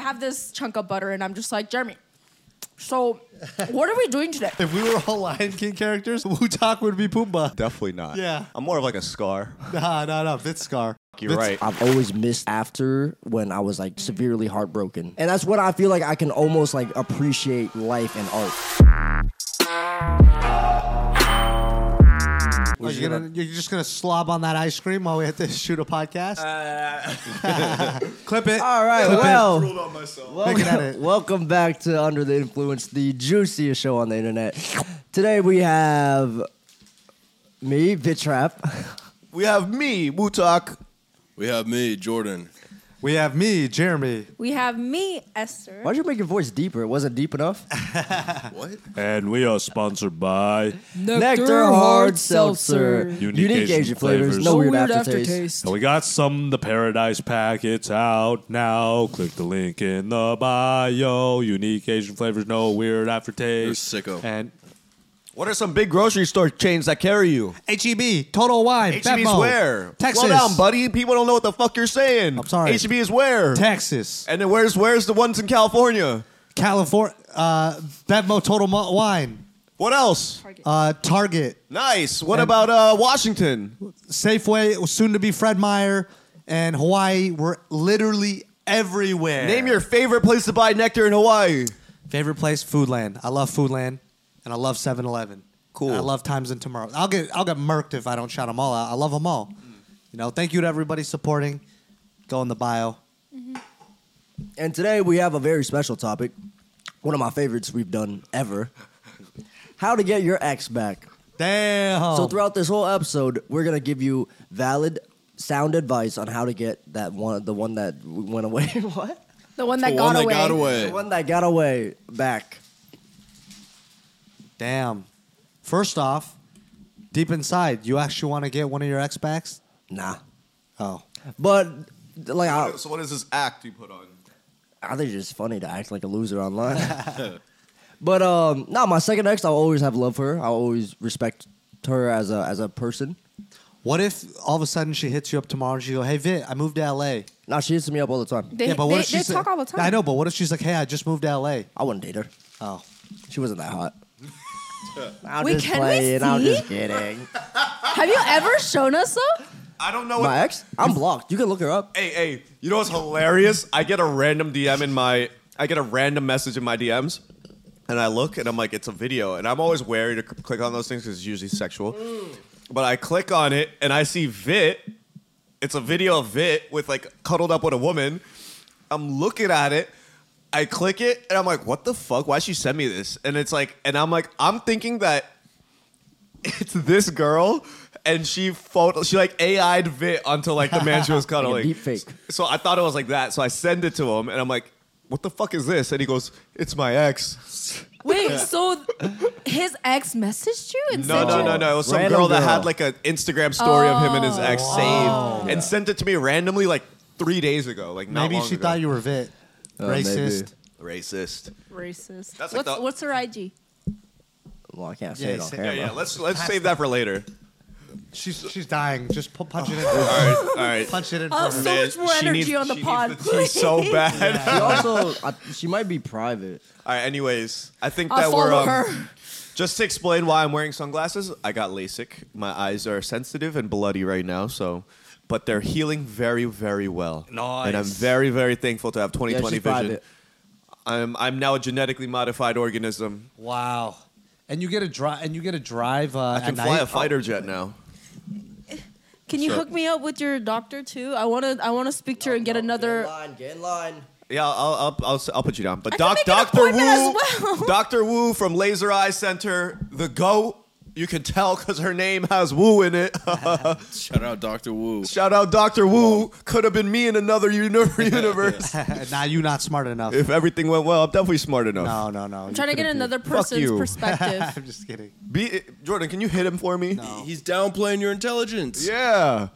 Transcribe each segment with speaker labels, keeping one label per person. Speaker 1: have this chunk of butter, and I'm just like, Jeremy. So, what are we doing today?
Speaker 2: If we were all Lion King characters, Wu Tak would be Pumbaa.
Speaker 3: Definitely not.
Speaker 2: Yeah.
Speaker 3: I'm more of like a scar.
Speaker 2: Nah, nah, nah. That's Scar.
Speaker 3: You're
Speaker 2: That's-
Speaker 3: right.
Speaker 4: I've always missed after when I was like severely heartbroken. And that's what I feel like I can almost like appreciate life and art.
Speaker 2: Are you gonna, you're just gonna slob on that ice cream while we have to shoot a podcast? Clip it.
Speaker 4: All right,
Speaker 2: Clip it.
Speaker 4: well,
Speaker 2: Make it
Speaker 4: welcome,
Speaker 2: edit.
Speaker 4: welcome back to Under the Influence, the juiciest show on the internet. Today we have me, Bitch Rap.
Speaker 3: We have me, Wutak.
Speaker 5: We have me, Jordan.
Speaker 2: We have me, Jeremy.
Speaker 1: We have me, Esther.
Speaker 4: Why'd you make your voice deeper? It wasn't deep enough.
Speaker 5: What?
Speaker 6: And we are sponsored by.
Speaker 4: Nectar Hard Seltzer.
Speaker 6: Unique
Speaker 4: Asian,
Speaker 6: Asian
Speaker 4: flavors,
Speaker 6: flavors.
Speaker 4: no
Speaker 6: No
Speaker 4: weird, aftertaste.
Speaker 6: And we got some the Paradise Pack. It's out now. Click the link in the bio. Unique Asian flavors, no weird aftertaste.
Speaker 5: You're sicko.
Speaker 6: And
Speaker 3: What are some big grocery store chains that carry you?
Speaker 2: HEB, E Total Wine,
Speaker 3: HEB's
Speaker 2: Venmo,
Speaker 3: E where?
Speaker 2: Texas.
Speaker 3: Slow down, buddy. People don't know what the fuck you're saying.
Speaker 2: I'm sorry.
Speaker 3: HEB is where?
Speaker 2: Texas,
Speaker 3: and then where's where's the ones in California?
Speaker 2: California, uh, Venmo, Total Mo- Wine,
Speaker 3: What else?
Speaker 2: uh, Target,
Speaker 3: Nice. What about uh, Washington?
Speaker 2: Safeway, soon to be Fred Meyer, and Hawaii. We're literally everywhere.
Speaker 3: Name your favorite place to buy nectar in Hawaii.
Speaker 2: favorite place, Foodland. I love Foodland, and I love 7-Eleven.
Speaker 3: Cool.
Speaker 2: And I love Times and Tomorrow. I'll get I'll get murked if I don't shout them all out. I love them all.
Speaker 1: Mm.
Speaker 2: You know, thank you to everybody supporting. Go in the bio.
Speaker 4: And today we have a very special topic, one of my favorites we've done ever. How to get your ex back.
Speaker 2: Damn.
Speaker 4: So throughout this whole episode, we're gonna give you valid, sound advice on how to get that one, the one that w- went away, what?
Speaker 1: the one that,
Speaker 5: The
Speaker 1: got,
Speaker 5: one that
Speaker 1: away.
Speaker 5: got
Speaker 4: The
Speaker 5: away.
Speaker 4: one that got away back.
Speaker 2: Damn. First off, deep inside, you actually want to get one of your ex backs?
Speaker 4: Nah,
Speaker 2: Oh.
Speaker 4: but like I,
Speaker 5: So what is this act you put on?
Speaker 4: I think it's just funny to act like a loser online. but um, no, my second ex, I'll always have love for her. I'll always respect her as a as a person.
Speaker 2: What if all of a sudden she hits you up tomorrow and she go, "Hey Vit, I moved to LA."
Speaker 4: Nah, she hits me up all the time.
Speaker 1: They, they, they
Speaker 2: said-
Speaker 1: talk all the time.
Speaker 2: I know, but what if she's like, "Hey, I just moved to LA."
Speaker 4: I wouldn't date her.
Speaker 2: Oh.
Speaker 4: She wasn't that hot. I'm
Speaker 1: Wait,
Speaker 4: just
Speaker 1: can we
Speaker 4: playing. I'm
Speaker 1: see?
Speaker 4: just kidding.
Speaker 1: Have you ever shown us though?
Speaker 3: I don't know.
Speaker 4: My ex? I'm blocked. You can look her up.
Speaker 3: Hey, hey, you know what's hilarious? I get a random DM in my, I get a random message in my DMs, and I look and I'm like, it's a video, and I'm always wary to c- click on those things because it's usually sexual. But I click on it and I see Vit. It's a video of Vit with like cuddled up with a woman. I'm looking at it. I click it and I'm like, what the fuck? Why'd she send me this? And it's like, and I'm like, I'm thinking that it's this girl and she photo she like AI'd Vit onto like the man she was cuddling.
Speaker 4: deep fake.
Speaker 3: So I thought it was like that. So I send it to him and I'm like, what the fuck is this? And he goes, it's my ex.
Speaker 1: Wait, so his ex messaged you and
Speaker 3: No,
Speaker 1: said
Speaker 3: no,
Speaker 1: you?
Speaker 3: no, no. It was some
Speaker 4: Random
Speaker 3: girl that
Speaker 4: girl.
Speaker 3: had like an Instagram story of him and his
Speaker 1: Oh,
Speaker 3: ex saved and sent it to me randomly like three days ago. Like not
Speaker 2: Maybe
Speaker 3: long
Speaker 2: she
Speaker 3: ago. Uh,
Speaker 2: thought you were Vit. Racist.
Speaker 4: maybe.
Speaker 3: racist.
Speaker 1: Racist.
Speaker 3: That's like
Speaker 1: what's,
Speaker 3: the-
Speaker 1: what's her IG?
Speaker 4: Well, I can't
Speaker 2: Yeah,
Speaker 4: say it on
Speaker 2: say-
Speaker 4: camera.
Speaker 3: Yeah, yeah. Let's let's save that for later.
Speaker 2: She's she's dying. Just pu- punch it in.
Speaker 3: Oh. All right, all right.
Speaker 2: Punch it in.
Speaker 1: Oh,
Speaker 2: for her.
Speaker 1: so much more
Speaker 3: she
Speaker 1: energy
Speaker 3: needs-
Speaker 1: on the
Speaker 3: she
Speaker 1: pod,
Speaker 3: needs the tea so
Speaker 1: please.
Speaker 3: bad.
Speaker 4: She also, I, she might be private.
Speaker 3: All right. Anyways, I think
Speaker 1: I'll
Speaker 3: that we're
Speaker 1: follow
Speaker 3: um,
Speaker 1: her.
Speaker 3: just to explain why I'm wearing sunglasses. I got LASIK. My eyes are sensitive and bloody right now, so but they're healing very, very well. And I'm
Speaker 6: Nice.
Speaker 3: very, very thankful to have
Speaker 4: Yeah,
Speaker 3: 2020
Speaker 4: she's
Speaker 3: vision.
Speaker 4: private.
Speaker 3: I'm I'm now a genetically modified organism.
Speaker 2: Wow. And you get a drive. And you get a drive. Uh,
Speaker 3: I can
Speaker 2: at night?
Speaker 3: fly a fighter jet now.
Speaker 1: Can you
Speaker 3: Sure.
Speaker 1: hook me up with your doctor too? I wanna I wanna speak to her and get another.
Speaker 4: Get in line. Get in line.
Speaker 3: Yeah, I'll I'll, I'll, I'll put you down. But
Speaker 1: I
Speaker 3: doc,
Speaker 1: can make an
Speaker 3: Doctor Wu,
Speaker 1: appointment as well.
Speaker 3: Doctor Wu from Laser Eye Center, the goat. You can tell because her name has Wu in it.
Speaker 5: Shout out Dr. Wu.
Speaker 3: Shout out Doctor Wu. Could have been me in another uni- universe.
Speaker 2: nah, you not smart enough.
Speaker 3: if everything went well, I'm definitely smart enough.
Speaker 2: no, no, no.
Speaker 1: I'm trying to get another
Speaker 3: you.
Speaker 1: person's perspective.
Speaker 2: I'm just kidding.
Speaker 3: Be, eh, Jordan, can you hit him for me?
Speaker 5: He's downplaying your intelligence.
Speaker 3: Yeah.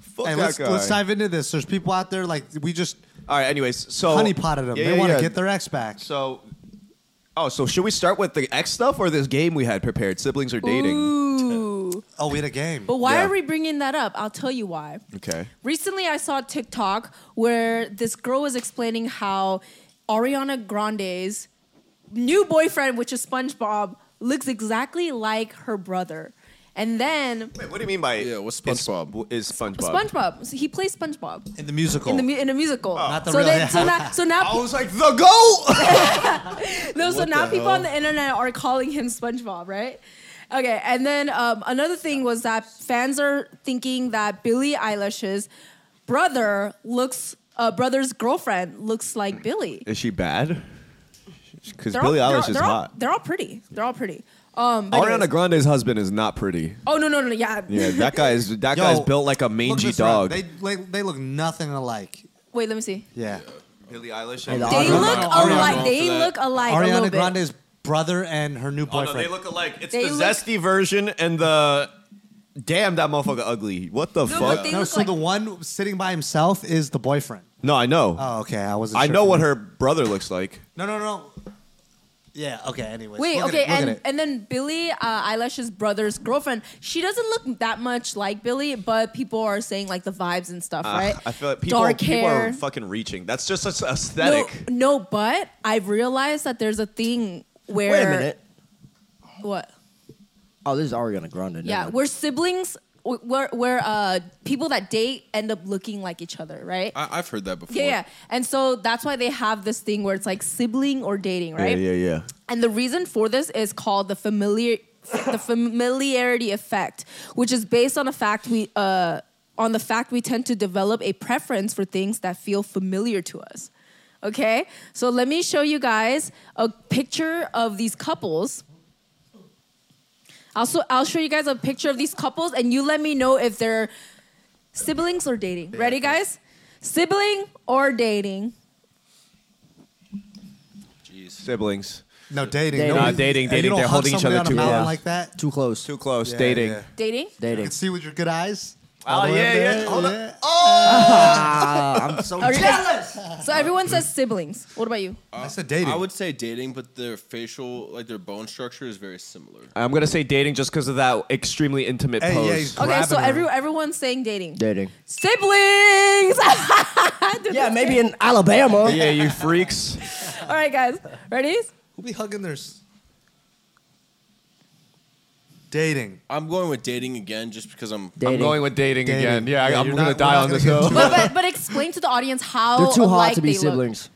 Speaker 3: Fuck
Speaker 2: Hey,
Speaker 3: that
Speaker 2: let's,
Speaker 3: guy.
Speaker 2: let's dive into this. There's people out there like we just
Speaker 3: All right. Anyways, so
Speaker 2: honeypotted them.
Speaker 3: Yeah,
Speaker 2: they
Speaker 3: yeah,
Speaker 2: want to
Speaker 3: yeah.
Speaker 2: get their ex back.
Speaker 3: So, oh, so should we start with the X stuff or this game we had prepared? Siblings are dating.
Speaker 1: Ooh.
Speaker 2: Oh, we had a game.
Speaker 1: But why
Speaker 3: Yeah.
Speaker 1: are we bringing that up? I'll tell you why.
Speaker 3: Okay.
Speaker 1: Recently, I saw a TikTok where this girl was explaining how Ariana Grande's new boyfriend, which is SpongeBob, looks exactly like her brother. And then
Speaker 3: Wait, what do you mean by
Speaker 5: Yeah, what's SpongeBob?
Speaker 3: Is, is SpongeBob?
Speaker 1: SpongeBob, he plays Spongebob
Speaker 2: In the musical.
Speaker 1: in the mu- in a musical.
Speaker 2: Not the
Speaker 1: so
Speaker 2: real-
Speaker 1: then, so now, so now,
Speaker 3: I was like the goat.
Speaker 1: no, so
Speaker 5: What
Speaker 1: now
Speaker 5: the
Speaker 1: people
Speaker 5: hell?
Speaker 1: on the internet are calling him SpongeBob, right? Okay, and then um, another thing was that fans are thinking that Billie Eilish's brother looks, uh, brother's girlfriend looks like Billie.
Speaker 3: is she bad? Because
Speaker 1: They're
Speaker 3: Billie
Speaker 1: all, they're
Speaker 3: Eilish
Speaker 1: all-
Speaker 3: is
Speaker 1: they're all-
Speaker 3: hot.
Speaker 1: They're all pretty. They're all pretty. Um, but anyways.
Speaker 3: Ariana Grande's husband is not pretty.
Speaker 1: Oh no no no yeah.
Speaker 3: Yeah, that guy is that
Speaker 2: Yo,
Speaker 3: guy's built like a
Speaker 2: look at
Speaker 3: mangy
Speaker 2: this rock.
Speaker 3: dog.
Speaker 2: They, they they look nothing alike.
Speaker 1: Wait, let me see.
Speaker 2: Yeah.
Speaker 3: Billie Eilish.
Speaker 4: and-
Speaker 1: They
Speaker 4: Ariana-
Speaker 1: look
Speaker 5: Ariana
Speaker 1: alike.
Speaker 5: going
Speaker 1: They
Speaker 5: for that.
Speaker 1: look alike a little
Speaker 2: Ariana
Speaker 1: bit.
Speaker 2: Grande's brother and her new
Speaker 3: Oh
Speaker 2: boyfriend.
Speaker 3: no, they look alike. It's
Speaker 1: They
Speaker 3: the
Speaker 1: look-
Speaker 3: zesty version and the damn that motherfucker ugly. What the
Speaker 1: No, but
Speaker 3: fuck?
Speaker 1: they
Speaker 2: no,
Speaker 1: look
Speaker 2: so
Speaker 1: like-
Speaker 2: the one sitting by himself is the boyfriend.
Speaker 3: no, I know.
Speaker 2: Oh, okay. I wasn't.
Speaker 3: I
Speaker 2: sure
Speaker 3: know
Speaker 2: from
Speaker 3: what
Speaker 2: that.
Speaker 3: her brother looks like.
Speaker 2: No, no, no. Yeah. Okay. Anyways.
Speaker 1: Wait,
Speaker 2: Look at
Speaker 1: okay,
Speaker 2: it, look at
Speaker 1: and
Speaker 2: it.
Speaker 1: and then Billie uh, Eilish's brother's girlfriend, she doesn't look that much like Billie, but people are saying like the vibes and stuff,
Speaker 3: Uh,
Speaker 1: right?
Speaker 3: I feel like people,
Speaker 1: dark
Speaker 3: people
Speaker 1: hair.
Speaker 3: are fucking reaching. That's just such
Speaker 1: no,
Speaker 3: aesthetic.
Speaker 1: no, but I've realized that there's a thing where
Speaker 4: Wait a minute.
Speaker 1: what?
Speaker 4: Oh, this is Ariana Grande. never
Speaker 1: Yeah,
Speaker 4: mind.
Speaker 1: where siblings, where where uh, people that date end up looking like each other, right?
Speaker 5: I, I've heard that before.
Speaker 1: Yeah, yeah. And so that's why they have this thing where it's like sibling or dating, right?
Speaker 3: Yeah, yeah, yeah.
Speaker 1: And the reason for this is called the familiar the familiarity effect, which is based on a fact we uh on the fact we tend to develop a preference for things that feel familiar to us. Okay? So let me show you guys a picture of these couples. Also, I'll show you guys a picture of these couples and you let me know if they're siblings or dating. Ready guys? Sibling or dating?
Speaker 5: Jeez.
Speaker 3: Siblings.
Speaker 2: no dating.
Speaker 4: Dating.
Speaker 2: Nobody-
Speaker 4: Nah,
Speaker 3: dating,
Speaker 2: you
Speaker 3: dating,
Speaker 2: don't
Speaker 3: they're
Speaker 2: hug
Speaker 3: holding each
Speaker 2: somebody
Speaker 3: other
Speaker 2: on a
Speaker 3: too
Speaker 2: mountain
Speaker 3: close.
Speaker 2: like that.
Speaker 4: too close.
Speaker 3: Too close.
Speaker 2: Yeah,
Speaker 3: dating.
Speaker 2: yeah.
Speaker 1: Dating?
Speaker 2: You
Speaker 4: Dating.
Speaker 2: can see with your good eyes.
Speaker 3: Oh,
Speaker 2: All the way
Speaker 3: yeah,
Speaker 2: up there.
Speaker 3: yeah. Hold
Speaker 2: Yeah.
Speaker 4: Ah, I'm so
Speaker 1: Are you
Speaker 4: jealous.
Speaker 1: guys- So everyone says siblings. What about you?
Speaker 3: Uh,
Speaker 2: I said dating.
Speaker 5: I would say dating, but their facial, like their bone structure, is very similar.
Speaker 3: I'm gonna say dating just because of that extremely intimate
Speaker 2: Hey, yeah,
Speaker 3: pose.
Speaker 2: he's-
Speaker 1: Okay,
Speaker 2: Grabbing
Speaker 1: so
Speaker 2: her.
Speaker 1: every, everyone's saying dating.
Speaker 4: dating.
Speaker 1: siblings.
Speaker 4: Yeah, maybe in Alabama.
Speaker 3: Oh, yeah, you freaks.
Speaker 1: All right, guys, ready?
Speaker 2: Who be hugging their? s- Dating.
Speaker 5: I'm going with dating again, just because I'm.
Speaker 4: Dating.
Speaker 3: I'm going with dating,
Speaker 2: Dating.
Speaker 3: again. Yeah,
Speaker 2: Yeah,
Speaker 3: I, I'm
Speaker 2: you're
Speaker 3: gonna
Speaker 2: not-
Speaker 3: die
Speaker 2: we're
Speaker 3: on
Speaker 2: not
Speaker 3: this
Speaker 2: gonna get
Speaker 3: hill.
Speaker 2: too
Speaker 1: But, but but explain to the audience how
Speaker 4: They're too
Speaker 1: alike
Speaker 4: hot to be
Speaker 1: they Oh, look,
Speaker 4: siblings.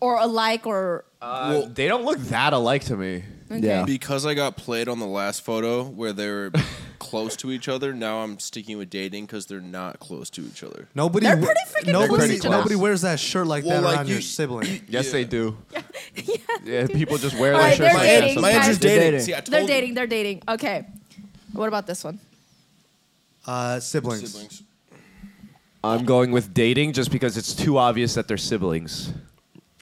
Speaker 1: or alike, or
Speaker 3: well, they don't look that alike to me.
Speaker 1: okay.
Speaker 4: Yeah.
Speaker 5: Because I got played on the last photo where they were close to each other, now I'm sticking with dating because they're not close to each other.
Speaker 2: Nobody.
Speaker 1: They're
Speaker 2: we-
Speaker 1: pretty freaking
Speaker 2: nobody,
Speaker 1: close to each other.
Speaker 2: Nobody wears that shirt like that
Speaker 5: Well, like
Speaker 2: around
Speaker 5: you-
Speaker 2: your sibling.
Speaker 3: Yes, they do.
Speaker 1: yeah.
Speaker 3: Yeah, people just wear
Speaker 1: All
Speaker 3: their
Speaker 1: right,
Speaker 3: shirts
Speaker 1: they're
Speaker 3: like that.
Speaker 1: dating.
Speaker 5: My
Speaker 1: Guys,
Speaker 5: answer's
Speaker 4: they're
Speaker 5: dating.
Speaker 4: dating.
Speaker 5: See, I told
Speaker 1: They're
Speaker 5: you.
Speaker 1: dating. They're dating. Okay. What about this one?
Speaker 2: Uh, siblings.
Speaker 5: Siblings.
Speaker 3: I'm going with dating just because it's too obvious that they're siblings.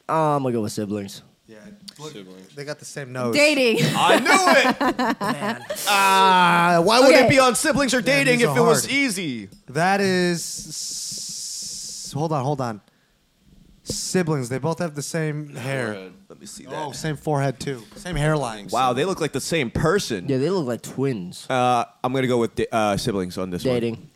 Speaker 4: Oh, I'm gonna go with siblings.
Speaker 2: Yeah. Look,
Speaker 5: Siblings.
Speaker 2: they got the same nose.
Speaker 1: Dating.
Speaker 3: I knew it. Ah, why would
Speaker 1: Okay.
Speaker 3: it be on siblings or dating
Speaker 2: these
Speaker 3: if
Speaker 2: are
Speaker 3: it was
Speaker 2: hard.
Speaker 3: easy?
Speaker 2: That is. s- Hold on, hold on. Siblings. They both have the same hair.
Speaker 5: Forehead.
Speaker 3: Let me see that.
Speaker 2: Oh, same forehead too. Same hairline.
Speaker 3: wow, they look like the same person.
Speaker 4: Yeah, they look like twins.
Speaker 3: Uh, I'm gonna go with da- uh, siblings on this one.
Speaker 4: Dating.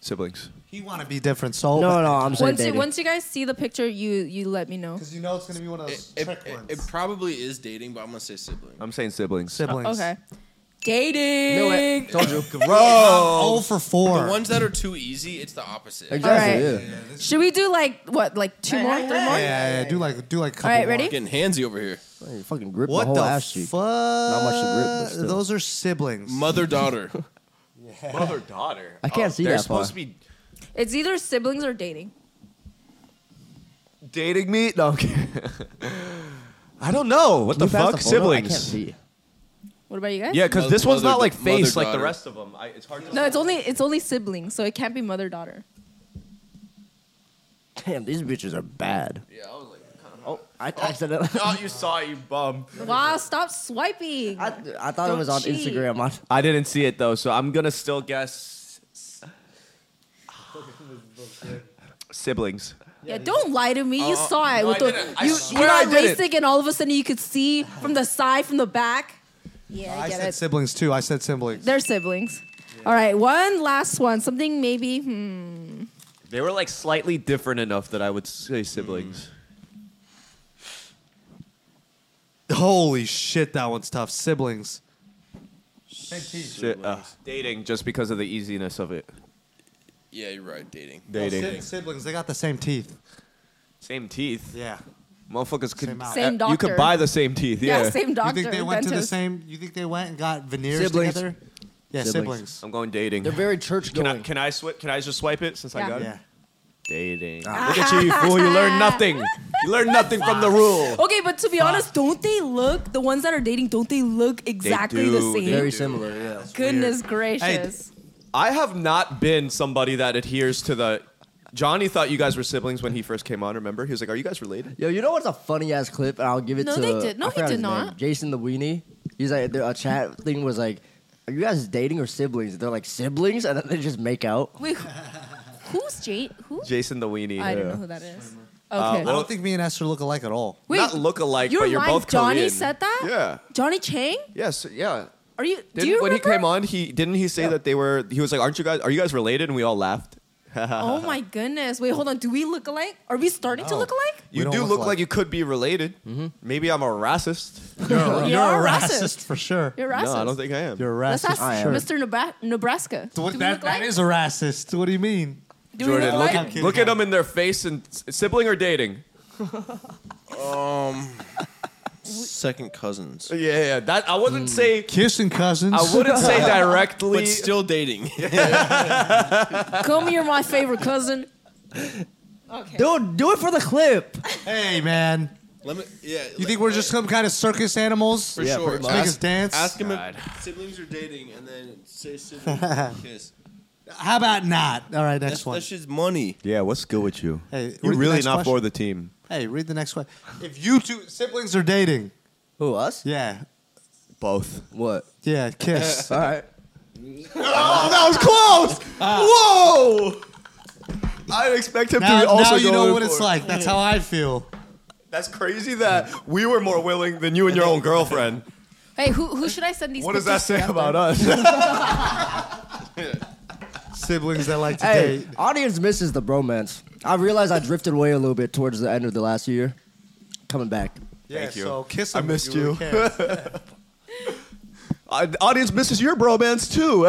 Speaker 3: Siblings.
Speaker 2: He want to be different. So
Speaker 4: No, no, I'm saying
Speaker 1: once you,
Speaker 4: dating.
Speaker 1: once you guys see the picture, you you let me know.
Speaker 2: Because you know it's gonna be one of those
Speaker 5: It,
Speaker 2: trick
Speaker 5: it-
Speaker 2: ones.
Speaker 5: it probably is dating, but I'm gonna say sibling.
Speaker 3: I'm saying siblings.
Speaker 2: siblings.
Speaker 1: Okay. Dating.
Speaker 4: Told you.
Speaker 2: Bro, 0 for
Speaker 5: The
Speaker 2: four.
Speaker 5: ones that are too easy, it's the opposite.
Speaker 4: Exactly.
Speaker 1: All right.
Speaker 4: Yeah.
Speaker 1: Should we do like what, like two more, three
Speaker 2: yeah,
Speaker 1: more?
Speaker 2: yeah, yeah, do like do like. a
Speaker 1: All right,
Speaker 2: couple
Speaker 1: ready?
Speaker 2: more.
Speaker 5: Getting handsy over here.
Speaker 4: You fucking grip
Speaker 2: What
Speaker 4: the whole
Speaker 2: the
Speaker 4: ass cheek.
Speaker 2: fuck? Not
Speaker 4: much to grip, but still.
Speaker 2: Those are siblings.
Speaker 5: Mother daughter.
Speaker 3: Mother daughter. Oh,
Speaker 4: I can't see
Speaker 3: they're
Speaker 4: that far.
Speaker 3: supposed to be
Speaker 1: It's either siblings or dating.
Speaker 3: dating me. No, okay. I don't know. What the
Speaker 4: Can you pass
Speaker 3: fuck,
Speaker 4: photo? I can't
Speaker 3: siblings?
Speaker 4: see.
Speaker 1: What about you guys?
Speaker 3: Yeah, because
Speaker 5: Mother-
Speaker 3: this one's
Speaker 5: mother-
Speaker 3: not like
Speaker 5: mother
Speaker 3: face like the
Speaker 5: daughter.
Speaker 3: rest of them. I, it's hard to.
Speaker 1: No, it's only it's only siblings, so it can't be mother daughter.
Speaker 4: Damn, these bitches are bad.
Speaker 5: Yeah, I was like,
Speaker 4: Oh, I accidentally.
Speaker 3: Oh, you saw it, you bum.
Speaker 1: Wow, stop swiping.
Speaker 4: I, I thought it
Speaker 1: Don't
Speaker 4: was on
Speaker 1: cheat.
Speaker 4: Instagram. I,
Speaker 3: I didn't see it though, so I'm gonna still guess. Siblings.
Speaker 1: yeah, don't lie to me. You saw it.
Speaker 3: Uh, no,
Speaker 1: with
Speaker 3: I
Speaker 1: the,
Speaker 3: didn't. I
Speaker 1: you,
Speaker 3: swear
Speaker 1: you
Speaker 3: I
Speaker 1: got
Speaker 3: didn't.
Speaker 1: LASIK and all of a sudden you could see from the side, from the back. Yeah, I,
Speaker 2: I
Speaker 1: get
Speaker 2: said
Speaker 1: it.
Speaker 2: siblings too. I said siblings.
Speaker 1: They're siblings. All right, one last one. Something maybe. Hmm.
Speaker 3: They were like slightly different enough that I would say siblings.
Speaker 2: Holy shit, that one's tough. Siblings.
Speaker 3: Shit, uh, dating just because of the easiness of it.
Speaker 5: Yeah, you're right. Dating.
Speaker 3: Dating.
Speaker 2: Si- siblings, they got the same teeth.
Speaker 3: Same teeth.
Speaker 2: Yeah.
Speaker 3: Motherfuckers could. uh,
Speaker 2: Same out.
Speaker 1: Same
Speaker 3: You
Speaker 1: doctor.
Speaker 3: could buy the same teeth.
Speaker 1: Yeah,
Speaker 3: Yeah.
Speaker 1: same doctor.
Speaker 2: you think they went to the
Speaker 1: dentist.
Speaker 2: same? You think they went and got veneers
Speaker 4: Siblings.
Speaker 2: together? Yeah,
Speaker 4: Siblings.
Speaker 2: siblings.
Speaker 3: I'm going dating.
Speaker 4: They're very church
Speaker 3: Can I
Speaker 4: going.
Speaker 3: can I swi- can I just swipe it since
Speaker 1: Yeah.
Speaker 3: I got
Speaker 2: Yeah. Ah.
Speaker 3: it? Dating. Look at you, you fool! You learn nothing. You learn nothing from the rule.
Speaker 1: Okay, but to be honest, don't they look the ones that are dating? Don't they look exactly
Speaker 3: do,
Speaker 1: the same?
Speaker 3: they
Speaker 4: Very similar, yeah.
Speaker 1: Goodness gracious!
Speaker 3: I have not been somebody that adheres to the. Johnny thought you guys were siblings when he first came on. Remember, he was like, "Are you guys related?"
Speaker 4: Yo, you know what's a funny ass clip? And I'll give it
Speaker 1: No,
Speaker 4: to.
Speaker 1: they did- no,
Speaker 4: I
Speaker 1: he
Speaker 4: forgot
Speaker 1: did
Speaker 4: his
Speaker 1: not.
Speaker 4: name. Jason the weenie. He's like the- a chat thing was like, "Are you guys dating or siblings?" They're like siblings, and then they just make out.
Speaker 1: Wait, who- who's Jade? Who?
Speaker 3: Jason the weenie.
Speaker 1: I don't know
Speaker 3: Yeah.
Speaker 1: who that is.
Speaker 3: Uh,
Speaker 1: Okay.
Speaker 2: I don't think me and Esther look alike at all.
Speaker 1: Wait,
Speaker 3: Not look alike,
Speaker 1: you're
Speaker 3: but you're
Speaker 1: lying.
Speaker 3: both
Speaker 1: Johnny
Speaker 3: Korean.
Speaker 1: said that.
Speaker 3: Yeah.
Speaker 1: Johnny Chang.
Speaker 3: Yes. Yeah.
Speaker 1: Are you? do
Speaker 3: Didn't,
Speaker 1: you
Speaker 3: when
Speaker 1: remember?
Speaker 3: he came on, he didn't he say that they were? He was like, "Aren't you guys? Are you guys related?" And we all laughed.
Speaker 1: Oh my goodness! Wait, hold on. Do we look alike? Are we starting to
Speaker 2: No.
Speaker 1: look alike?
Speaker 2: We
Speaker 3: You
Speaker 2: don't
Speaker 3: do
Speaker 2: look Mm-hmm.
Speaker 3: look,
Speaker 2: alike.
Speaker 3: like you could be related. Maybe I'm a racist.
Speaker 2: You're, a,
Speaker 1: You are a
Speaker 2: racist.
Speaker 1: racist.
Speaker 2: for sure.
Speaker 1: You're racist.
Speaker 3: No, I don't think I am.
Speaker 2: You're a
Speaker 1: Let's
Speaker 2: racist.
Speaker 1: ask
Speaker 4: I am.
Speaker 1: Mr. Nebra- Nebraska.
Speaker 2: So
Speaker 1: do
Speaker 2: what-
Speaker 1: we
Speaker 2: that,
Speaker 1: look alike?
Speaker 2: that is a racist. What do you mean?
Speaker 1: do we
Speaker 3: Jordan,
Speaker 1: look
Speaker 3: look,
Speaker 1: alike?
Speaker 3: at,
Speaker 2: I'm
Speaker 3: look
Speaker 2: kidding.
Speaker 3: at them in their face and s- sibling or dating.
Speaker 5: Second cousins.
Speaker 3: Yeah, yeah. That I wouldn't
Speaker 2: Hmm.
Speaker 3: say.
Speaker 2: Kissing cousins.
Speaker 3: I wouldn't say directly.
Speaker 5: But still dating.
Speaker 1: Come here, my favorite cousin. Okay.
Speaker 4: Dude, do it for the clip.
Speaker 2: Hey man,
Speaker 5: Let me. Yeah. uh,
Speaker 2: you think we're just some kind of circus animals?
Speaker 5: for sure?
Speaker 2: Make us dance.
Speaker 5: Ask him
Speaker 3: God.
Speaker 5: if siblings are dating, and then say siblings and kiss.
Speaker 2: How about not? All right, next
Speaker 5: That's,
Speaker 2: one.
Speaker 5: that's just money.
Speaker 3: yeah, what's good with you?
Speaker 2: Hey, read
Speaker 3: You're
Speaker 2: the
Speaker 3: really
Speaker 2: next
Speaker 3: not
Speaker 2: question.
Speaker 3: for the team.
Speaker 2: hey, read the next one. If you two siblings are dating,
Speaker 4: Who us?
Speaker 2: yeah,
Speaker 3: Both.
Speaker 4: What?
Speaker 2: yeah, kiss.
Speaker 4: All right.
Speaker 3: Oh, that was close! Whoa! I expect him
Speaker 2: Ah. now,
Speaker 3: to also
Speaker 2: now you
Speaker 3: go
Speaker 2: know
Speaker 3: in
Speaker 2: what it's
Speaker 3: for-
Speaker 2: like. That's how I feel.
Speaker 3: That's crazy that we were more willing than you and your own girlfriend.
Speaker 1: Hey, who, who should I send these?
Speaker 3: What does that
Speaker 1: pictures
Speaker 3: say
Speaker 1: to?
Speaker 3: about us?
Speaker 2: Siblings that like to
Speaker 4: Hey,
Speaker 2: date.
Speaker 4: audience misses the bromance. I realized I drifted away a little bit towards the end of the last year. Coming back.
Speaker 2: Yeah,
Speaker 3: you.
Speaker 2: so kiss
Speaker 3: I
Speaker 2: them if
Speaker 3: missed
Speaker 2: really
Speaker 3: you.
Speaker 2: can.
Speaker 3: Uh, the audience misses your bromance too.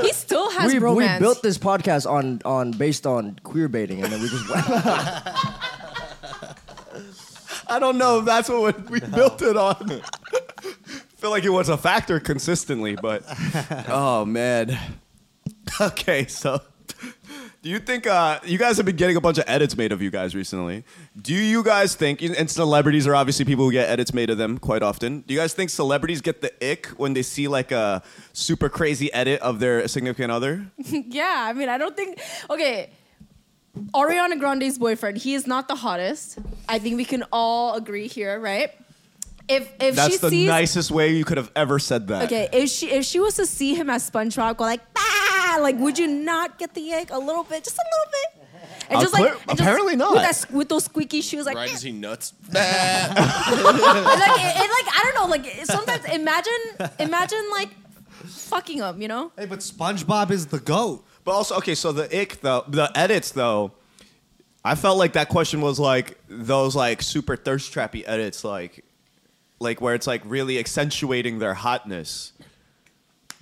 Speaker 1: He still has
Speaker 4: We, we
Speaker 1: romance.
Speaker 4: built this podcast on on based on queer baiting, and then we just
Speaker 3: I don't know if that's what we built it on. I feel like it was a factor consistently, but oh man. Okay, so do you think uh, you guys have been getting a bunch of edits made of you guys recently? Do you guys think and celebrities are obviously people who get edits made of them quite often? Do you guys think celebrities get the ick when they see like a super crazy edit of their significant other?
Speaker 1: yeah, I mean, I don't think. Okay, Ariana Grande's boyfriend. He is not the hottest. I think we can all agree here, right? If if she
Speaker 3: That's the
Speaker 1: sees
Speaker 3: nicest way you could have ever said that.
Speaker 1: okay, if she if she was to see him as SpongeBob, go like ah, like would you not get the egg a little bit, just a little bit? And
Speaker 3: Uh,
Speaker 1: just like
Speaker 3: clear-
Speaker 1: and just
Speaker 3: apparently not.
Speaker 1: with, that, s- with those squeaky shoes, like
Speaker 5: Right?
Speaker 1: "Eh."
Speaker 5: Is he nuts?
Speaker 1: and like, it, it, like I don't know, like it- sometimes imagine imagine like fucking him, you know?
Speaker 2: Hey, but SpongeBob is the goat.
Speaker 3: But also, okay, so the ick though, the edits though, I felt like that question was like those like super thirst trappy edits, like, like where it's like really accentuating their hotness.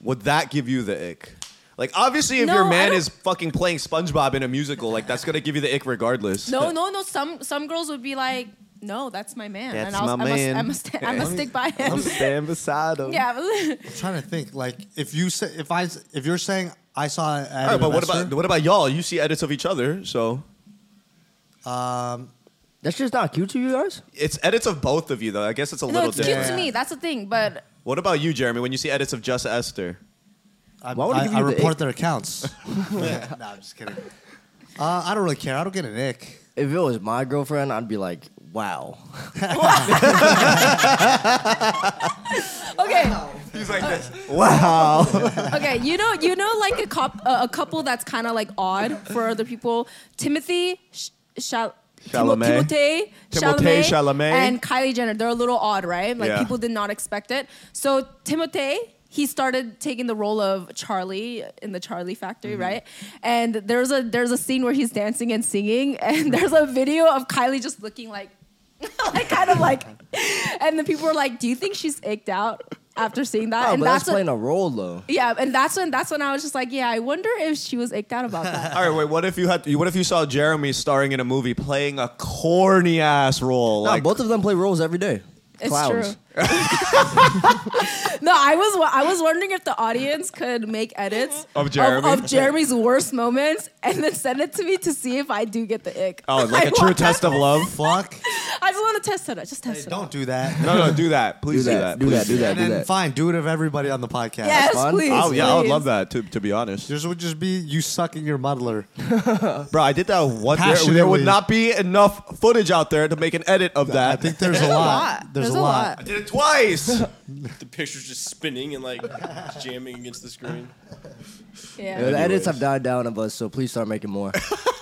Speaker 3: Would that give you the ick? Like, obviously, if
Speaker 1: No,
Speaker 3: your
Speaker 1: I
Speaker 3: man
Speaker 1: don't-
Speaker 3: is fucking playing SpongeBob in a musical, like that's gonna give you the ick regardless.
Speaker 1: No, no, no. Some some girls would be like, no, that's my man, and
Speaker 3: That's
Speaker 1: I'll,
Speaker 3: my
Speaker 1: I must, I
Speaker 3: man.
Speaker 1: must, I must stick by him.
Speaker 3: standing beside him.
Speaker 1: Yeah, but-
Speaker 2: I'm trying to think. Like if you say if I if you're saying I saw an
Speaker 3: All right,
Speaker 2: edit
Speaker 3: but
Speaker 2: of
Speaker 3: what
Speaker 2: Esther,
Speaker 3: about what about y'all? You see edits of each other, so
Speaker 2: um,
Speaker 4: That's just not cute to you guys.
Speaker 3: it's edits of both of you though. I guess it's a
Speaker 1: no,
Speaker 3: little
Speaker 1: it's cute
Speaker 3: different.
Speaker 1: to me. That's the thing. But
Speaker 3: What about you, Jeremy? When you see edits of just Esther?
Speaker 2: I,
Speaker 4: Why would he
Speaker 2: I-
Speaker 4: give
Speaker 2: I
Speaker 4: you the
Speaker 2: report
Speaker 4: ick?
Speaker 2: their accounts. Yeah, no, I'm just kidding. Uh, I don't really care. I don't get an ick.
Speaker 4: If it was my girlfriend, I'd be like, wow.
Speaker 1: Uh, okay,
Speaker 3: He's like this.
Speaker 1: okay. You know, you know, like a cop, uh, a couple that's kind of like odd for other people. Timothy, Sh- Shal- Timo-
Speaker 3: Chalamet.
Speaker 1: Timothée
Speaker 3: Timothée Chalamet.
Speaker 1: and Kylie Jenner. They're a little odd, right? Like
Speaker 3: Yeah.
Speaker 1: people did not expect it. So Timothée, he started taking the role of Charlie in the Charlie Factory,
Speaker 3: Mm-hmm.
Speaker 1: right? And there's a there's a scene where he's dancing and singing, and there's a video of Kylie just looking like, like kind of like, and the people were like, "Do you think she's ached out after seeing
Speaker 3: Oh,
Speaker 1: that?"
Speaker 4: No,
Speaker 1: and
Speaker 4: but that's,
Speaker 1: what-
Speaker 4: playing a role though.
Speaker 1: yeah, and that's when that's when I was just like, yeah, I wonder if she was ached out about that.
Speaker 3: All right, wait. What if you had? What if you saw Jeremy starring in a movie playing a corny ass role?
Speaker 4: No,
Speaker 3: like,
Speaker 4: both of them play roles every day.
Speaker 1: It's
Speaker 4: Clowns.
Speaker 1: true. no, I was wa- I was wondering if the audience could make edits
Speaker 3: Of Jeremy?
Speaker 1: of, Jeremy's worst moments and then send it to me to see if I do get the ick.
Speaker 3: oh, like
Speaker 1: I
Speaker 3: a true
Speaker 1: want-
Speaker 3: test of love.
Speaker 2: Fuck.
Speaker 1: I just want to test it. out. Just
Speaker 2: Hey,
Speaker 1: test it. out.
Speaker 2: don't do that.
Speaker 3: No, no, do that.
Speaker 4: Do
Speaker 3: Please do
Speaker 4: that.
Speaker 3: that.
Speaker 4: Do that. Do that.
Speaker 2: and
Speaker 4: Do
Speaker 2: then
Speaker 4: that.
Speaker 2: fine, do it of everybody on the podcast.
Speaker 1: Yes,
Speaker 4: fun.
Speaker 1: please.
Speaker 3: Oh yeah, I would
Speaker 1: please.
Speaker 3: love that. To to be honest,
Speaker 2: Yours would just be you sucking your muddler.
Speaker 3: bro, I did that one. There, there
Speaker 2: Passionately.
Speaker 3: would not be enough footage out there to make an edit of
Speaker 2: I
Speaker 3: that.
Speaker 2: think there's a lot. There's, a lot.
Speaker 3: did it twice.
Speaker 5: The picture's just spinning and like jamming against the screen.
Speaker 1: Yeah.
Speaker 4: Yeah, the edits have died down of us, so please start making more.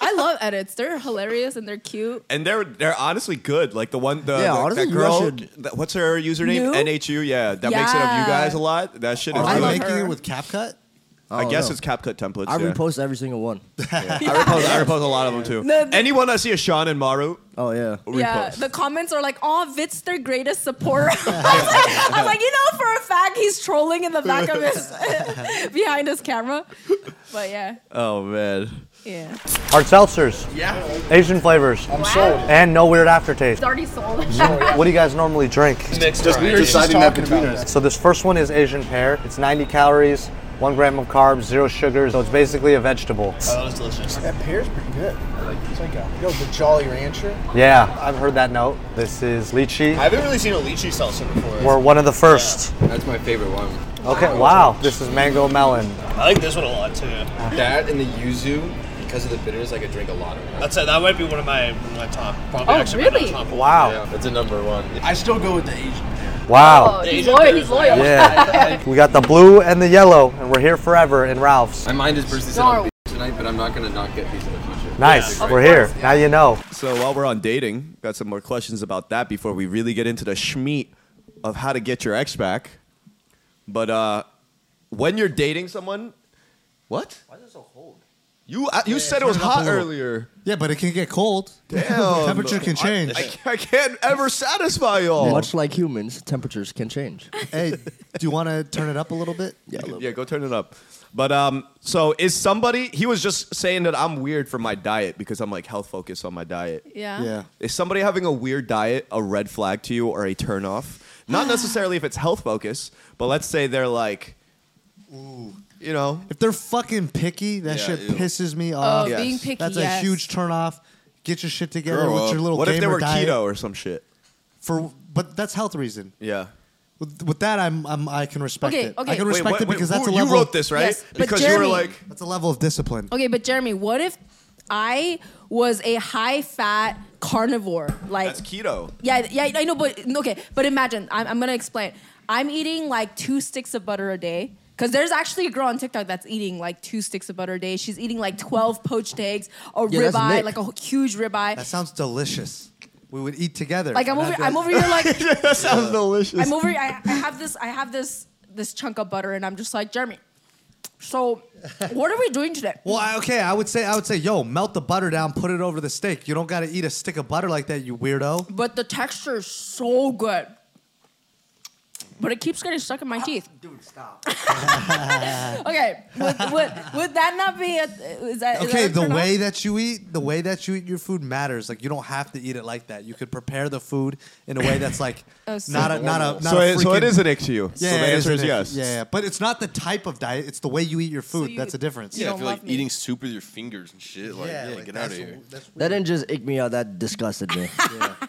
Speaker 1: I love edits. They're hilarious and they're cute.
Speaker 3: and they're they're honestly good. Like the one the,
Speaker 4: Yeah,
Speaker 3: the-
Speaker 4: honestly,
Speaker 3: that
Speaker 4: you
Speaker 3: girl.
Speaker 4: guys should-
Speaker 3: that- what's her username?
Speaker 1: New?
Speaker 3: NHU. Yeah, that makes it of you
Speaker 1: Yeah.
Speaker 3: guys a lot. That shit is.
Speaker 2: Are
Speaker 1: I
Speaker 2: we
Speaker 1: love
Speaker 3: really-
Speaker 2: making
Speaker 1: her.
Speaker 2: it with CapCut?
Speaker 3: I
Speaker 4: don't
Speaker 3: guess
Speaker 4: know.
Speaker 3: it's CapCut templates.
Speaker 4: oh, I
Speaker 3: yeah.
Speaker 4: repost every single one.
Speaker 3: I repost. I repost a lot of them too.
Speaker 1: No, the-
Speaker 3: Anyone I see a Sean and Maru,
Speaker 4: Oh yeah.
Speaker 3: repost.
Speaker 1: Yeah, the comments are like, "Oh, Vit's their greatest supporter." I, was like, I was like, you know, for a fact, he's trolling in the back of his behind his camera. But yeah,
Speaker 3: oh man.
Speaker 1: yeah,
Speaker 7: Hard seltzers. Yeah. Asian flavors. I'm sold. And no weird aftertaste.
Speaker 1: it's already sold.
Speaker 7: What do you guys normally drink?
Speaker 8: deciding that between us.
Speaker 7: So this first one is Asian pear. It's 90 calories, one gram of carbs, zero sugar. So it's basically a vegetable.
Speaker 8: That pear's pretty good. I like this. Yo, the Jolly Rancher.
Speaker 7: Yeah, I've heard that note. This is lychee.
Speaker 8: I haven't really seen a lychee salsa before.
Speaker 7: We're one of the first.
Speaker 5: That's my favorite one.
Speaker 7: Okay. Wow. This is mango melon.
Speaker 8: I like this one a lot too.
Speaker 5: That and the yuzu, because of the bitters, I could drink a lot of it.
Speaker 8: That's it. That might be one of my my top. Probably
Speaker 1: Oh,
Speaker 8: actually my
Speaker 1: really?
Speaker 8: top one.
Speaker 7: Wow.
Speaker 5: that's a number one.
Speaker 8: I still go with the Asian.
Speaker 7: Wow.
Speaker 1: he's loyal. He's loyal.
Speaker 7: Yeah. We got the blue and the yellow, and we're here forever in Ralph's.
Speaker 5: My mind is persistent on beer tonight, but I'm not gonna not get these in the future.
Speaker 7: Nice. We're here. Now you know.
Speaker 3: So while we're on dating, got some more questions about that before we really get into the schmeat of how to get your ex back. But uh, when you're dating someone, what? Why is it so cold? You uh, you said it
Speaker 2: turn
Speaker 3: was
Speaker 2: it up a
Speaker 3: hot
Speaker 2: little.
Speaker 3: earlier.
Speaker 2: Yeah, but it can get cold.
Speaker 3: Damn.
Speaker 2: Temperature can change.
Speaker 3: I, ca- I can't ever satisfy y'all.
Speaker 4: Much like humans, temperatures can change.
Speaker 2: hey, do you want to turn it up a little bit?
Speaker 4: Yeah. a little-
Speaker 3: Yeah, go turn it up. But um, so is somebody? He was just saying that I'm weird for my diet because I'm like health focused on my diet.
Speaker 1: Yeah.
Speaker 2: Yeah.
Speaker 3: Is somebody having a weird diet a red flag to you or a turn off? Not necessarily if it's health focused, but let's say they're like, ooh, you know,
Speaker 2: If they're fucking picky, that
Speaker 5: Yeah,
Speaker 2: shit
Speaker 5: ew.
Speaker 2: pisses me
Speaker 1: Oh,
Speaker 2: off.
Speaker 3: yes.
Speaker 1: being picky.
Speaker 2: That's
Speaker 1: yes.
Speaker 2: a huge turnoff. Get your shit together
Speaker 5: Grow
Speaker 2: with
Speaker 5: up.
Speaker 2: your little
Speaker 3: what if they
Speaker 2: gamer
Speaker 3: were
Speaker 2: diet.
Speaker 3: keto or some shit?
Speaker 2: For but that's health reason.
Speaker 3: Yeah.
Speaker 2: With, with that, I'm, I'm I can respect
Speaker 1: Okay,
Speaker 2: it.
Speaker 1: okay.
Speaker 2: I can
Speaker 1: Wait,
Speaker 2: respect it because that's a
Speaker 3: who-
Speaker 2: level.
Speaker 3: you wrote this, right?
Speaker 1: Yes, but
Speaker 3: because you
Speaker 1: Jeremy-
Speaker 3: were like,
Speaker 2: That's a level of discipline.
Speaker 1: Okay, but Jeremy, what if I was a high fat carnivore? Like,
Speaker 3: that's keto.
Speaker 1: yeah, yeah, I know, but okay, but imagine I'm, I'm gonna explain. I'm eating like two sticks of butter a day. Cause there's actually a girl on TikTok that's eating like two sticks of butter a day. She's eating like 12 poached eggs, a
Speaker 4: Yeah, that's
Speaker 1: ribeye,
Speaker 4: Nick.
Speaker 1: like a h- huge ribeye.
Speaker 2: That sounds delicious. We would eat together.
Speaker 1: like I'm
Speaker 2: And
Speaker 1: over,
Speaker 2: I'd be
Speaker 1: I'm over here like
Speaker 3: that sounds delicious.
Speaker 1: I'm over. I, I have this. I have this this chunk of butter, and I'm just like Jeremy. So, what are we doing today?
Speaker 2: Well, I- okay, I would say I would say, yo, melt the butter down, put it over the steak. You don't got to eat a stick of butter like that, you weirdo.
Speaker 1: But the texture is so good. But it keeps getting stuck in my teeth. Dude, stop. okay, would, would, would that not be a? Is that is
Speaker 2: Okay,
Speaker 1: that a
Speaker 2: the
Speaker 1: turn off?
Speaker 2: way that you eat, the way that you eat your food matters. Like you don't have to eat it like that. You could prepare the food in a way that's like
Speaker 1: Oh, so-
Speaker 2: not a not a not
Speaker 3: so,
Speaker 2: a
Speaker 3: it, so it
Speaker 2: freaking-
Speaker 3: is an ick to you.
Speaker 2: Yeah,
Speaker 3: so the
Speaker 2: it
Speaker 3: answer
Speaker 2: an
Speaker 3: is
Speaker 2: ick.
Speaker 3: yes.
Speaker 2: Yeah, yeah, but it's not the type of diet. It's the way you eat your food.
Speaker 1: you-
Speaker 2: that's a difference.
Speaker 1: you
Speaker 5: Yeah, I
Speaker 1: don't
Speaker 5: feel like
Speaker 1: love me.
Speaker 5: eating soup with your fingers and shit. Like, yeah,
Speaker 2: like,
Speaker 5: get out of
Speaker 2: that's-
Speaker 5: here.
Speaker 2: that's
Speaker 4: That didn't just ick me out. That disgusted me.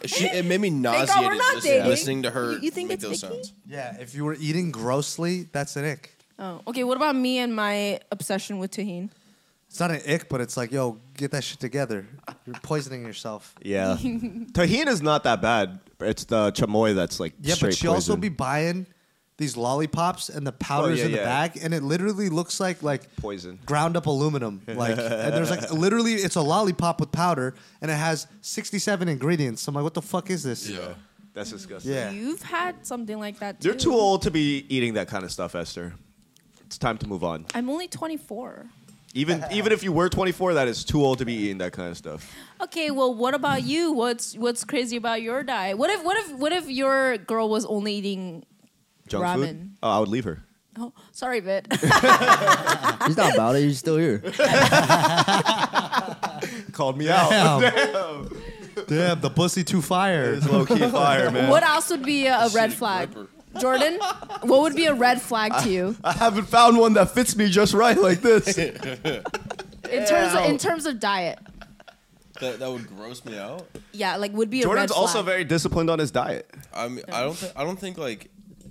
Speaker 5: She, it made me
Speaker 1: God,
Speaker 5: nauseated
Speaker 1: we're not
Speaker 5: just
Speaker 1: dating.
Speaker 5: listening to her
Speaker 1: You- you think
Speaker 5: make
Speaker 1: it's
Speaker 5: those
Speaker 1: icky?
Speaker 5: sounds.
Speaker 2: Yeah, if you were eating grossly, that's an ick.
Speaker 1: Oh, okay. What about me and my obsession with tahine?
Speaker 2: It's not an ick, but it's like, yo, get that shit together. You're poisoning yourself.
Speaker 3: Yeah. Tahine is not that bad. It's the chamoy that's like
Speaker 2: Yeah,
Speaker 3: straight
Speaker 2: but she also
Speaker 3: poison. Oh,
Speaker 2: be buying these lollipops and the powders
Speaker 3: yeah,
Speaker 2: in the
Speaker 3: yeah.
Speaker 2: bag, and it literally looks like like
Speaker 3: Poison.
Speaker 2: ground up aluminum. Like, and there's like literally, it's a lollipop with powder, and it has 67 ingredients. So I'm like, what the fuck is this?
Speaker 5: Yeah.
Speaker 3: That's disgusting.
Speaker 2: Yeah.
Speaker 1: You've had something like that too.
Speaker 3: You're too old to be eating that kind of stuff, Esther. It's time to move on.
Speaker 1: I'm only 24.
Speaker 3: Even even if you were 24, that is too old to be eating that kind of stuff.
Speaker 1: Okay, well, what about you? What's what's crazy about your diet? What if what if what if your girl was only eating?
Speaker 3: Junk food.
Speaker 1: Ramen.
Speaker 3: Oh, I would leave her.
Speaker 1: Oh, sorry, Vit.
Speaker 4: He's not about it. He's still here.
Speaker 3: Called me out.
Speaker 2: Damn. Damn, the pussy too fire.
Speaker 3: It's low key fire, man.
Speaker 1: what else would be a, a red flag? Jordan, what would be a red flag to you
Speaker 3: I haven't found one that fits me just right like this.
Speaker 1: in terms of, in terms of diet?
Speaker 5: That, that would gross me out.
Speaker 1: Yeah, like would be a red
Speaker 3: Jordan's
Speaker 1: flag.
Speaker 3: also very disciplined on his diet.
Speaker 5: I mean, I don't, th- I don't think like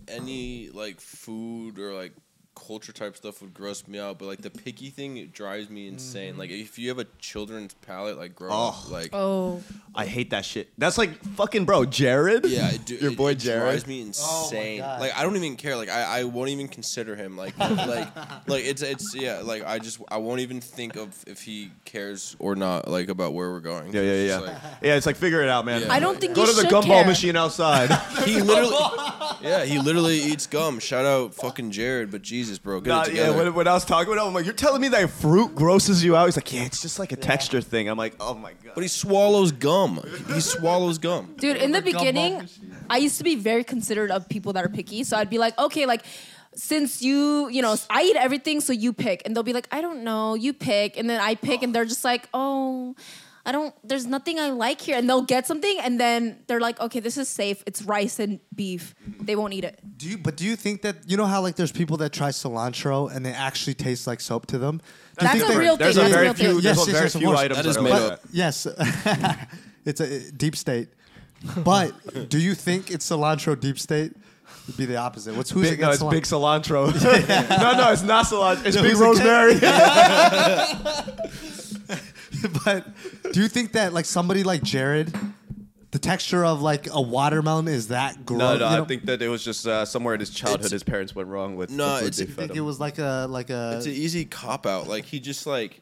Speaker 5: any like food or like culture type stuff would gross me out, but like the picky thing it drives me
Speaker 1: Mm-hmm.
Speaker 5: insane. Like if you have a children's palate, like grow up, like
Speaker 1: oh,
Speaker 3: I hate that shit. That's like fucking bro, Jared.
Speaker 5: yeah, it, do-
Speaker 3: your
Speaker 5: it-
Speaker 3: boy
Speaker 5: it
Speaker 3: Jared.
Speaker 5: drives me insane. like I don't even care. Like I, I won't even consider him. Like like like it's it's yeah. Like I just I won't even think of if he cares or not. Like about where we're going.
Speaker 3: yeah, yeah,
Speaker 5: It's
Speaker 3: yeah.
Speaker 5: just, like-
Speaker 3: yeah, it's like figure it out, man.
Speaker 5: Yeah.
Speaker 1: I don't think
Speaker 3: Go
Speaker 1: you
Speaker 3: to the
Speaker 1: should
Speaker 3: gumball
Speaker 1: care.
Speaker 3: machine outside.
Speaker 5: He literally, yeah, he literally eats gum. Shout out fucking Jared, but Jesus, bro, get
Speaker 3: Nah,
Speaker 5: it
Speaker 3: yeah,
Speaker 5: together.
Speaker 3: when, when I was talking with him, I'm like, "You're telling me that fruit grosses you out?" He's like, "Yeah, it's just like a texture thing." I'm like, "Oh my god."
Speaker 5: but he swallows gum. He swallows gum.
Speaker 1: Dude, in the beginning, I used to be very considerate of people that are picky. So I'd be like, okay, like since you, you know, I eat everything, so you pick. And they'll be like, I don't know, you pick. And then I pick, and they're just like, oh, I don't, there's nothing I like here. And they'll get something, and then they're like, okay, this is safe. It's rice and beef. They won't eat it.
Speaker 2: Do you? But do you think that you know how like there's people that try cilantro and they actually taste like soap to them? Do you
Speaker 1: That's
Speaker 2: think
Speaker 1: a
Speaker 2: they-
Speaker 1: real
Speaker 3: There's
Speaker 1: thing.
Speaker 3: a
Speaker 1: That's
Speaker 3: very
Speaker 1: real
Speaker 3: few.
Speaker 1: thing.
Speaker 3: There's
Speaker 2: Yes,
Speaker 3: a
Speaker 2: yes,
Speaker 3: very
Speaker 2: yes, of
Speaker 3: few
Speaker 2: course.
Speaker 3: items
Speaker 5: That is
Speaker 3: are
Speaker 5: made
Speaker 3: like
Speaker 5: up.
Speaker 3: that.
Speaker 2: Yes, it's a deep state. But do you think it's cilantro deep state? It'd be the opposite. What's who's
Speaker 3: Big, no,
Speaker 2: against
Speaker 3: it's
Speaker 2: cilantro?
Speaker 3: big cilantro. no, no, it's not cilantro. It's big
Speaker 2: who's against-
Speaker 3: rosemary.
Speaker 2: but do you think that like somebody like Jared, the texture of like a watermelon is that gross?
Speaker 3: no, no,
Speaker 2: you
Speaker 3: I
Speaker 2: know?
Speaker 3: think that it was just uh, somewhere in his childhood,
Speaker 5: It's-
Speaker 3: his parents went wrong with.
Speaker 5: No,
Speaker 3: the food
Speaker 5: it's-
Speaker 3: they
Speaker 5: I
Speaker 3: fed
Speaker 2: think
Speaker 3: him.
Speaker 2: it was like a like a.
Speaker 5: It's an easy cop out. Like he just like,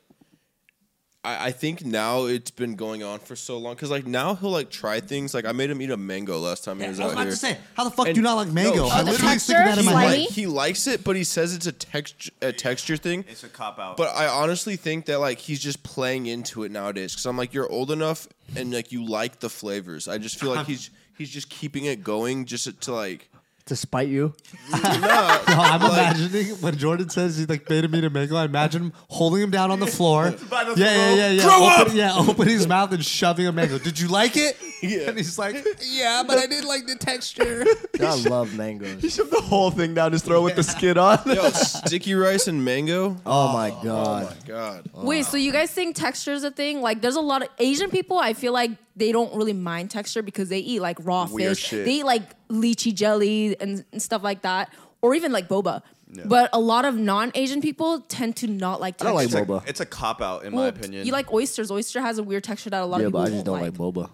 Speaker 5: I, I think now it's been going on for so long. Cause like now he'll like try things. Like I made him eat a mango last time he
Speaker 2: I was
Speaker 5: was out
Speaker 2: about
Speaker 5: here.
Speaker 2: to say, how the fuck
Speaker 5: And-
Speaker 2: do you not like
Speaker 5: no,
Speaker 2: mango?
Speaker 5: Oh,
Speaker 2: I
Speaker 5: the
Speaker 2: literally was thinking
Speaker 1: texture?
Speaker 2: that in my
Speaker 1: Slimy?
Speaker 2: head.
Speaker 1: Really?
Speaker 5: Like, he likes it, but he says it's a text a texture thing.
Speaker 3: It's a cop-out.
Speaker 5: But I honestly think that like he's just playing into it nowadays because I'm like you're old enough and like you like the flavors. I just feel like he's he's just keeping it going just to like.
Speaker 4: to spite you.
Speaker 2: No, Oh, I'm imagining when Jordan says he's like made him eat a mango. I imagine him holding him down on the floor.
Speaker 3: By the
Speaker 2: yeah, yeah,
Speaker 3: throat.
Speaker 2: yeah, yeah.
Speaker 3: Grow
Speaker 2: open,
Speaker 3: up!
Speaker 2: Yeah, opening his mouth and shoving a mango. Did you like it?
Speaker 5: Yeah.
Speaker 2: And he's like, yeah, but I didn't like the texture.
Speaker 4: I love
Speaker 3: He
Speaker 4: mangoes.
Speaker 3: shoved the whole thing down his throat with the skin on.
Speaker 5: Yo, sticky rice and mango.
Speaker 4: Oh my god.
Speaker 5: God,
Speaker 1: Wait, so you guys think texture is a thing? Like, there's a lot of Asian people. I feel like they don't really mind texture because they eat like raw
Speaker 3: Weird
Speaker 1: fish.
Speaker 3: shit.
Speaker 1: They eat like lychee jelly and, and stuff like that, or even like boba. But a lot of non-Asian people tend to not like texture.
Speaker 4: don't like
Speaker 3: It's a-
Speaker 4: Boba.
Speaker 3: It's a cop out, in my
Speaker 1: Well,
Speaker 3: opinion.
Speaker 1: You like oysters. Oyster has a weird texture that a lot
Speaker 4: Yeah,
Speaker 1: of
Speaker 4: but
Speaker 1: people
Speaker 4: I just don't like
Speaker 1: like.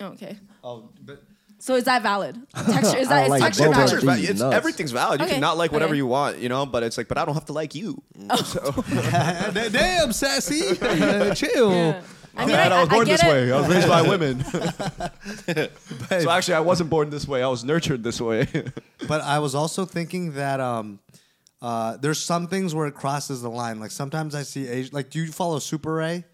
Speaker 1: Oh,
Speaker 4: boba.
Speaker 1: okay. So is that valid? Texture is
Speaker 4: I
Speaker 1: that
Speaker 4: don't
Speaker 1: is
Speaker 4: like
Speaker 1: texture
Speaker 4: boba.
Speaker 1: valid?
Speaker 3: Texture's
Speaker 4: dude,
Speaker 3: va- it's,
Speaker 4: nuts.
Speaker 3: everything's valid. You
Speaker 1: Okay,
Speaker 3: can not like whatever
Speaker 1: okay.
Speaker 3: you want, you know. But it's like, but I don't have to like you.
Speaker 2: Oh.
Speaker 3: So-
Speaker 2: Damn, sassy. Chill.
Speaker 1: Yeah. I mean,
Speaker 3: Dad, I, was born
Speaker 1: get
Speaker 3: this
Speaker 1: it.
Speaker 3: way. I was raised by women. so actually, I wasn't born this way. I was nurtured this way.
Speaker 2: But I was also thinking that um, uh, there's some things where it crosses the line. Like sometimes I see Asian. Like, do you follow Super Ray?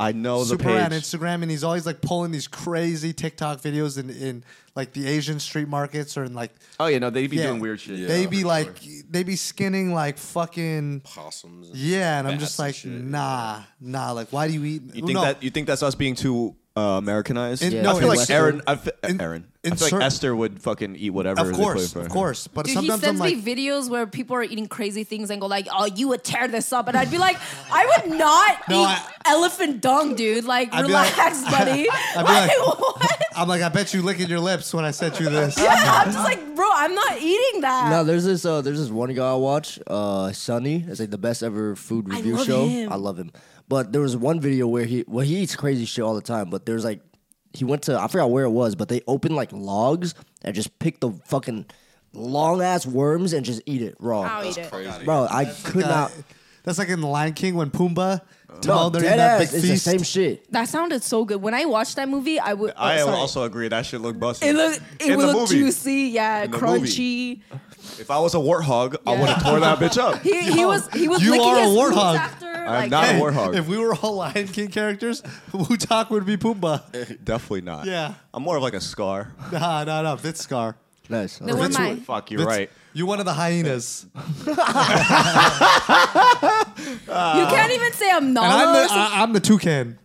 Speaker 3: I know Oh, the
Speaker 2: Super
Speaker 3: page.
Speaker 2: Ray on Instagram, and he's always like pulling these crazy TikTok videos in, in like the Asian street markets or in like
Speaker 3: oh, you know, they be
Speaker 2: Yeah.
Speaker 3: doing weird shit.
Speaker 2: they be like they be skinning like fucking
Speaker 5: possums.
Speaker 2: yeah, and I'm just
Speaker 5: Bats and
Speaker 2: like
Speaker 5: shit, yeah.
Speaker 2: nah, nah. Like why do you eat?
Speaker 3: You think that? You think that's us being too uh, Americanized?
Speaker 2: In- Yeah,
Speaker 3: I
Speaker 2: no,
Speaker 3: feel like
Speaker 2: in-
Speaker 3: Aaron. I fe-
Speaker 2: in-
Speaker 3: Aaron.
Speaker 2: in
Speaker 3: I feel
Speaker 2: cer-
Speaker 3: like Esther would fucking eat whatever.
Speaker 2: Of
Speaker 3: they
Speaker 2: course,
Speaker 3: put in front
Speaker 2: of
Speaker 3: her.
Speaker 2: course. But
Speaker 1: Dude, he
Speaker 2: sometimes I'm
Speaker 1: sends
Speaker 2: like,
Speaker 1: me videos where people are eating crazy things and go like, "Oh, you would tear this up," and I'd be like, "I would not
Speaker 2: No,
Speaker 1: eat
Speaker 2: I-
Speaker 1: elephant dung, dude. Like,
Speaker 2: I'd be like-
Speaker 1: relax, buddy.
Speaker 2: I'd be
Speaker 1: like,
Speaker 2: like-
Speaker 1: what?
Speaker 2: I'm like, I bet you licking your lips when I sent you this.
Speaker 1: Yeah, I'm just like, bro, I'm not eating that.
Speaker 4: No, there's this uh, there's this one guy I watch, uh, Sunny. It's like the best ever food
Speaker 1: I
Speaker 4: review
Speaker 1: love
Speaker 4: show.
Speaker 1: him.
Speaker 4: I love him. But there was one video where he well he eats crazy shit all the time. But there's like he went to I forgot where it was, but they opened like logs and just picked the fucking long ass worms and just eat it raw.
Speaker 1: I'll eat it.
Speaker 5: Crazy.
Speaker 4: Bro, I could
Speaker 2: Uh,
Speaker 4: not.
Speaker 2: That's like in The Lion King when Pumbaa Timon, they're eating
Speaker 4: Uh, dead
Speaker 2: that
Speaker 4: ass.
Speaker 2: big
Speaker 4: It's the
Speaker 2: feast.
Speaker 4: same shit.
Speaker 1: That sounded so good. When I watched that movie, I would.
Speaker 3: I
Speaker 1: oh, sorry.
Speaker 3: also agree that shit looked busted.
Speaker 1: It looked. It
Speaker 3: In the
Speaker 1: would look
Speaker 3: movie.
Speaker 1: juicy. Yeah,
Speaker 3: In the
Speaker 1: crunchy.
Speaker 3: If I was a warthog, I
Speaker 1: Yeah.
Speaker 3: would have tore that bitch up.
Speaker 1: He, he was. He was.
Speaker 2: You
Speaker 1: licking
Speaker 2: are a
Speaker 1: his boots
Speaker 2: warthog.
Speaker 1: After,
Speaker 3: I'm
Speaker 1: like,
Speaker 3: not a
Speaker 2: Hey,
Speaker 3: warthog.
Speaker 2: If we were all Lion King characters, Wutak would be Pumbaa.
Speaker 3: Definitely not.
Speaker 2: Yeah.
Speaker 3: I'm more of like a scar.
Speaker 2: Nah, nah, nah. Vince Scar.
Speaker 4: Nice.
Speaker 1: Then what am I?
Speaker 3: Fuck, you're
Speaker 2: Vince,
Speaker 3: right.
Speaker 2: You're one of the hyenas.
Speaker 1: You can't even say I'm
Speaker 2: And I'm
Speaker 1: Nala. or
Speaker 2: the,
Speaker 1: something.
Speaker 2: I, I'm the toucan.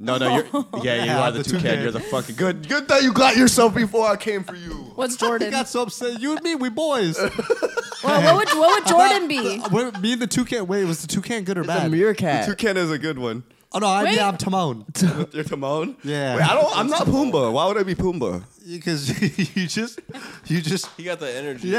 Speaker 3: No, no, you're. Yeah, you
Speaker 2: Yeah,
Speaker 3: are the,
Speaker 2: the
Speaker 3: toucan.
Speaker 2: toucan.
Speaker 3: You're the fucking good. Good that you got yourself before I came for you.
Speaker 1: What's
Speaker 2: I
Speaker 1: Jordan?
Speaker 2: got so upset. You and me, we boys.
Speaker 1: Well, what would what would Jordan be?
Speaker 2: Wait, me and the toucan. Wait, was the toucan good or
Speaker 4: It's a
Speaker 2: bad?
Speaker 4: meerkat.
Speaker 3: Toucan is a good one.
Speaker 2: Oh no, I,
Speaker 1: Wait.
Speaker 2: yeah, I'm Timon.
Speaker 3: You're Timon.
Speaker 2: Yeah.
Speaker 3: Wait, I don't. I'm not Pumbaa. Why would I be Pumbaa?
Speaker 2: Because you just, you just,
Speaker 5: He got the energy.
Speaker 2: you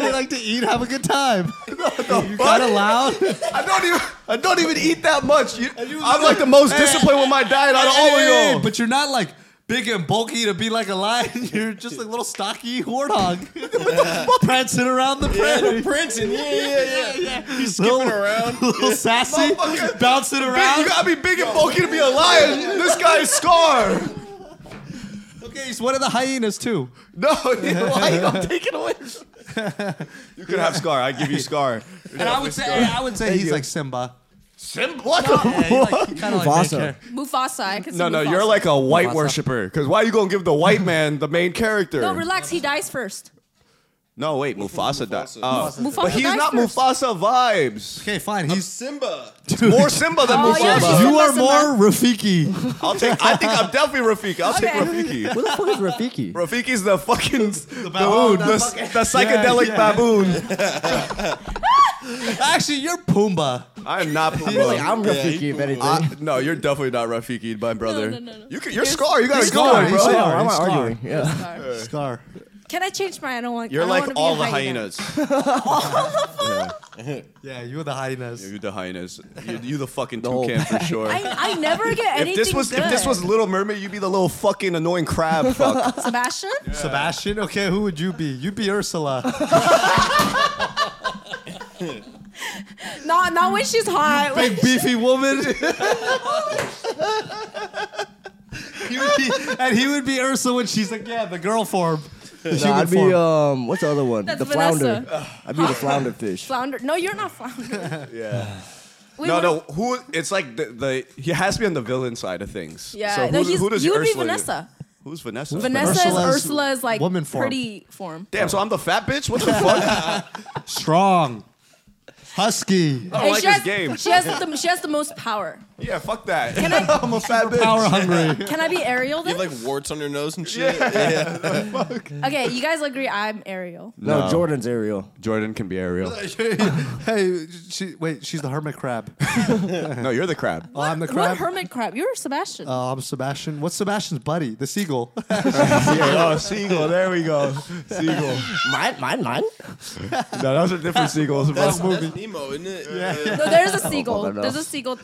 Speaker 2: would like to eat, have a good time. you kind of loud.
Speaker 3: I don't even. I don't even eat that much. You, I'm like the most disciplined with my diet out of all
Speaker 2: Hey,
Speaker 3: of y'all.
Speaker 2: But you're not like big and bulky to be like a lion. You're just like little stocky warthog. what the fuck? Prancing around the prairie.
Speaker 5: Princeton, yeah, yeah, yeah.
Speaker 2: He's skipping
Speaker 5: around.
Speaker 2: Little sassy.
Speaker 3: Motherfucker.
Speaker 2: Bouncing
Speaker 3: Big-
Speaker 2: around.
Speaker 3: you gotta be big and bulky to be a lion. This guy is Scar.
Speaker 2: okay, he's one of the hyenas too.
Speaker 3: No, you lion. I'm taking away. You could have Scar. I give you Scar.
Speaker 2: And I would say, I would say he's like Simba.
Speaker 3: Sim, what the?
Speaker 2: Yeah, he's like, he kinda like
Speaker 4: Mufasa.
Speaker 2: main character.
Speaker 1: Mufasa. I can see
Speaker 3: No, no,
Speaker 1: Mufasa.
Speaker 3: you're like a white
Speaker 2: Mufasa.
Speaker 3: worshiper. Because why are you gonna give the white man the main character?
Speaker 1: No, relax. He dies first.
Speaker 3: No, wait, Mufasa died.
Speaker 5: Mufasa.
Speaker 3: Oh.
Speaker 1: Mufasa
Speaker 3: But he's
Speaker 1: dies
Speaker 3: not
Speaker 1: first.
Speaker 3: Mufasa vibes.
Speaker 2: Okay, fine. He's
Speaker 5: Simba.
Speaker 3: More Simba than
Speaker 1: Oh, yeah,
Speaker 3: Mufasa.
Speaker 1: he's-
Speaker 2: you are
Speaker 1: Simba.
Speaker 2: more Rafiki.
Speaker 3: I'll take. I think I'm definitely Rafiki. I'll
Speaker 1: Okay.
Speaker 3: take Rafiki.
Speaker 4: Where the fuck is Rafiki?
Speaker 3: Rafiki's the fucking the
Speaker 2: baboon,
Speaker 3: baboon, the,
Speaker 2: the
Speaker 3: s- the psychedelic
Speaker 2: yeah.
Speaker 3: baboon.
Speaker 2: Actually, you're Pumbaa.
Speaker 3: I am not Pumbaa.
Speaker 4: Really, I'm
Speaker 5: Yeah,
Speaker 4: Rafiki,
Speaker 5: he-
Speaker 4: if anything.
Speaker 3: I- no, you're definitely not Rafiki, my brother.
Speaker 1: no, no, no.
Speaker 3: You could, you're Scar. You got
Speaker 2: He's
Speaker 3: to go,
Speaker 2: Scar,
Speaker 3: bro.
Speaker 2: he's
Speaker 4: Oh, yeah,
Speaker 2: Scar,
Speaker 4: why am I
Speaker 2: he's Scar.
Speaker 4: arguing? Yeah.
Speaker 2: Scar.
Speaker 1: Can I change my? I don't want. I
Speaker 3: You're
Speaker 1: don't
Speaker 3: like
Speaker 1: wanna be
Speaker 3: all
Speaker 1: a
Speaker 3: the
Speaker 1: hyena.
Speaker 3: hyenas.
Speaker 2: Yeah, you're the hyenas.
Speaker 3: You're the hyenas. You, you the fucking
Speaker 4: whole
Speaker 3: toucan for sure.
Speaker 1: I, I never get anything
Speaker 3: If this was
Speaker 1: good.
Speaker 3: if this was Little Mermaid, you'd be the little fucking annoying crab. Fuck.
Speaker 1: Sebastian,
Speaker 2: Sebastian? Okay, who would you be? You'd be Ursula.
Speaker 1: not not when she's hot. Like,
Speaker 2: Big beefy woman. He would be- and he would be Ursula when she's like, yeah, the girl form. The
Speaker 4: Nah,
Speaker 2: human
Speaker 4: I'd be,
Speaker 2: form.
Speaker 4: um, what's the other one?
Speaker 1: That's
Speaker 4: the
Speaker 1: Vanessa.
Speaker 4: flounder. I'd be the flounder fish.
Speaker 1: flounder. No, you're not flounder.
Speaker 3: Yeah.
Speaker 1: Wait,
Speaker 3: No,
Speaker 1: what-
Speaker 3: no. Who? It's like the, the he has to be on the villain side of things.
Speaker 1: Yeah,
Speaker 3: So who,
Speaker 1: no, he's,
Speaker 3: who does
Speaker 1: you would
Speaker 3: Ursula?
Speaker 1: be Vanessa.
Speaker 3: Who's Vanessa?
Speaker 1: Vanessa is
Speaker 2: Ursula's
Speaker 1: Ursula's like
Speaker 2: woman form.
Speaker 1: pretty form.
Speaker 3: Damn. So I'm the fat bitch. What the fuck?
Speaker 2: Strong. Husky.
Speaker 3: I
Speaker 1: And
Speaker 3: don't like
Speaker 1: she has,
Speaker 3: this game.
Speaker 1: She has the she has the most power.
Speaker 3: Yeah. Fuck that. I'm a fat bitch.
Speaker 2: Power hungry.
Speaker 1: Can I be Ariel
Speaker 5: You
Speaker 1: then?
Speaker 5: have like warts on your nose and shit. Yeah.
Speaker 1: okay, you guys agree I'm Ariel.
Speaker 4: No,
Speaker 3: No.
Speaker 4: Jordan's Ariel.
Speaker 3: Jordan can be Ariel.
Speaker 2: hey, she, wait, she's the hermit crab.
Speaker 3: No, you're the crab. Uh,
Speaker 2: Oh, I'm the
Speaker 1: What
Speaker 2: crab.
Speaker 1: hermit crab? You're Sebastian.
Speaker 2: Oh, I'm Sebastian. What's Sebastian's buddy? The seagull.
Speaker 3: Yeah, oh, seagull. There we go. Seagull.
Speaker 4: Mine, mine, mine.
Speaker 3: No, those are different seagulls.
Speaker 5: That's, that's Nemo, isn't it? Yeah.
Speaker 1: no, there's a seagull.
Speaker 4: no.
Speaker 1: There's a seagull.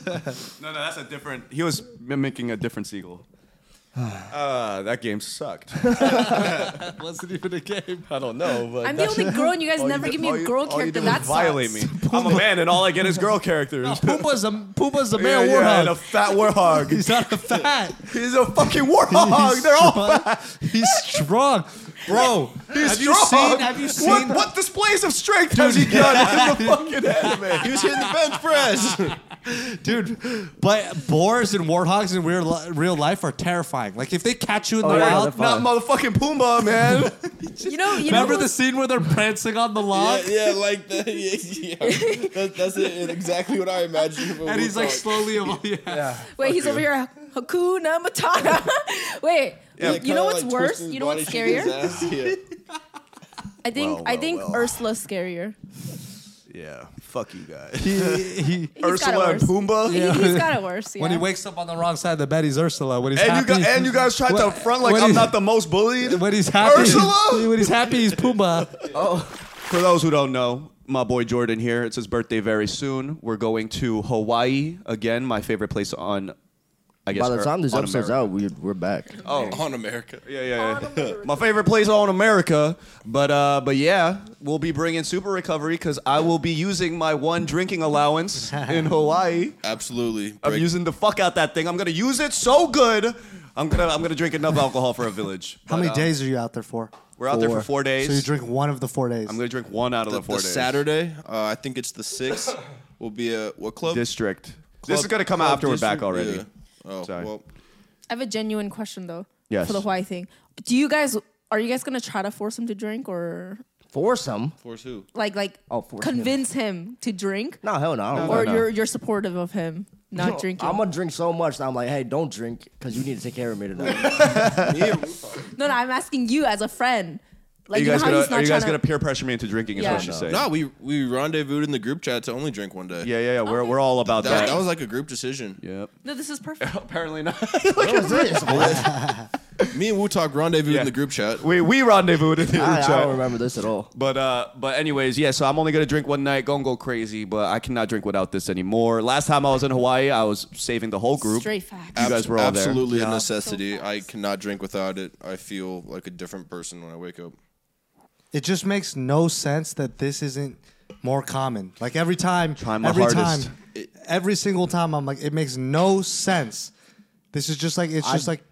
Speaker 3: No, no, that's a different. He was mimicking a different seagull. Uh, that game sucked.
Speaker 2: Wasn't even a game.
Speaker 3: I don't know, but
Speaker 1: I'm the
Speaker 3: that
Speaker 1: only girl, and you guys
Speaker 3: all you
Speaker 1: never
Speaker 3: do-
Speaker 1: give me
Speaker 3: all
Speaker 1: a
Speaker 3: you-
Speaker 1: girl
Speaker 3: all you
Speaker 1: character.
Speaker 3: do is
Speaker 1: That
Speaker 3: violate
Speaker 1: sucks.
Speaker 3: me. I'm a man, and all I get is girl characters.
Speaker 2: Pumbaa's a, Pumbaa's a
Speaker 3: yeah,
Speaker 2: male
Speaker 3: yeah, and a
Speaker 2: warthog.
Speaker 3: fat warthog.
Speaker 2: He's not a fat.
Speaker 3: He's a fucking warthog. oh, They're all fat.
Speaker 2: He's strong, bro.
Speaker 3: He's
Speaker 2: have
Speaker 3: strong.
Speaker 2: you seen? Have you
Speaker 3: what,
Speaker 2: seen?
Speaker 3: what displays of strength has he done in the fucking anime? He was hitting the bench press.
Speaker 2: Dude, but boars and warthogs in real, li- real life are terrifying. Like if they catch
Speaker 5: Oh,
Speaker 2: you in the
Speaker 4: yeah,
Speaker 2: wild,
Speaker 4: they're fine.
Speaker 3: Not motherfucking Pumbaa, man.
Speaker 1: You know, you
Speaker 2: remember
Speaker 1: know
Speaker 2: the scene where they're prancing on the log?
Speaker 5: Yeah, like that. Yeah, yeah. That, that's it, exactly what I imagined. Of a
Speaker 2: And he's like
Speaker 5: warthog.
Speaker 2: slowly, evolving. yeah.
Speaker 1: Wait, he's over here. Hakuna Matata. Wait,
Speaker 5: Yeah,
Speaker 1: you,
Speaker 5: kinda
Speaker 1: know what's
Speaker 5: like
Speaker 1: worse?
Speaker 5: twisting his
Speaker 1: You know what's
Speaker 5: body to get his
Speaker 1: scarier?
Speaker 5: ass, yeah.
Speaker 1: I think
Speaker 3: Well,
Speaker 1: I
Speaker 3: well,
Speaker 1: think
Speaker 3: well.
Speaker 1: Ursula's scarier.
Speaker 3: Yeah, fuck you guys.
Speaker 2: He, he,
Speaker 1: He's got it
Speaker 3: Ursula and
Speaker 1: worse.
Speaker 3: Pumbaa.
Speaker 1: He, he's got it worse. Yeah.
Speaker 2: when he wakes up on the wrong side of the bed, he's Ursula. When he's
Speaker 3: And you
Speaker 2: happy,
Speaker 3: guys, and you guys tried to
Speaker 2: What-
Speaker 3: front like
Speaker 2: what
Speaker 3: I'm
Speaker 2: is-
Speaker 3: not the most bullied.
Speaker 2: when he's happy,
Speaker 3: Ursula?
Speaker 2: when he's happy, he's Pumbaa.
Speaker 3: For those who don't know, my boy Jordan here. It's his birthday very soon. We're going to Hawaii again, my favorite place on I guess
Speaker 4: By the
Speaker 3: or
Speaker 4: time this
Speaker 3: on
Speaker 4: episode's
Speaker 3: America.
Speaker 4: out, we're, we're back.
Speaker 5: Oh, on America.
Speaker 3: Yeah, yeah, yeah. My favorite place on America, but uh, but yeah, we'll be bringing Super Recovery because I will be using my one drinking allowance in Hawaii.
Speaker 5: Absolutely. Break,
Speaker 3: I'm using the fuck out that thing. I'm gonna use it so good. I'm gonna I'm gonna drink enough alcohol for a village.
Speaker 2: How
Speaker 3: But,
Speaker 2: many
Speaker 3: uh,
Speaker 2: days are you out there for?
Speaker 3: We're out there for
Speaker 4: Four.
Speaker 3: four days.
Speaker 2: So you drink one of the four days.
Speaker 3: I'm gonna drink one out of
Speaker 5: the,
Speaker 3: the,
Speaker 5: the
Speaker 3: four days.
Speaker 5: Saturday, uh, I think it's the 6th, will be a what club?
Speaker 3: district. this
Speaker 5: Club-
Speaker 3: is gonna come
Speaker 5: club
Speaker 3: after we're back
Speaker 5: district?
Speaker 3: already.
Speaker 5: Yeah. Oh,
Speaker 3: Sorry.
Speaker 5: well,
Speaker 1: I have a genuine question though.
Speaker 3: Yes.
Speaker 1: For the Hawaii thing, do you guys are you guys gonna try to force him to drink or
Speaker 4: For some.
Speaker 5: force who?
Speaker 1: like like
Speaker 4: Oh, force him.
Speaker 1: convince him to drink,
Speaker 4: No, hell no. I don't
Speaker 3: No,
Speaker 4: want-
Speaker 1: or you're you're supportive of him not drinking?
Speaker 4: I'm gonna drink so much that I'm like, hey, don't drink because you need to take care of me tonight.
Speaker 1: no, no, I'm asking you as a friend.
Speaker 3: Are
Speaker 1: Like
Speaker 3: you guys
Speaker 1: know how
Speaker 3: gonna
Speaker 1: he's not
Speaker 3: are you guys
Speaker 1: trying
Speaker 3: gonna
Speaker 1: to.
Speaker 3: peer pressure me into drinking? Is
Speaker 1: Yeah.
Speaker 3: what she's saying.
Speaker 5: No, we we rendezvoused in the group chat to only drink one day.
Speaker 3: Yeah, yeah, yeah. We're, we're all about
Speaker 5: That,
Speaker 3: that.
Speaker 5: that was like a group decision.
Speaker 3: yep.
Speaker 1: No, this is perfect.
Speaker 3: Apparently not.
Speaker 4: what is this?
Speaker 5: Me and Wu Talk rendezvous
Speaker 3: Yeah.
Speaker 5: in the group chat.
Speaker 3: we we rendezvoused in the
Speaker 4: I, I
Speaker 3: chat.
Speaker 4: don't remember this at all.
Speaker 3: But uh, but anyways, yeah. So I'm only gonna drink one night. Gonna go crazy, but I cannot drink without this anymore. Last time I was in Hawaii, I was saving the whole group.
Speaker 1: Straight facts.
Speaker 3: You guys were all there.
Speaker 5: Absolutely
Speaker 2: Yeah.
Speaker 5: a necessity.
Speaker 1: So
Speaker 5: I
Speaker 1: fast.
Speaker 5: cannot drink without it. I feel like a different person when I wake up.
Speaker 2: It just makes no sense that this isn't more common. Like every time,
Speaker 3: Trying my
Speaker 2: every
Speaker 3: hardest.
Speaker 2: time, every single time, I'm like, it makes no sense. This is just like it's just
Speaker 4: I-
Speaker 2: like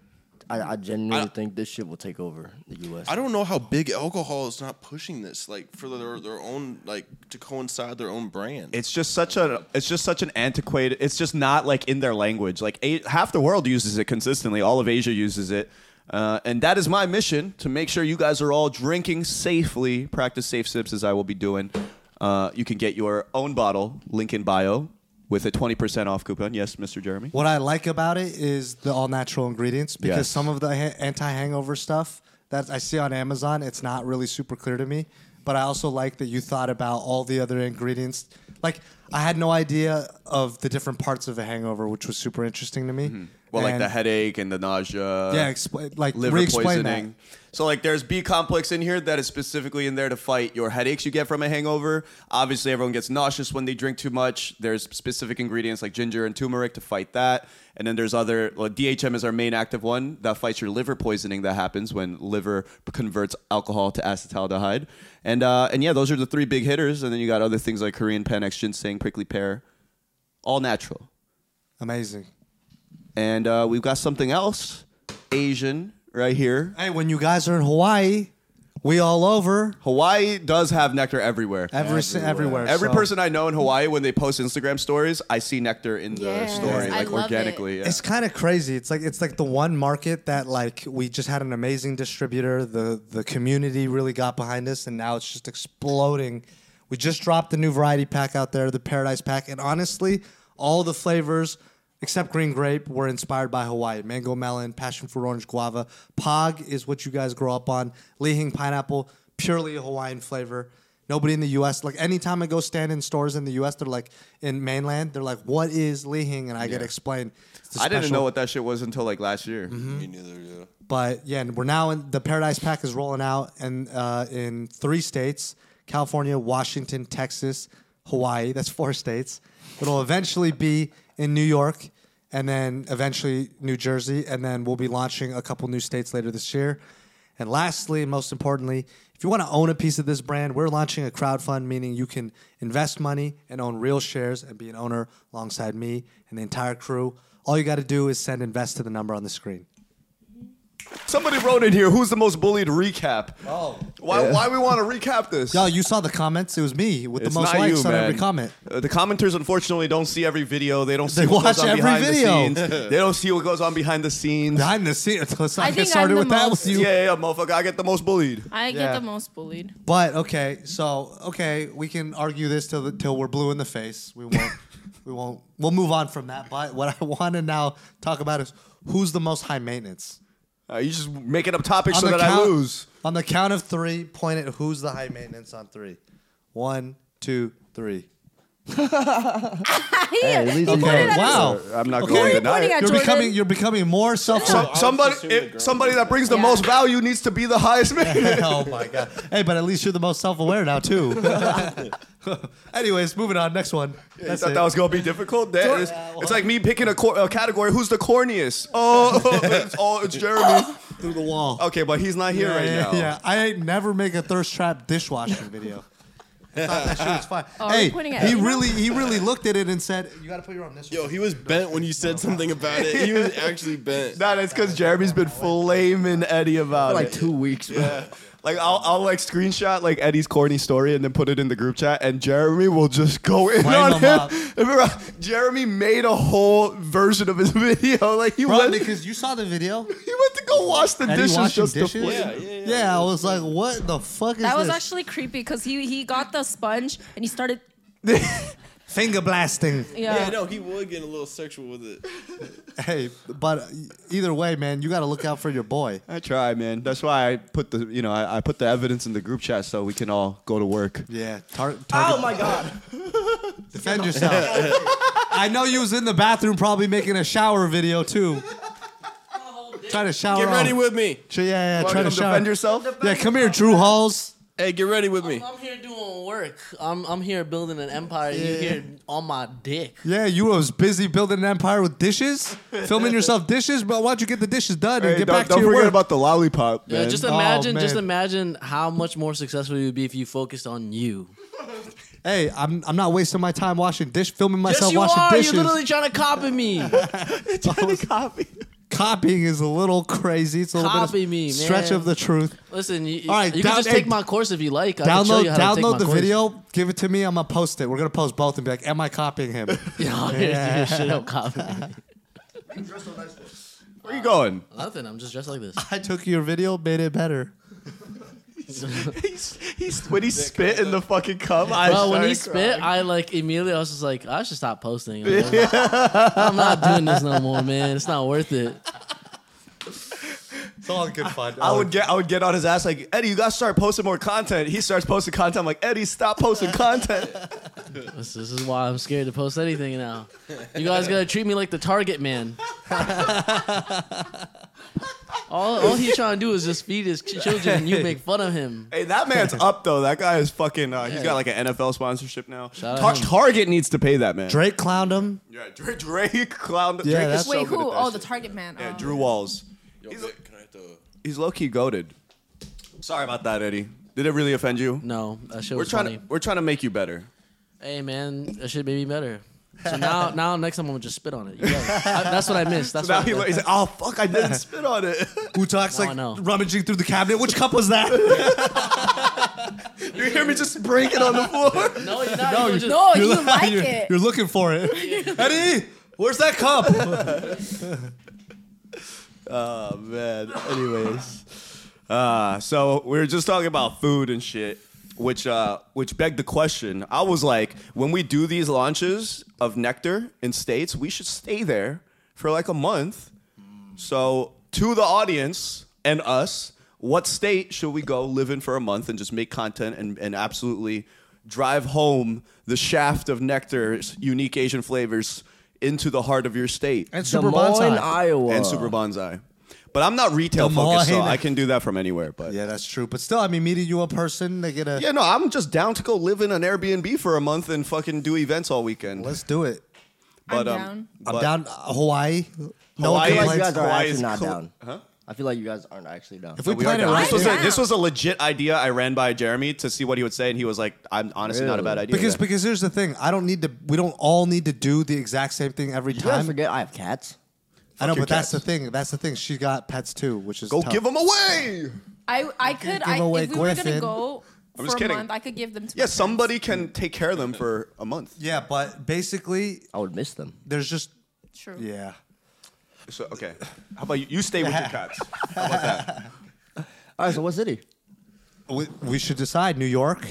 Speaker 4: I, I genuinely think this shit will take over the U.S.
Speaker 5: I don't know how big alcohol is not pushing this, like for their their own, like to coincide their own brand.
Speaker 3: It's just such a it's just such an antiquated. It's just not like in their language. Like eight, half the world uses it consistently. All of Asia uses it. Uh, and that is my mission to make sure you guys are all drinking safely. Practice safe sips as I will be doing. Uh, you can get your own bottle, link in bio, with a 20% off coupon. Yes, Mr. Jeremy.
Speaker 2: What I like about it is the all natural ingredients because
Speaker 3: Yes.
Speaker 2: some of the ha- anti hangover stuff that I see on Amazon, it's not really super clear to me. But I also like that you thought about all the other ingredients. Like I had no idea of the different parts of a hangover, which was super interesting to me.
Speaker 3: Mm-hmm. Well, like
Speaker 2: And-
Speaker 3: the headache and the nausea.
Speaker 2: Yeah, expla- like
Speaker 3: liver
Speaker 2: re-explain
Speaker 3: poisoning. So like there's B complex in here that is specifically in there to fight your headaches you get from a hangover. Obviously everyone gets nauseous when they drink too much. There's specific ingredients like ginger and turmeric to fight that. And then there's other like DHM is our main active one that fights your liver poisoning that happens when liver converts alcohol to acetaldehyde. And uh, and yeah, those are the three big hitters. And then you got other things like Korean Panax, ginseng, prickly pear, all natural.
Speaker 2: Amazing.
Speaker 3: And uh, we've got something else Asian right here.
Speaker 2: Hey, when you guys are in Hawaii, we all over
Speaker 3: Hawaii does have nectar everywhere.
Speaker 2: every everywhere. everywhere
Speaker 3: Every
Speaker 2: so-
Speaker 3: person I know in Hawaii, when they post Instagram stories, I see nectar in the
Speaker 1: Yes,
Speaker 3: story,
Speaker 1: I
Speaker 3: like
Speaker 1: love
Speaker 3: organically. yeah.
Speaker 2: It's kind of crazy. It's like it's like the one market that like we just had an amazing distributor. The the community really got behind us, and now it's just exploding. We just dropped the new variety pack out there, the Paradise Pack, and honestly, all the flavors except green grape were inspired by Hawaii. Mango melon, passion fruit orange, guava. Pog is what you guys grow up on. Lihing pineapple, purely a Hawaiian flavor. Nobody in the U.S. like anytime I go stand in stores in the U.S. They're like in mainland. They're like, "What is lihing?" And I get explained. It's the
Speaker 3: I
Speaker 2: special-
Speaker 3: didn't
Speaker 2: Mm-hmm.
Speaker 3: know what that shit was until like last year.
Speaker 5: Me neither. Yeah.
Speaker 2: But yeah, and we're now in the Paradise Pack is rolling out and uh, in three states: California, Washington, Texas, Hawaii. That's four states. It'll eventually be in New York, and then eventually New Jersey, and then we'll be launching a couple new states later this year. And lastly, and most importantly, if you want to own a piece of this brand, we're launching a crowdfund, meaning you can invest money and own real shares and be an owner alongside me and the entire crew. All you got to do is send invest to the number on the screen.
Speaker 3: Somebody wrote in here, "Who's the most bullied?" Recap. Oh, why? Why we want to recap this?
Speaker 2: Yo, you saw the comments. It was me with
Speaker 3: It's
Speaker 2: the most
Speaker 3: not
Speaker 2: likes
Speaker 3: you,
Speaker 2: on
Speaker 3: man.
Speaker 2: every comment.
Speaker 3: Uh, the commenters unfortunately don't see every video. They don't see
Speaker 2: They
Speaker 3: what
Speaker 2: watch
Speaker 3: goes on
Speaker 2: every
Speaker 3: behind
Speaker 2: video.
Speaker 3: the scenes. they don't see what goes on behind the scenes. Yeah,
Speaker 2: Behind the scenes, let's not
Speaker 1: I
Speaker 2: get
Speaker 1: think
Speaker 2: started
Speaker 1: I'm the
Speaker 2: with that
Speaker 1: most-
Speaker 2: with you.
Speaker 3: yeah, yeah, motherfucker, I get the most bullied.
Speaker 1: I get
Speaker 2: Yeah.
Speaker 1: the most bullied.
Speaker 2: But okay, so okay, we can argue this till the, till we're blue in the face. We won't. we won't. We'll move on from that. But what I want to now talk about is who's the most high maintenance.
Speaker 3: Uh, you just making up topics so
Speaker 2: the
Speaker 3: that I
Speaker 2: count-
Speaker 3: lose.
Speaker 2: On the count of three, point at who's the high maintenance on three. One, two, three.
Speaker 4: Hey, at least you
Speaker 1: pointed
Speaker 4: know.
Speaker 1: at-
Speaker 2: Wow.
Speaker 3: I'm not
Speaker 2: Okay.
Speaker 3: going to
Speaker 2: You're
Speaker 3: deny it.
Speaker 1: pointing at
Speaker 2: You're
Speaker 1: Jordan.
Speaker 2: becoming. You're becoming more self.
Speaker 3: So- somebody,
Speaker 5: assume the
Speaker 3: if-
Speaker 5: girl
Speaker 3: somebody that brings the
Speaker 1: Yeah.
Speaker 3: most value needs to be the highest man.
Speaker 2: oh my god. Hey, but at least you're the most self-aware now too. Anyways, moving on. Next one.
Speaker 3: I
Speaker 2: That's
Speaker 3: thought
Speaker 2: it.
Speaker 3: that was gonna be difficult. That is- it's like me picking a, cor- a category. Who's the corniest? Oh, it's, oh, it's Jeremy.
Speaker 2: through the wall.
Speaker 3: Okay, but he's not here
Speaker 2: yeah,
Speaker 3: right
Speaker 2: yeah,
Speaker 3: now.
Speaker 2: yeah. I ain't never make a thirst trap dishwashing video. I thought that shit was fine.
Speaker 1: Oh, are we
Speaker 2: hey,
Speaker 1: pointing at
Speaker 2: he
Speaker 1: Elmo?
Speaker 2: really he really looked at it and said, "You got to put your arm this way."
Speaker 5: Yo, he was bent when you said something about it. He was actually bent.
Speaker 3: Nah, that's because Jeremy's been flaming Eddie about
Speaker 4: like
Speaker 3: it.
Speaker 4: two weeks. bro.
Speaker 3: Like I'll, I'll like screenshot like Eddie's corny story and then put it in the group chat, and Jeremy will just go in
Speaker 2: Flame
Speaker 3: on
Speaker 2: him
Speaker 3: him.
Speaker 2: up.
Speaker 3: Remember, Jeremy made a whole version of his video. Like he
Speaker 2: Bro,
Speaker 3: went, he
Speaker 2: because you saw the video.
Speaker 3: went to go wash the
Speaker 2: Eddie
Speaker 3: dishes
Speaker 2: washing
Speaker 3: just to
Speaker 2: dishes.
Speaker 3: flame.
Speaker 5: Yeah, yeah, yeah.
Speaker 2: I was like, "What the fuck is
Speaker 1: That was
Speaker 2: this?"
Speaker 1: actually creepy because he he got the sponge and he started.
Speaker 2: Finger blasting.
Speaker 5: Yeah,
Speaker 1: Yeah.
Speaker 5: no, he was getting a little sexual with it.
Speaker 2: Hey, but uh, either way, man, you got to look out for your boy.
Speaker 3: I try, man. That's why I put the you know I, I put the evidence in the group chat so we can all go to work.
Speaker 2: Yeah. Tar- target-
Speaker 4: god.
Speaker 2: Defend yourself. I know you was in the bathroom probably making a shower video too. Try to shower.
Speaker 5: Get ready
Speaker 2: off.
Speaker 5: with me.
Speaker 2: Sh- Yeah, yeah.
Speaker 3: Wanna
Speaker 2: Try
Speaker 3: come
Speaker 2: to shower.
Speaker 3: defend yourself.
Speaker 2: Yeah, come here, Drew Halls.
Speaker 5: Hey, get ready with me.
Speaker 9: I'm here doing work. I'm I'm here building an empire. You here on my dick?
Speaker 2: Yeah, you was busy building an empire with dishes, filming yourself dishes. But why don't you get the dishes done and
Speaker 3: Hey,
Speaker 2: get
Speaker 3: don't
Speaker 2: back
Speaker 3: don't
Speaker 2: to your
Speaker 3: forget
Speaker 2: work?
Speaker 3: about the lollipop, man.
Speaker 9: Yeah, just
Speaker 2: Oh,
Speaker 9: imagine, just
Speaker 2: man.
Speaker 9: imagine how much more successful you would be if you focused on you.
Speaker 2: hey, I'm I'm not wasting my time washing dish, filming myself
Speaker 9: yes, you
Speaker 2: washing
Speaker 9: are.
Speaker 2: dishes.
Speaker 9: You're literally trying to copy me.
Speaker 2: Copying is a little crazy. It's a little bit
Speaker 9: Copy
Speaker 2: of
Speaker 9: me,
Speaker 2: stretch
Speaker 9: man.
Speaker 2: of the truth.
Speaker 9: Listen, you,
Speaker 2: All right,
Speaker 9: you
Speaker 2: down-
Speaker 9: can just
Speaker 2: hey,
Speaker 9: take my course if you like. I can show you
Speaker 2: Download
Speaker 9: how to take my
Speaker 2: download the
Speaker 9: course.
Speaker 2: video, give it to me. I'm gonna post it. We're gonna post both and be like, "Am I copying him?"
Speaker 9: Yeah,
Speaker 2: Yeah.
Speaker 9: shit don't copy me.
Speaker 3: Where you going?
Speaker 9: Nothing. I'm just dressed like this.
Speaker 2: I took your video, made it better.
Speaker 3: He's, he's when he spit in the fucking cum. I
Speaker 9: Well, when he
Speaker 3: started
Speaker 9: spit, I like immediately I was just like, I should stop posting. Like, I'm, not, I'm not doing this no more, man. It's not worth it.
Speaker 2: It's all good fun.
Speaker 3: I would get I would get on his ass like Eddie, you gotta start posting more content. He starts posting content. I'm like Eddie, stop posting content.
Speaker 9: This, this is why I'm scared to post anything now. You guys gotta treat me like the target man. all, all he's trying to do is just feed his ch- children, and you make fun of him.
Speaker 3: hey, that man's up though. That guy is fucking. Uh, he's got like an NFL sponsorship now.
Speaker 9: out
Speaker 3: Tar-
Speaker 9: him.
Speaker 3: Target needs to pay that man.
Speaker 2: Drake clowned him.
Speaker 3: Yeah, Drake, Drake clown. Drake
Speaker 2: Yeah,
Speaker 3: is
Speaker 2: that's-
Speaker 3: so
Speaker 1: Wait,
Speaker 3: good
Speaker 1: who?
Speaker 3: at that
Speaker 1: Oh, the
Speaker 3: shit.
Speaker 1: target man.
Speaker 3: Yeah,
Speaker 1: Oh.
Speaker 3: Drew Walls.
Speaker 5: Yo,
Speaker 3: He's
Speaker 5: Vic, can I hit the-
Speaker 3: He's low key goaded. Sorry about that, Eddie. Did it really offend you?
Speaker 9: No, that shit
Speaker 3: We're
Speaker 9: was
Speaker 3: trying
Speaker 9: funny.
Speaker 3: to we're trying to make you better.
Speaker 9: Hey man, that shit made me better. So now, now next time I'm gonna just spit on it. You guys- I- that's what I missed. That's
Speaker 3: Now
Speaker 9: what
Speaker 3: he,
Speaker 9: I
Speaker 3: lo- he's like, oh fuck, I didn't spit on it.
Speaker 2: Utak's
Speaker 9: No, I
Speaker 2: like
Speaker 9: know.
Speaker 2: rummaging through the cabinet. Which cup was that?
Speaker 3: you hear me just breaking on the floor?
Speaker 9: No, you're not. you're just-
Speaker 1: No, you
Speaker 2: loo-
Speaker 1: like
Speaker 2: you're-
Speaker 1: it.
Speaker 2: You're looking for it. Eddie, where's that cup?
Speaker 3: oh man. Anyways, uh, so we were just talking about food and shit, which uh, which begged the question. I was like, when we do these launches of nectar in states, we should stay there for like a month. So to the audience and us, what state should we go live in for a month and just make content and, and absolutely drive home the shaft of nectar's unique Asian flavors into the heart of your state?
Speaker 2: And
Speaker 4: Des Moines, Iowa.
Speaker 3: and Super Bonsai. But I'm not retail
Speaker 2: The
Speaker 3: focused, so
Speaker 2: Moines.
Speaker 3: I can do that from anywhere. But yeah.
Speaker 2: Yeah, that's true. But still, I mean, meeting you in person, they get a.
Speaker 3: no, I'm just down to go live in an Airbnb for a month and fucking do events all weekend.
Speaker 2: Let's do it.
Speaker 3: but
Speaker 1: I'm
Speaker 3: um,
Speaker 1: down.
Speaker 2: I'm
Speaker 3: but-
Speaker 2: down uh, Hawaii. No
Speaker 3: Hawaii
Speaker 2: Hawaii
Speaker 4: I feel
Speaker 3: is
Speaker 4: like you guys are
Speaker 3: Hawaii is
Speaker 4: actually not
Speaker 3: cool.
Speaker 4: down. I feel like you guys aren't actually down.
Speaker 2: If we,
Speaker 3: We are
Speaker 2: plan it
Speaker 3: down.
Speaker 2: right,
Speaker 3: this, was a,
Speaker 2: dude.
Speaker 1: down.
Speaker 3: this was a legit idea I ran by Jeremy to see what he would say, and he was like, "I'm honestly not a
Speaker 4: Really?
Speaker 3: bad idea."
Speaker 2: because
Speaker 3: Yeah.
Speaker 2: because here's the thing. I don't need to. We don't all need to do the exact same thing every
Speaker 4: you guys
Speaker 2: time.
Speaker 4: forget I have cats.
Speaker 2: I know,
Speaker 3: your
Speaker 2: but that's the
Speaker 3: cats.
Speaker 2: thing. That's the thing. She got pets too, which is
Speaker 3: go
Speaker 2: tough.
Speaker 3: give them away.
Speaker 1: I I could. I,
Speaker 2: away
Speaker 1: if we were
Speaker 2: Griffin.
Speaker 1: gonna go for
Speaker 3: I'm just
Speaker 1: a
Speaker 3: kidding.
Speaker 1: month, I could give them to. my
Speaker 3: Yeah,
Speaker 1: friends.
Speaker 3: somebody can take care of them for a month.
Speaker 2: Yeah, but basically,
Speaker 4: I would miss them.
Speaker 2: there's just
Speaker 1: True.
Speaker 2: yeah.
Speaker 3: So okay, how about you? You stay with your cats. How about that?
Speaker 4: All right, so what city?
Speaker 2: We, we should decide New York.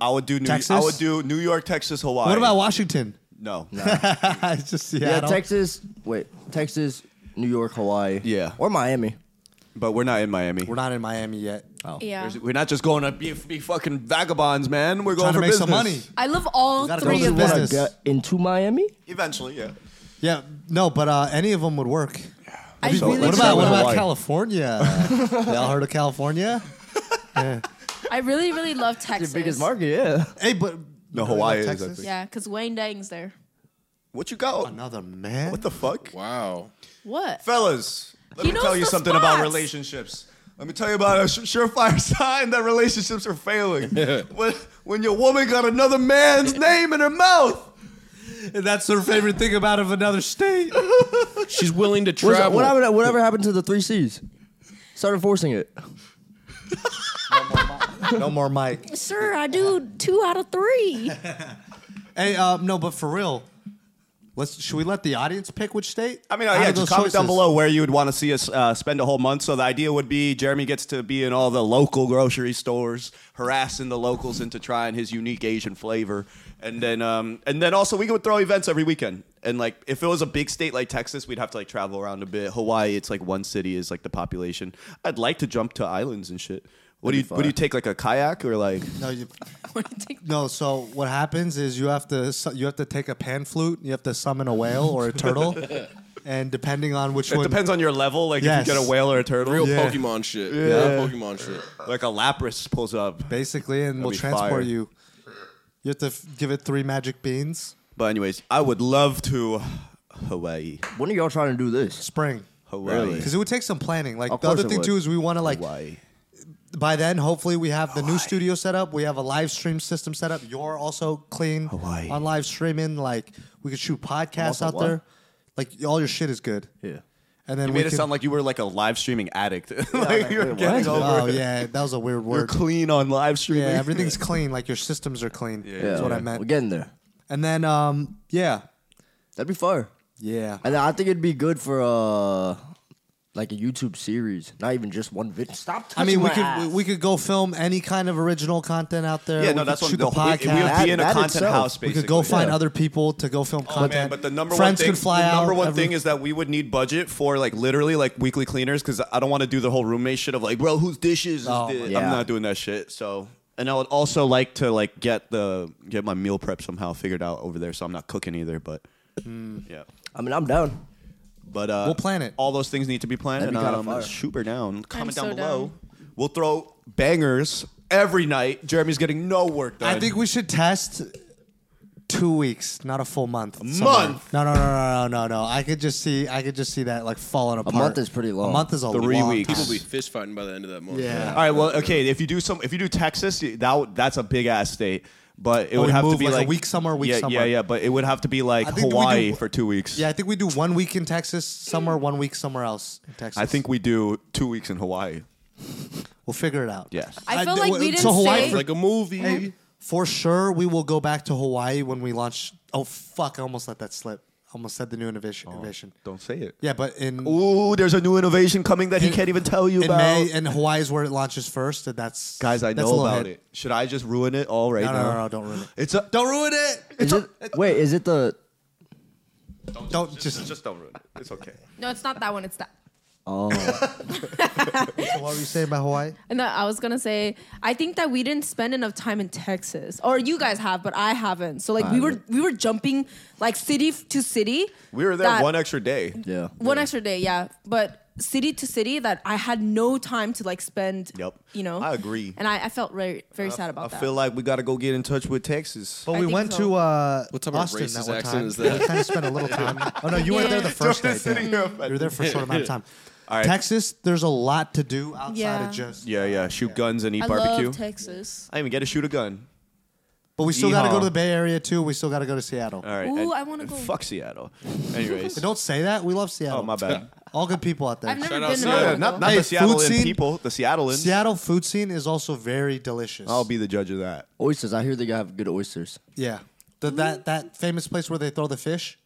Speaker 3: I would do New. I
Speaker 2: Texas?
Speaker 3: would do New York, Texas, Hawaii.
Speaker 2: What about Washington?
Speaker 3: no?
Speaker 2: it's just
Speaker 4: Yeah,
Speaker 2: Seattle.
Speaker 4: Texas. Wait, Texas, New York, Hawaii.
Speaker 3: Yeah.
Speaker 4: or Miami.
Speaker 3: But we're not in Miami.
Speaker 2: We're not in Miami yet.
Speaker 3: Oh.
Speaker 1: Yeah.
Speaker 3: There's- We're not just going to be, be fucking vagabonds, man. We're
Speaker 2: Trying
Speaker 3: going
Speaker 2: to
Speaker 3: for
Speaker 2: make
Speaker 3: business.
Speaker 2: some money.
Speaker 1: I love all
Speaker 2: gotta
Speaker 1: three
Speaker 2: go to
Speaker 1: of
Speaker 2: the
Speaker 1: them.
Speaker 2: business.
Speaker 4: Wanna get into Miami?
Speaker 3: Eventually, yeah.
Speaker 2: Yeah, no, but uh, any of them would work.
Speaker 1: I
Speaker 3: So
Speaker 1: really,
Speaker 2: What
Speaker 3: let's
Speaker 2: about
Speaker 3: go
Speaker 2: what
Speaker 3: with
Speaker 2: about
Speaker 3: Hawaii.
Speaker 2: California? Y'all heard of California?
Speaker 1: I really, really love Texas.
Speaker 4: Biggest market, yeah.
Speaker 2: Hey, but
Speaker 3: No, Hawaii is. I
Speaker 2: Texas?
Speaker 3: think.
Speaker 1: Yeah, because Wayne Dang's there.
Speaker 3: What you got?
Speaker 2: Another man.
Speaker 3: What the fuck?
Speaker 5: Wow.
Speaker 1: What?
Speaker 3: Fellas, let
Speaker 1: He
Speaker 3: me
Speaker 1: knows
Speaker 3: tell you
Speaker 1: the
Speaker 3: something
Speaker 1: spots.
Speaker 3: about relationships. Let me tell you about a su- surefire sign that relationships are failing. when, when your woman got another man's name in her mouth.
Speaker 2: And that's her favorite thing about of another state.
Speaker 5: She's willing to
Speaker 4: What's-
Speaker 5: travel.
Speaker 4: what happened- whatever happened to the three C's? Started forcing it.
Speaker 2: no more Mike.
Speaker 1: Sir, I do two out of three.
Speaker 2: Hey, uh, no, but for real, let's. Should we let the audience pick which state?
Speaker 3: I mean, uh,
Speaker 2: Out of
Speaker 3: yeah,
Speaker 2: those
Speaker 3: just comment down
Speaker 2: choices.
Speaker 3: below where you would want to see us uh, spend a whole month. So the idea would be Jeremy gets to be in all the local grocery stores, harassing the locals into trying his unique Asian flavor, and then um, and then also we could throw events every weekend. And like, if it was a big state like Texas, we'd have to like travel around a bit. Hawaii, it's like one city is like the population. I'd like to jump to islands and shit. What do you
Speaker 4: That'd be
Speaker 3: what do you
Speaker 4: fun.
Speaker 3: take like a kayak or like?
Speaker 2: No, you,
Speaker 1: What do you think?
Speaker 2: no. So what happens is you have to su- you have to take a pan flute. You have to summon a whale or a turtle, and depending on which
Speaker 3: It
Speaker 2: one,
Speaker 3: depends on your level. Like
Speaker 2: Yes.
Speaker 3: if you get a whale or a turtle,
Speaker 5: Real
Speaker 2: Yeah.
Speaker 5: Pokemon shit. Real Pokemon shit.
Speaker 3: like a lapras pulls up.
Speaker 2: basically, and we'll
Speaker 3: be
Speaker 2: transport
Speaker 3: fire.
Speaker 2: you. You have to f- give it three magic beans.
Speaker 3: But anyways, I would love to Hawaii.
Speaker 4: When are y'all trying to do this?
Speaker 2: Spring.
Speaker 3: Hawaii.
Speaker 2: Because it would take some planning. Like
Speaker 4: Of
Speaker 2: the other
Speaker 4: course it
Speaker 2: thing
Speaker 4: would.
Speaker 2: too is we want to like
Speaker 3: Hawaii.
Speaker 2: by then hopefully we have the new studio set up. We have a live stream system set up. You're also clean
Speaker 3: Hawaii.
Speaker 2: on live streaming. Like we could shoot podcasts
Speaker 4: also
Speaker 2: out
Speaker 4: what?
Speaker 2: there. Like all your shit is good.
Speaker 4: Yeah.
Speaker 2: And then
Speaker 3: You
Speaker 2: we
Speaker 3: made it
Speaker 2: can,
Speaker 3: sound like you were like a live streaming addict. like you were getting
Speaker 2: oh
Speaker 3: over. it.
Speaker 2: yeah, that was a weird
Speaker 3: You're
Speaker 2: word.
Speaker 3: clean on live streaming.
Speaker 2: yeah, everything's clean. Like your systems are clean. Yeah, that's what I
Speaker 4: We're
Speaker 2: meant.
Speaker 4: getting there.
Speaker 2: And then um yeah
Speaker 4: That'd be fire.
Speaker 2: yeah.
Speaker 4: And I think it'd be good for uh like a YouTube series, not even just one video. Stop touching
Speaker 2: I mean, we
Speaker 4: my
Speaker 2: could
Speaker 4: ass.
Speaker 2: we could go film any kind of original content out there.
Speaker 3: Yeah,
Speaker 2: we
Speaker 3: no,
Speaker 2: could
Speaker 3: that's what
Speaker 2: shoot the
Speaker 3: the whole, we,
Speaker 2: podcast.
Speaker 3: we would be in a
Speaker 4: That- that
Speaker 3: content
Speaker 4: itself.
Speaker 3: house. Basically.
Speaker 2: We could go find
Speaker 4: Yeah.
Speaker 2: other people to go film
Speaker 3: Oh,
Speaker 2: content.
Speaker 3: man, but the number
Speaker 2: friends
Speaker 3: one thing,
Speaker 2: could fly
Speaker 3: the
Speaker 2: out.
Speaker 3: number one
Speaker 2: every-
Speaker 3: thing is that we would need budget for like literally like weekly cleaners because I don't want to do the whole roommate shit of like, bro, whose dishes? Is
Speaker 2: Oh,
Speaker 3: thi-"
Speaker 2: my
Speaker 4: God.
Speaker 3: I'm not doing that shit. So, and I would also like to like get the get my meal prep somehow figured out over there, so I'm not cooking either. But
Speaker 2: Hmm.
Speaker 3: yeah,
Speaker 4: I mean, I'm down.
Speaker 3: But uh,
Speaker 2: We'll plan it.
Speaker 3: All those things need to be planned.
Speaker 4: That'd
Speaker 3: And
Speaker 4: be kinda
Speaker 3: um,
Speaker 4: fire.
Speaker 3: shoot her down. Comment
Speaker 1: so
Speaker 3: down below.
Speaker 1: down.
Speaker 3: We'll throw bangers every night. Jeremy's getting no work done.
Speaker 2: I think we should test two weeks, not a full month. A
Speaker 3: month?
Speaker 2: No, no, no, no, no, no, no. I could just see, I could just see that like falling apart.
Speaker 4: month is pretty long.
Speaker 2: A month is a
Speaker 3: Three
Speaker 2: long
Speaker 3: weeks.
Speaker 2: time.
Speaker 5: People be fist fighting by the end of that month.
Speaker 2: Yeah.
Speaker 3: All right. Well, okay. If you do some, if you do Texas, that would- that's a big ass state. But it
Speaker 2: Oh,
Speaker 3: would
Speaker 2: we
Speaker 3: have to
Speaker 2: move,
Speaker 3: be
Speaker 2: like, a
Speaker 3: like
Speaker 2: week somewhere, week
Speaker 3: yeah,
Speaker 2: somewhere.
Speaker 3: Yeah, yeah. But it would have to be like
Speaker 2: I think we do-
Speaker 3: Hawaii for two weeks.
Speaker 2: Yeah, I think we do one week in Texas somewhere, one week somewhere else in Texas.
Speaker 3: I think we do two weeks in Hawaii.
Speaker 2: we'll figure it out.
Speaker 3: Yes.
Speaker 1: I feel
Speaker 2: d-
Speaker 1: like
Speaker 2: well,
Speaker 1: we
Speaker 2: so
Speaker 1: didn't
Speaker 2: Hawaii
Speaker 1: say-
Speaker 5: Like a movie.
Speaker 2: For sure, we will go back to Hawaii when we launch. Oh fuck! I almost let that slip. I almost said the new innovation. innovation.
Speaker 3: Don't say it.
Speaker 2: Yeah, but in
Speaker 3: Oh. Ooh, there's a new innovation coming that he
Speaker 2: In-
Speaker 3: can't even tell you
Speaker 2: in
Speaker 3: about.
Speaker 2: May, and Hawaii is where it launches first, and that's
Speaker 3: Guys, I
Speaker 2: that's a
Speaker 3: know
Speaker 2: little
Speaker 3: about
Speaker 2: hint.
Speaker 3: it. Should I just ruin it all right
Speaker 2: No,
Speaker 3: now?
Speaker 2: no, no, no, don't ruin it.
Speaker 3: It's a don't ruin it.
Speaker 4: Is it, wait, is it the?
Speaker 2: Don't just.
Speaker 3: just don't ruin it. It's okay.
Speaker 1: No, it's not that one. It's that.
Speaker 2: So what were you saying about Hawaii?
Speaker 1: No, I was gonna say I think that we didn't spend enough time in Texas, or you guys have, but I haven't. So like we were we were jumping like city f- to city.
Speaker 3: We were there
Speaker 1: that-
Speaker 3: one e- extra day.
Speaker 4: Yeah.
Speaker 1: one extra day, yeah, but city to city that I had no time to like spend.
Speaker 3: Yep.
Speaker 1: you know,
Speaker 3: I agree.
Speaker 1: and I, I felt very very sad
Speaker 3: I
Speaker 1: about that.
Speaker 3: feel like we got to go get in touch with Texas.
Speaker 2: But
Speaker 1: I
Speaker 2: we
Speaker 1: think
Speaker 2: went
Speaker 1: so.
Speaker 2: to uh,
Speaker 5: What type of
Speaker 2: Austin
Speaker 5: racist
Speaker 2: that one
Speaker 5: accent
Speaker 2: time.
Speaker 5: is that?
Speaker 2: We kind of spent a little time. Oh no, you weren't there the first day.
Speaker 3: Jordan's sitting
Speaker 2: damn.
Speaker 3: here
Speaker 2: You were there for a short amount of time.
Speaker 3: All right.
Speaker 2: Texas, there's a lot to do outside
Speaker 1: Yeah.
Speaker 2: of just.
Speaker 3: Yeah, yeah. Shoot guns and eat
Speaker 1: I
Speaker 3: barbecue.
Speaker 1: love Texas.
Speaker 3: I didn't even get to shoot a gun.
Speaker 2: But we still got to go
Speaker 3: Yeehaw.
Speaker 2: to the Bay Area too. We still got to go to Seattle.
Speaker 3: All right.
Speaker 1: Ooh,
Speaker 3: and-
Speaker 1: I wanna
Speaker 3: and
Speaker 1: go.
Speaker 3: Fuck Seattle. Anyways.
Speaker 2: Don't say that. We love Seattle.
Speaker 3: oh, my bad.
Speaker 2: All good people out there.
Speaker 1: I've never
Speaker 5: Shout out
Speaker 1: been to
Speaker 5: Seattle.
Speaker 1: Mexico.
Speaker 5: Yeah,
Speaker 3: Not, not
Speaker 2: Hey,
Speaker 3: the
Speaker 2: food
Speaker 3: Seattleian
Speaker 2: scene-
Speaker 3: people, the Seattleans.
Speaker 2: Seattle food scene is also very delicious.
Speaker 3: I'll Oh, be the judge of that.
Speaker 4: Oysters. I hear they have good oysters.
Speaker 2: Yeah. The, that that famous place where they throw the fish.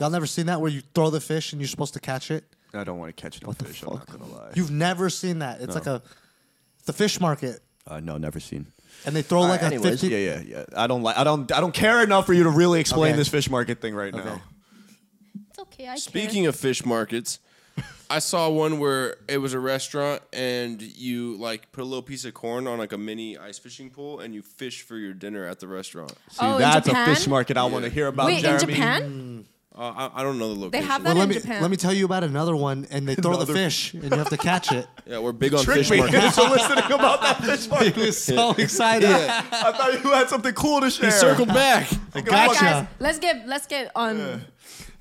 Speaker 2: Y'all never seen that where you throw the fish and you're supposed to catch it?
Speaker 3: I don't want to catch no fish. I'm not gonna lie.
Speaker 2: You've never seen that. It's like a the fish market
Speaker 3: Uh, no, never seen.
Speaker 2: and they throw like a
Speaker 4: anyways,
Speaker 2: 50
Speaker 3: Yeah, yeah, yeah. I don't like. I don't. I don't care enough for you to really explain
Speaker 2: Okay.
Speaker 3: this fish market thing right now.
Speaker 1: It's okay. I care.
Speaker 5: Speaking of fish markets, I saw one where it was a restaurant and you like put a little piece of corn on like a mini ice fishing pole and you fish for your dinner at the restaurant.
Speaker 1: oh, in
Speaker 3: That's a
Speaker 1: Japan?
Speaker 3: fish market I want to hear about,
Speaker 1: Wait,
Speaker 3: Jeremy.
Speaker 1: in Japan?
Speaker 5: Uh, I, I don't know the
Speaker 1: They
Speaker 5: location.
Speaker 1: have that
Speaker 2: Well,
Speaker 1: in
Speaker 2: let me
Speaker 1: Japan.
Speaker 2: let me tell you about another one, and they throw the fish, and you have to catch it.
Speaker 5: Yeah, we're big on
Speaker 3: Trick
Speaker 5: fish
Speaker 3: me
Speaker 5: markets.
Speaker 3: into listening about that fish
Speaker 2: he
Speaker 3: market.
Speaker 2: was so excited.
Speaker 3: I thought you had something cool to share.
Speaker 5: back.
Speaker 1: All right,
Speaker 2: Gotcha.
Speaker 1: guys, let's get let's get on.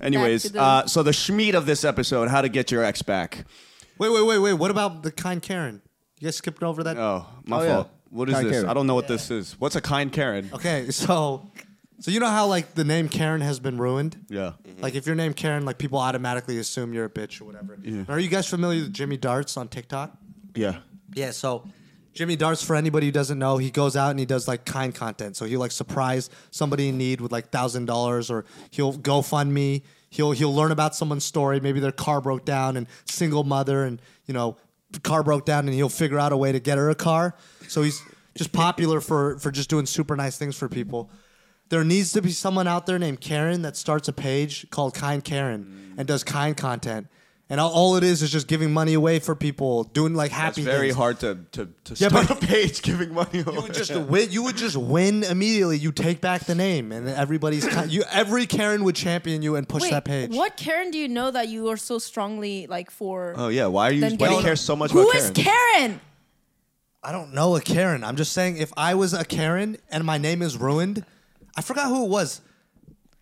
Speaker 3: Anyways,
Speaker 1: Back to the-
Speaker 3: uh, so the schmeat of this episode, how to get your ex back.
Speaker 2: Wait, wait, wait, wait. What about the kind Karen? You guys skipped over that.
Speaker 3: Oh, my
Speaker 4: Oh, yeah.
Speaker 3: fault. What is
Speaker 4: Kind
Speaker 3: this?
Speaker 4: Karen.
Speaker 3: I don't know what this is. What's a kind Karen?
Speaker 2: Okay, so so you know how like the name Karen has been ruined.
Speaker 3: Yeah. Mm-hmm.
Speaker 2: Like if your name Karen, like people automatically assume you're a bitch or whatever. Are you guys familiar with Jimmy Darts on TikTok?
Speaker 3: Yeah.
Speaker 2: Yeah, so Jimmy Darts, for anybody who doesn't know, he goes out and he does like kind content. So he like surprise somebody in need with like thousand dollars, or he'll go fund me. He'll he'll learn about someone's story. Maybe their car broke down and single mother, and you know, car broke down, and he'll figure out a way to get her a car. So he's just popular for for just doing super nice things for people. There needs to be someone out there named Karen that starts a page called Kind Karen and does kind content. And all, all it is is just giving money away for people, doing like
Speaker 3: That's
Speaker 2: happy
Speaker 3: very
Speaker 2: things.
Speaker 3: hard to, to, to
Speaker 2: Yeah,
Speaker 3: start
Speaker 2: but-
Speaker 3: a page giving money
Speaker 2: You
Speaker 3: away.
Speaker 2: would just win. You would just win immediately. You take back the name, and everybody's ki- you. Every Karen would champion you and push
Speaker 1: Wait,
Speaker 2: that page.
Speaker 1: what Karen do you know that you are so strongly like for?
Speaker 3: Oh, yeah. Why, are you,
Speaker 1: Then
Speaker 3: why do you
Speaker 1: get-
Speaker 3: care so much
Speaker 1: Who
Speaker 3: about
Speaker 1: is
Speaker 3: Karen?
Speaker 1: Karen?
Speaker 2: I don't know a Karen. I'm just saying, if I was a Karen and my name is ruined, I forgot who it was.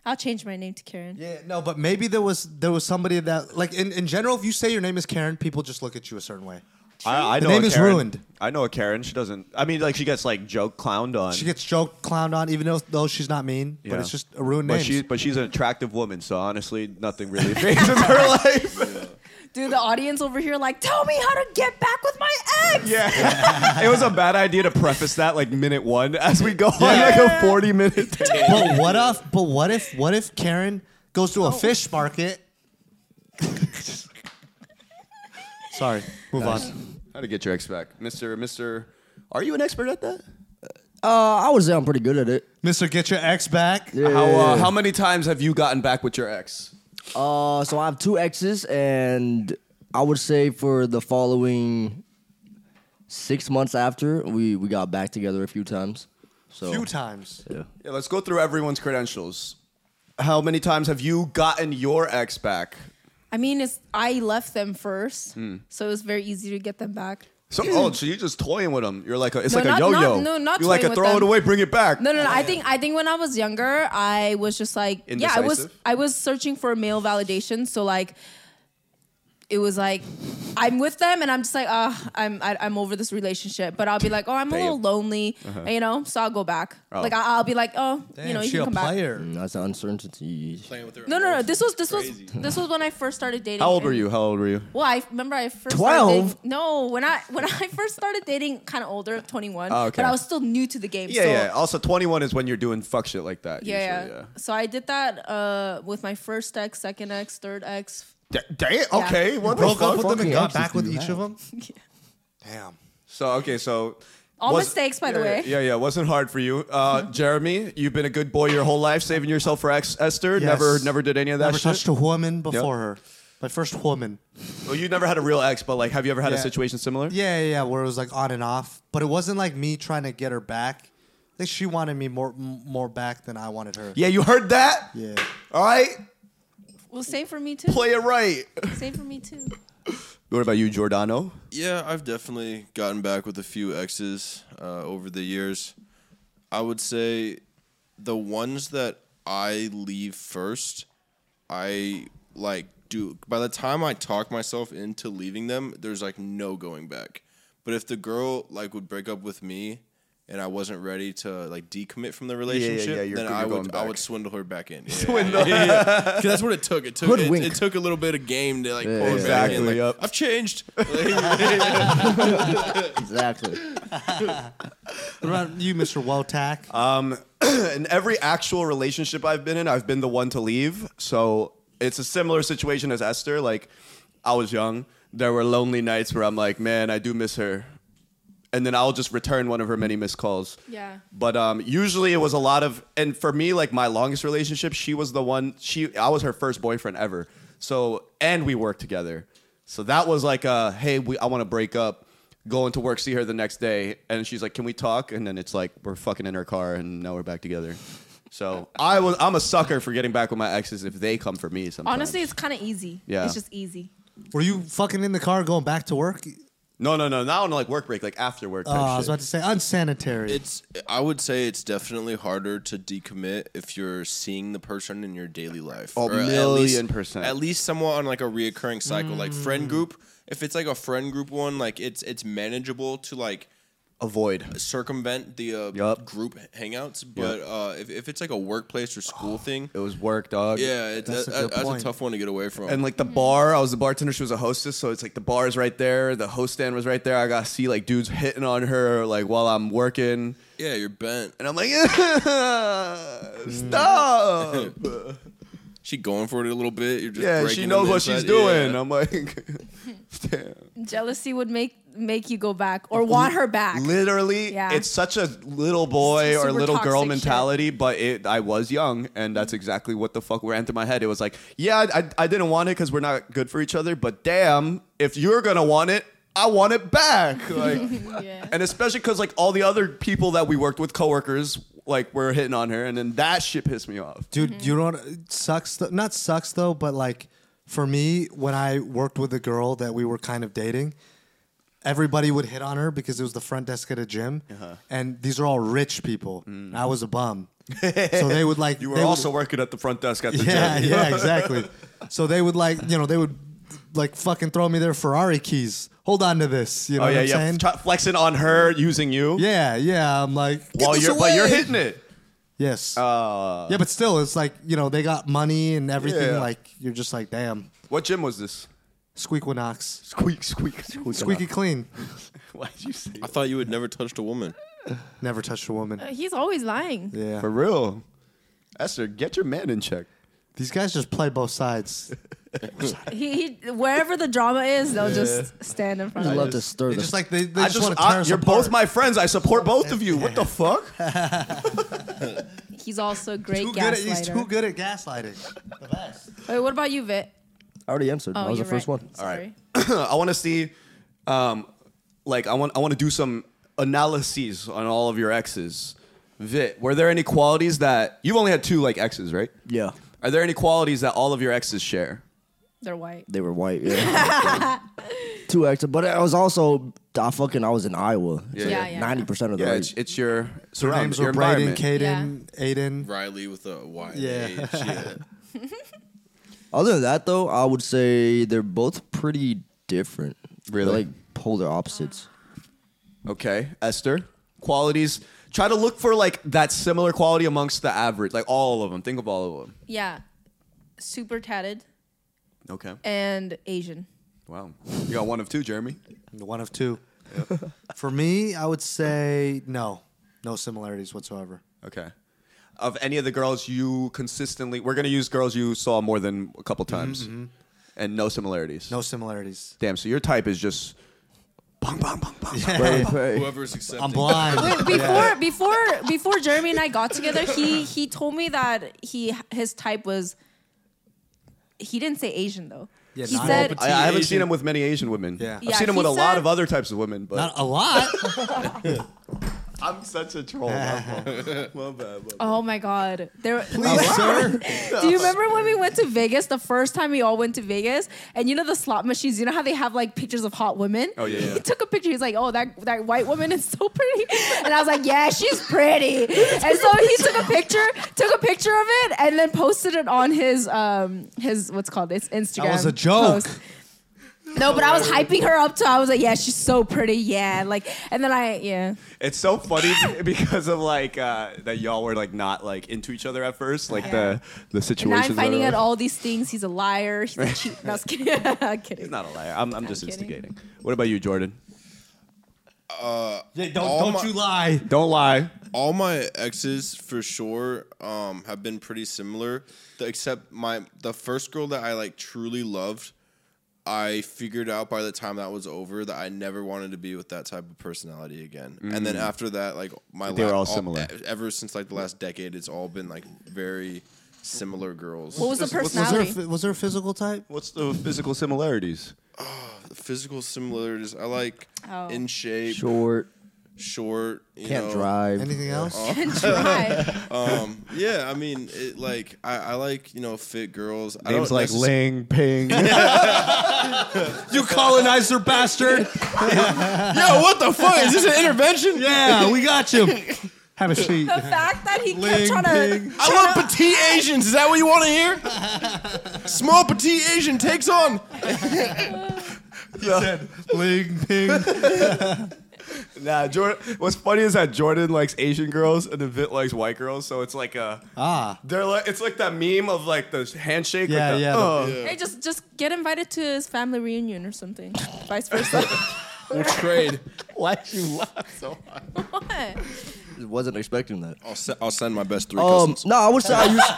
Speaker 1: I'll change my name to Karen.
Speaker 2: Yeah, no, but maybe there was there was somebody that like in, in general. If you say your name is Karen, people just look at you a certain way.
Speaker 3: I, I
Speaker 2: The
Speaker 3: know a
Speaker 2: name is
Speaker 3: Karen.
Speaker 2: ruined.
Speaker 3: I know a Karen. She doesn't. I mean, like she gets like joke clowned on.
Speaker 2: She gets joked, clowned on, even though though she's not mean.
Speaker 3: Yeah.
Speaker 2: But it's just a ruined
Speaker 3: But
Speaker 2: name.
Speaker 3: she, but she's an attractive woman, so honestly, nothing really phases her life.
Speaker 1: Dude, the audience over here like, tell me how to get back with my ex.
Speaker 3: Yeah, it was a bad idea to preface that like minute one as we go on like a
Speaker 1: Yeah.
Speaker 3: forty-minute. Tangent.
Speaker 2: but what if? But what if? What if Karen goes to a fish market? Sorry, move on.
Speaker 3: How to get your ex back, Mister Mister? Are you an expert at that?
Speaker 4: Uh, I would say I'm pretty good at it.
Speaker 2: Mister, get your ex back.
Speaker 3: How uh, how many times have you gotten back with your ex?
Speaker 4: Uh, so I have two exes, and I would say for the following six months after, we we got back together a few times. So
Speaker 2: A few times.
Speaker 3: Yeah, let's go through everyone's credentials. How many times have you gotten your ex back?
Speaker 1: I mean, it's I left them first,
Speaker 3: Mm.
Speaker 1: so it was very easy to get them back.
Speaker 3: So, oh, so you're just toying with them? You're like a, it's
Speaker 1: No,
Speaker 3: like
Speaker 1: not-
Speaker 3: a yo-yo.
Speaker 1: not- no, not
Speaker 3: you're like
Speaker 1: toying
Speaker 3: a
Speaker 1: with
Speaker 3: throw it
Speaker 1: them.
Speaker 3: away, bring it back.
Speaker 1: No, no, no. I think I think when I was younger, I was just like, yeah, I was
Speaker 3: Indecisive?
Speaker 1: I was searching for male validation. So like, it was like, I'm with them, and I'm just like, ah, I'm I, I'm over this relationship. But I'll be like, oh, I'm a little lonely,
Speaker 3: Uh-huh.
Speaker 1: you know. So I'll go back. Like I, I'll be like, oh, you know, you can come back. Mm.
Speaker 4: that's an uncertainty.
Speaker 5: Playing with their
Speaker 1: No, no, no.
Speaker 5: emotions.
Speaker 1: This was this
Speaker 5: Crazy.
Speaker 1: was this was when I first started dating.
Speaker 3: How old
Speaker 1: and-
Speaker 3: were you? How old were you?
Speaker 1: Well, I remember I first started
Speaker 4: 12?
Speaker 1: dating- No, when I when I first started dating, kind of older, twenty one.
Speaker 3: Oh, okay.
Speaker 1: But I was still new to the game.
Speaker 3: Yeah,
Speaker 1: so
Speaker 3: yeah. Also, 21 is when you're doing fuck shit like that.
Speaker 1: Yeah,
Speaker 3: usually,
Speaker 1: yeah. So I did that uh, with my first ex, second ex, third ex.
Speaker 3: yeah. Da- da-
Speaker 1: Yeah.
Speaker 3: okay. What the
Speaker 2: Broke up
Speaker 3: fuck?
Speaker 2: with them and
Speaker 4: Fucking
Speaker 2: got
Speaker 4: exes
Speaker 2: back with
Speaker 4: do
Speaker 2: each of
Speaker 4: that.
Speaker 2: them. Damn.
Speaker 3: So okay, so
Speaker 1: All mistakes, by the
Speaker 3: yeah,
Speaker 1: way.
Speaker 3: Yeah, yeah, wasn't hard for you, uh, Jeremy. You've been a good boy your whole life, saving yourself for ex- Esther. Never,
Speaker 2: Yes.
Speaker 3: never did any of that
Speaker 2: Never
Speaker 3: shit.
Speaker 2: touched a woman before her. My first woman.
Speaker 3: well, you never had a real ex, but like, have you ever had a
Speaker 2: Yeah.
Speaker 3: situation similar?
Speaker 2: Yeah, yeah, yeah, where it was like on and off, but it wasn't like me trying to get her back. I think she wanted me more m- more back than I wanted her.
Speaker 3: Yeah, you heard that?
Speaker 2: Yeah.
Speaker 3: All right,
Speaker 1: Well, same for me too.
Speaker 3: play it right.
Speaker 1: Same for me too.
Speaker 3: What about you, Giordano?
Speaker 5: Yeah, I've definitely gotten back with a few exes uh, over the years. I would say the ones that I leave first, I like do. By the time I talk myself into leaving them, there's like no going back. But if the girl like would break up with me, and I wasn't ready to like decommit from the
Speaker 3: yeah,
Speaker 5: relationship,
Speaker 3: you're-
Speaker 5: then
Speaker 3: you're
Speaker 5: I
Speaker 3: going
Speaker 5: would I
Speaker 3: back.
Speaker 5: would swindle her back in. Swindle. that's what it took. It took it,
Speaker 4: Hoodwink.
Speaker 5: it took a little bit of game to like
Speaker 4: Yeah,
Speaker 5: pull her back
Speaker 3: exactly,
Speaker 5: in. Like,
Speaker 3: yup.
Speaker 5: I've changed.
Speaker 4: Exactly.
Speaker 2: What about you, Mr. Wotak?
Speaker 3: in every actual relationship I've been in, I've been the one to leave. So it's a similar situation as Esther. Like, I was young. There were lonely nights where I'm like, man, I do miss her. And then I'll just return one of her many missed calls.
Speaker 1: Yeah.
Speaker 3: But um, usually it was a lot of, and for me, like my longest relationship, she was the one. She, I was her first boyfriend ever. So, and we worked together. So that was like, uh, hey, we, I want to break up. Going to work, see her the next day, and she's like, "Can we talk?" And then it's like we're fucking in her car, and now we're back together. So I was I'm a sucker for getting back with my exes if they come for me sometimes.
Speaker 1: Honestly, it's kind of easy.
Speaker 3: Yeah.
Speaker 1: It's just easy.
Speaker 2: Were you fucking in the car going back to work?
Speaker 3: no, no, no, not on like work break, like after work.
Speaker 2: Oh,
Speaker 3: type
Speaker 2: I was
Speaker 3: shit.
Speaker 2: about to say unsanitary.
Speaker 5: It's. I would say it's definitely harder to decommit if you're seeing the person in your daily life.
Speaker 3: A
Speaker 5: Or at
Speaker 3: million
Speaker 5: least-
Speaker 3: percent.
Speaker 5: At least somewhat on like a reoccurring cycle, like friend group. If it's like a friend group one, like it's it's manageable to like
Speaker 3: avoid.
Speaker 5: circumvent the uh,
Speaker 3: Yup.
Speaker 5: group hangouts. But uh, if if it's like a workplace or school thing,
Speaker 3: It was work, dog.
Speaker 5: yeah, it,
Speaker 2: That's
Speaker 5: that's,
Speaker 2: a
Speaker 5: that,
Speaker 2: good
Speaker 5: that's a
Speaker 2: point.
Speaker 5: tough one to get away from.
Speaker 3: And like the bar, I was the bartender. She was a hostess, so it's like the bar is right there. The host stand was right there. I got to see like dudes hitting on her like while I'm working,
Speaker 5: yeah, you're bent.
Speaker 3: and I'm like,
Speaker 5: Mm.
Speaker 3: stop.
Speaker 5: She going for it a little bit. You're just
Speaker 3: yeah,
Speaker 5: breaking
Speaker 3: she
Speaker 5: on
Speaker 3: knows
Speaker 5: the
Speaker 3: what she's
Speaker 5: inside.
Speaker 3: doing.
Speaker 5: Yeah.
Speaker 3: I'm like, damn.
Speaker 1: Jealousy would make make you go back or want her back.
Speaker 3: Literally,
Speaker 1: Yeah.
Speaker 3: it's such a little boy
Speaker 1: Super
Speaker 3: or little girl
Speaker 1: toxic
Speaker 3: mentality, but it, I was young, and that's exactly what the fuck ran through my head. It was like, yeah, I, I didn't want it because we're not good for each other, but damn, if you're gonna want it, I want it back. Like,
Speaker 1: yeah.
Speaker 3: and especially because like all the other people that we worked with, coworkers, like were hitting on her, and then that shit pissed me off.
Speaker 2: Dude, you know what it sucks? Th- not sucks though, but like for me, when I worked with a girl that we were kind of dating, everybody would hit on her because it was the front desk at a gym,
Speaker 3: Uh-huh.
Speaker 2: and these are all rich people. I was a bum, so they would like.
Speaker 3: Mm. You were
Speaker 2: they would-
Speaker 3: also working at the front desk at the
Speaker 2: yeah,
Speaker 3: gym.
Speaker 2: yeah, exactly. So they would like, you know, they would like fucking throw me their Ferrari keys. Hold on to this, you know
Speaker 3: Oh
Speaker 2: what
Speaker 3: yeah,
Speaker 2: I'm
Speaker 3: yeah.
Speaker 2: saying?
Speaker 3: Try- flexing on her, using you.
Speaker 2: yeah, yeah. I'm like, "Get
Speaker 3: While
Speaker 2: this
Speaker 3: you're but you're
Speaker 2: away!"
Speaker 3: hitting it.
Speaker 2: Yes. yeah, but still, it's like you know they got money and everything.
Speaker 3: Uh, Yeah.
Speaker 2: Like you're just like, damn,
Speaker 3: What gym was this?
Speaker 2: Squeakwinox,
Speaker 3: Squeak, squeak, squeak.
Speaker 2: squeaky clean.
Speaker 3: Why did you say
Speaker 5: I thought you had never touched a woman.
Speaker 2: Never touched a woman.
Speaker 1: He's always lying.
Speaker 2: Yeah,
Speaker 3: For real. Esther, get your man in check.
Speaker 2: these guys just play both sides.
Speaker 1: He, he wherever the drama is, they'll just stand in front
Speaker 4: I'd
Speaker 1: of
Speaker 4: love
Speaker 1: it.
Speaker 4: to stir
Speaker 2: They
Speaker 4: this.
Speaker 2: just like they, they
Speaker 3: I
Speaker 2: just,
Speaker 3: just,
Speaker 2: want to tear
Speaker 3: I,
Speaker 2: us
Speaker 3: you're
Speaker 2: apart.
Speaker 3: both my friends. I support both of you. What the fuck?
Speaker 1: He's also a great
Speaker 2: Too good at, he's
Speaker 1: gaslighter.
Speaker 2: too good at gaslighting. The best.
Speaker 1: Wait, what about you, Vit?
Speaker 4: I already answered.
Speaker 1: Oh,
Speaker 4: I was the
Speaker 1: you're
Speaker 4: first
Speaker 1: right.
Speaker 4: one.
Speaker 1: Sorry. All right.
Speaker 3: I want to see, um, like, I want I want to do some analyses on all of your exes. Vit, were there any qualities that you've only had two like exes, right?
Speaker 4: Yeah,
Speaker 3: Are there any qualities that all of your exes share?
Speaker 1: They're white.
Speaker 4: they were white. Yeah. Two extra, but I was also I fucking I was in Iowa.
Speaker 3: Yeah, yeah.
Speaker 4: Ninety percent of the
Speaker 3: Yeah,
Speaker 4: rate.
Speaker 3: it's, it's your
Speaker 2: Their
Speaker 3: surroundings,
Speaker 2: names
Speaker 3: your
Speaker 2: were Braden,
Speaker 3: environment.
Speaker 2: Caden, Aiden.
Speaker 5: Riley with a Y. and
Speaker 2: Yeah.
Speaker 5: H, E yeah.
Speaker 4: Other than that, though, I would say they're both pretty different.
Speaker 3: Really?
Speaker 4: They're like polar opposites.
Speaker 3: Okay, Esther. Qualities. Try to look for like that similar quality amongst the average, like all of them. Think of all of them.
Speaker 1: Yeah. Super tatted
Speaker 3: Okay.
Speaker 1: and Asian.
Speaker 3: Wow. You got one of two, Jeremy.
Speaker 2: One of two. For me, I would say no, no similarities whatsoever.
Speaker 3: Okay. Of any of the girls you consistently, we're gonna use girls you saw more than a couple times, and no similarities.
Speaker 2: Mm-hmm, No similarities.
Speaker 3: Damn. So your type is just. Bong, bong, bong, bong, bong.
Speaker 4: Pray, pray.
Speaker 5: Whoever's accepting.
Speaker 2: I'm blind.
Speaker 1: Before before before Jeremy and I got together, he he told me that he his type was he didn't say Asian though.
Speaker 2: Yeah,
Speaker 1: he
Speaker 2: not-
Speaker 1: said
Speaker 3: I, I haven't seen him with many Asian women.
Speaker 2: Yeah.
Speaker 3: I've
Speaker 1: Yeah,
Speaker 3: seen him
Speaker 1: he
Speaker 3: with a lot
Speaker 1: said-
Speaker 3: of other types of women, but
Speaker 2: Not a lot.
Speaker 3: I'm such a troll. My fault. My bad, my bad.
Speaker 1: Oh my god. There
Speaker 2: Please, sir.
Speaker 1: Do you remember when we went to Vegas the first time we all went to Vegas? And you know the slot machines, you know how they have like pictures of hot women?
Speaker 3: Oh, yeah, yeah.
Speaker 1: He took a picture. He's like, "Oh, that that white woman is so pretty." And I was like, "Yeah, she's pretty." And so he took a picture, took a picture of it and then posted it on his um his what's it called it's Instagram.
Speaker 2: was a joke.
Speaker 1: post. No, but I was hyping her up too. I was like, "Yeah, she's so pretty." Yeah, like, and then I, yeah,
Speaker 3: It's so funny because of like uh, that y'all were like not like into each other at first, like the the situation.
Speaker 1: and now I'm finding out all these things. He's a liar. He's a cheat. No, I was kidding. kidding.
Speaker 3: He's not a liar. I'm, I'm just
Speaker 1: kidding.
Speaker 3: instigating. What about you, Jordan?
Speaker 2: Yeah, Uh, don't
Speaker 5: All
Speaker 2: don't
Speaker 5: my-
Speaker 2: you lie.
Speaker 3: Don't lie.
Speaker 5: all my exes for sure um, have been pretty similar the, except my the first girl that i like truly loved i figured out by the time that was over that i never wanted to be with that type of personality again and then after that like my
Speaker 3: Mm. They
Speaker 5: la-
Speaker 3: were all similar.
Speaker 5: e- ever since like the last decade it's all been like very similar girls
Speaker 1: What was the
Speaker 2: Was there, a
Speaker 1: personality?
Speaker 2: phy- was there a physical type?
Speaker 3: What's the physical similarities?
Speaker 5: physical similarities i like
Speaker 1: Oh.
Speaker 5: in shape
Speaker 4: Short,
Speaker 5: short. You
Speaker 4: Can't
Speaker 5: know.
Speaker 4: drive.
Speaker 2: Anything else?
Speaker 1: and try.
Speaker 5: Um, yeah, I mean, it, like I, I like you know fit girls. I
Speaker 3: Names
Speaker 5: don't
Speaker 3: like
Speaker 5: necess-
Speaker 3: Ling Ping. you colonizer bastard.
Speaker 5: Yo, what the fuck is this an intervention?
Speaker 2: Yeah, we got you. Have a seat.
Speaker 1: the fact that he kept
Speaker 2: Ling
Speaker 1: trying to.
Speaker 2: Ping.
Speaker 5: I love petite Asians. Is that what you want to hear? Small petite Asian takes on.
Speaker 3: Uh,
Speaker 2: Ling ping.
Speaker 3: Nah, Jordan. What's funny is that Jordan likes Asian girls and then Vit likes white girls, so it's like a
Speaker 2: Ah.
Speaker 3: They're like it's like that meme of like the handshake.
Speaker 2: Yeah,
Speaker 3: with the,
Speaker 2: yeah, the-
Speaker 3: "Uh."
Speaker 1: Hey, just just get invited to his family reunion or something. Vice versa.
Speaker 5: We'll trade.
Speaker 4: Why'd you laugh?
Speaker 1: what?
Speaker 4: Wasn't expecting that.
Speaker 5: I'll, se- I'll send my best three
Speaker 4: Um,
Speaker 5: cousins.
Speaker 4: no, I would say I used.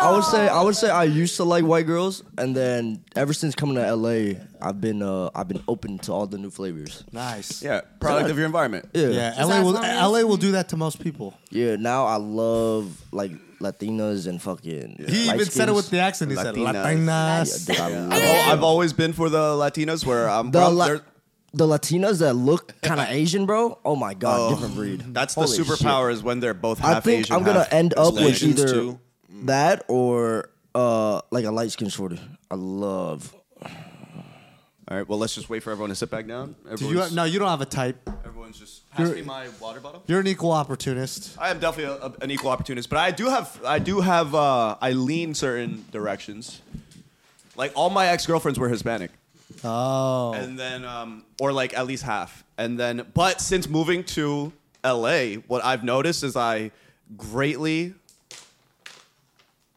Speaker 4: I would say I would say I used to like white girls, and then ever since coming to LA, I've been uh I've been open to all the new flavors.
Speaker 2: Nice.
Speaker 3: yeah, product of your environment.
Speaker 4: Yeah,
Speaker 2: Yeah,
Speaker 1: Just
Speaker 2: LA
Speaker 1: ask
Speaker 2: will
Speaker 1: mommy.
Speaker 2: LA will do that to most people.
Speaker 4: Yeah, now I love like Latinas and fucking.
Speaker 2: He even said it with the accent. He
Speaker 3: Latinas.
Speaker 2: said Latinas.
Speaker 4: Dude, I love
Speaker 3: I've, Oh, I've always been for the Latinos where I'm
Speaker 4: the,
Speaker 3: prob-
Speaker 4: La-
Speaker 3: they're-
Speaker 4: the Latinas that look kind of Asian, bro. Oh my god, different breed.
Speaker 3: That's the
Speaker 4: Holy shit.
Speaker 3: superpower is when they're both half
Speaker 4: I think
Speaker 3: Asian.
Speaker 4: I'm gonna
Speaker 3: half
Speaker 4: end up with
Speaker 5: Asians
Speaker 4: either Mm.
Speaker 5: too.
Speaker 4: that or uh like a light skin shorty. I love.
Speaker 3: All right, well let's just wait for everyone to sit back
Speaker 2: Do
Speaker 3: down.
Speaker 2: you
Speaker 3: Everyone's,
Speaker 2: have, no, you don't have a type.
Speaker 3: everyone's just pass
Speaker 2: You're-
Speaker 3: me my water bottle.
Speaker 2: You're an equal opportunist.
Speaker 3: I am definitely a, an equal opportunist, but I do have I do have uh, I lean certain directions. Like all my ex girlfriends were Hispanic,
Speaker 2: Oh.
Speaker 3: and then um, or like at least half, and then but since moving to LA, what I've noticed is I greatly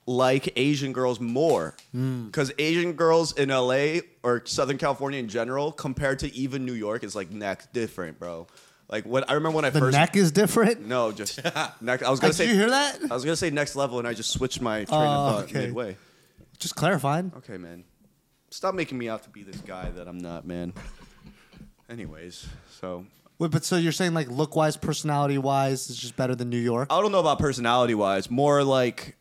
Speaker 3: like Asian girls more
Speaker 2: Hmm.
Speaker 3: because Asian girls in LA or Southern California in general, compared to even New York, is like neck different, bro. Like when I remember when I
Speaker 2: The
Speaker 3: first
Speaker 2: neck is different.
Speaker 3: no, just next. I was gonna
Speaker 2: Like,
Speaker 3: say.
Speaker 2: did you hear that?
Speaker 3: I was gonna say next level, and I just switched my train
Speaker 2: Oh,
Speaker 3: of thought
Speaker 2: okay.
Speaker 3: midway.
Speaker 2: Just clarifying.
Speaker 3: Okay, man, stop making me out to be this guy that I'm not, man. Anyways, so
Speaker 2: Wait, but so you're saying like look wise, personality wise, it's just better than New York?
Speaker 3: I don't know about personality wise, more like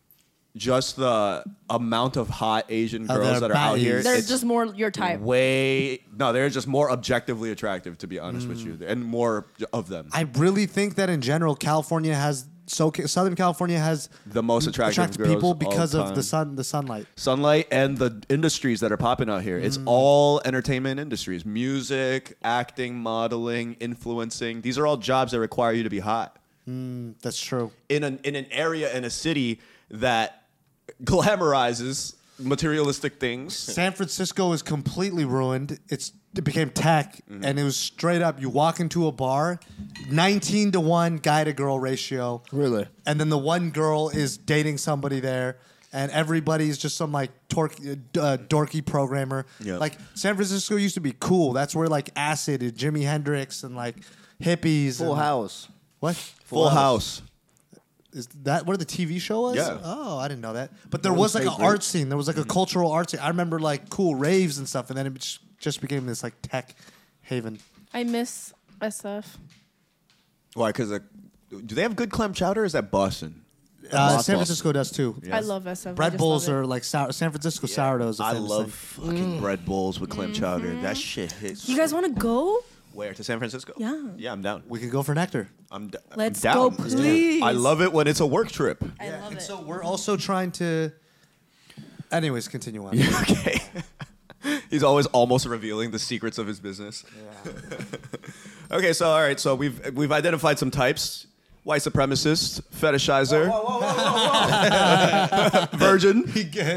Speaker 3: just the amount of hot Asian
Speaker 2: Oh,
Speaker 3: girls
Speaker 2: they're
Speaker 3: that are out here.
Speaker 2: baddies.
Speaker 1: They're
Speaker 3: it's
Speaker 1: just more your type.
Speaker 3: way no, they're just more objectively attractive, to be honest with you, and more of them.
Speaker 2: I really think that in general, California has so Southern California has
Speaker 3: The most attractive girls
Speaker 2: people
Speaker 3: all
Speaker 2: because of the
Speaker 3: time.
Speaker 2: sun, the sunlight.
Speaker 3: sunlight and the industries that are popping out here. It's all entertainment industries music, acting, modeling, influencing. These are all jobs that require you to be hot
Speaker 2: That's true.
Speaker 3: in an, in an area in a city that glamorizes materialistic things.
Speaker 2: San Francisco is completely ruined. It's it became tech,
Speaker 4: Mm-hmm.
Speaker 2: and it was straight up. You walk into a bar, nineteen to one guy to girl ratio.
Speaker 4: Really?
Speaker 2: And then the one girl is dating somebody there, and everybody's just some like torque, uh, d- uh, dorky programmer.
Speaker 3: Yeah.
Speaker 2: Like San Francisco used to be cool. That's where like acid and Jimi Hendrix and like hippies.
Speaker 4: Full
Speaker 2: and,
Speaker 4: House.
Speaker 2: What?
Speaker 3: Full House.
Speaker 2: Is that where the TV show was?
Speaker 3: Yeah.
Speaker 2: Oh, I didn't know that. But there
Speaker 4: Golden
Speaker 2: was like an
Speaker 4: State Break.
Speaker 2: art scene. There was like
Speaker 3: Mm-hmm.
Speaker 2: a cultural art scene. I remember like cool raves and stuff, and then it just- just became this like tech haven.
Speaker 1: I miss SF.
Speaker 3: Why? Because do they have good clam chowder? Or is that Boston?
Speaker 2: Uh,
Speaker 4: Lost
Speaker 2: San
Speaker 4: Boston.
Speaker 2: Francisco does too.
Speaker 1: I love SF. I
Speaker 2: Bread
Speaker 1: just
Speaker 2: bowls
Speaker 1: love it.
Speaker 2: are like sour, San Francisco sourdoughs.
Speaker 3: I love fucking bread bowls with clam chowder. That shit
Speaker 1: Mm.
Speaker 3: hits.
Speaker 1: Mm-hmm. You guys want to go?
Speaker 3: where to San Francisco?
Speaker 1: Yeah.
Speaker 3: yeah, I'm down.
Speaker 2: We could go for nectar.
Speaker 3: I'm, d- I'm
Speaker 1: Let's
Speaker 3: down.
Speaker 1: go, please.
Speaker 3: I love it when it's a work trip.
Speaker 1: I love
Speaker 2: and
Speaker 1: it.
Speaker 2: so we're also trying to. Anyways, continue on.
Speaker 3: okay. He's always almost revealing the secrets of his business. okay, so all right, so we've we've identified some types: white supremacist, fetishizer, virgin,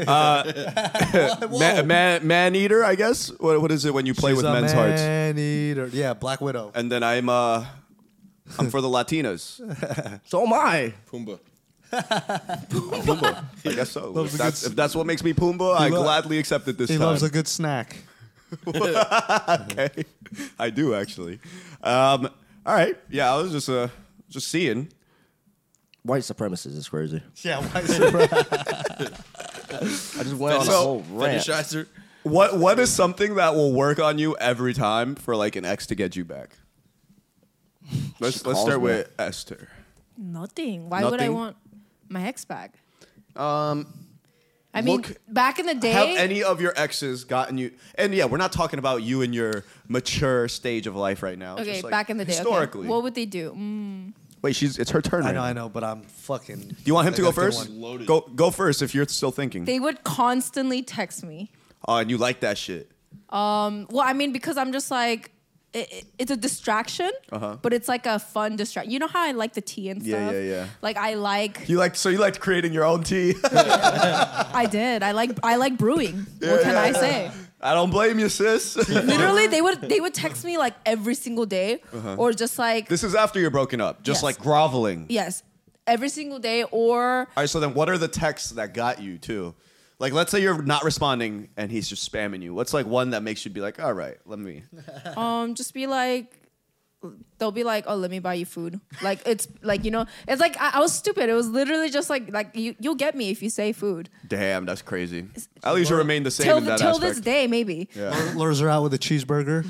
Speaker 3: Uh, man, man, man eater. I guess what what is it when you play with
Speaker 2: She's a
Speaker 3: men's hearts?
Speaker 2: man-eater. Yeah, Black Widow.
Speaker 3: And then I'm uh, I'm for the Latinas.
Speaker 4: So am I.
Speaker 3: Um,
Speaker 5: Pumbaa.
Speaker 3: Pumbaa. I guess so.
Speaker 2: Loves
Speaker 3: If
Speaker 2: a
Speaker 3: that's,
Speaker 2: good s-
Speaker 3: if that's what makes me Pumbaa, I
Speaker 2: lo-
Speaker 3: gladly accept it this
Speaker 2: He
Speaker 3: time.
Speaker 2: loves a good snack.
Speaker 3: okay. I do actually. Um, all right. Yeah, I was just uh, just seeing.
Speaker 4: White supremacists is crazy.
Speaker 2: Yeah,
Speaker 4: I just
Speaker 3: Oh,
Speaker 4: went on a
Speaker 5: So-
Speaker 4: whole rant.
Speaker 5: Fetishizer.
Speaker 3: What what is something that will work on you every time for like an ex to get you back? Let's
Speaker 4: She
Speaker 3: let's
Speaker 4: calls
Speaker 3: start
Speaker 4: me.
Speaker 3: with Esther.
Speaker 1: Nothing. Why would I
Speaker 3: Nothing?
Speaker 1: want my ex back? Um, I mean,
Speaker 3: Look-
Speaker 1: back in the day,
Speaker 3: Have any of your exes gotten you? And yeah, we're not talking about you in your mature stage of life right now.
Speaker 1: okay,
Speaker 3: just like
Speaker 1: back in the day, okay.
Speaker 3: historically.
Speaker 1: what would they do? Mm,
Speaker 3: Wait, she's it's her turn.
Speaker 2: I
Speaker 3: right
Speaker 2: know,
Speaker 3: now.
Speaker 2: I know, but I'm fucking. Do
Speaker 3: Do you want him to go first?
Speaker 2: One.
Speaker 5: Loaded.
Speaker 3: Go go first if you're still thinking.
Speaker 1: they would constantly text me.
Speaker 3: oh, and you like that shit.
Speaker 1: Well, I mean, because I'm just like, it, it- it's a distraction, but it's like a fun distraction. You know how I like the tea and
Speaker 3: Uh-huh. Yeah,
Speaker 1: stuff.
Speaker 3: yeah, yeah.
Speaker 1: Like I like,
Speaker 3: You like so you liked creating your own tea.
Speaker 1: I did. I like, I like brewing. what can
Speaker 3: yeah,
Speaker 1: I
Speaker 3: yeah.
Speaker 1: say?
Speaker 3: I don't blame you, sis.
Speaker 1: Literally, they would, they would text me like every single day,
Speaker 3: Uh-huh.
Speaker 1: or just like,
Speaker 3: this is after you're broken up, just
Speaker 1: Yes.
Speaker 3: like groveling.
Speaker 1: yes, every single day, or
Speaker 3: All right, so then what are the texts that got you too? Like, let's say you're not responding and he's just spamming you. What's like one that makes you be like, all right, let me.
Speaker 1: um, just be like. They'll be like, "Oh, let me buy you food." Like it's like you know, it's like I, I was stupid. It was literally just like like you you'll get me if you say food.
Speaker 3: Damn, that's crazy. At least you remain the same
Speaker 1: Till
Speaker 3: in that
Speaker 1: till
Speaker 3: aspect.
Speaker 1: this day, maybe.
Speaker 2: Lures her out with a cheeseburger.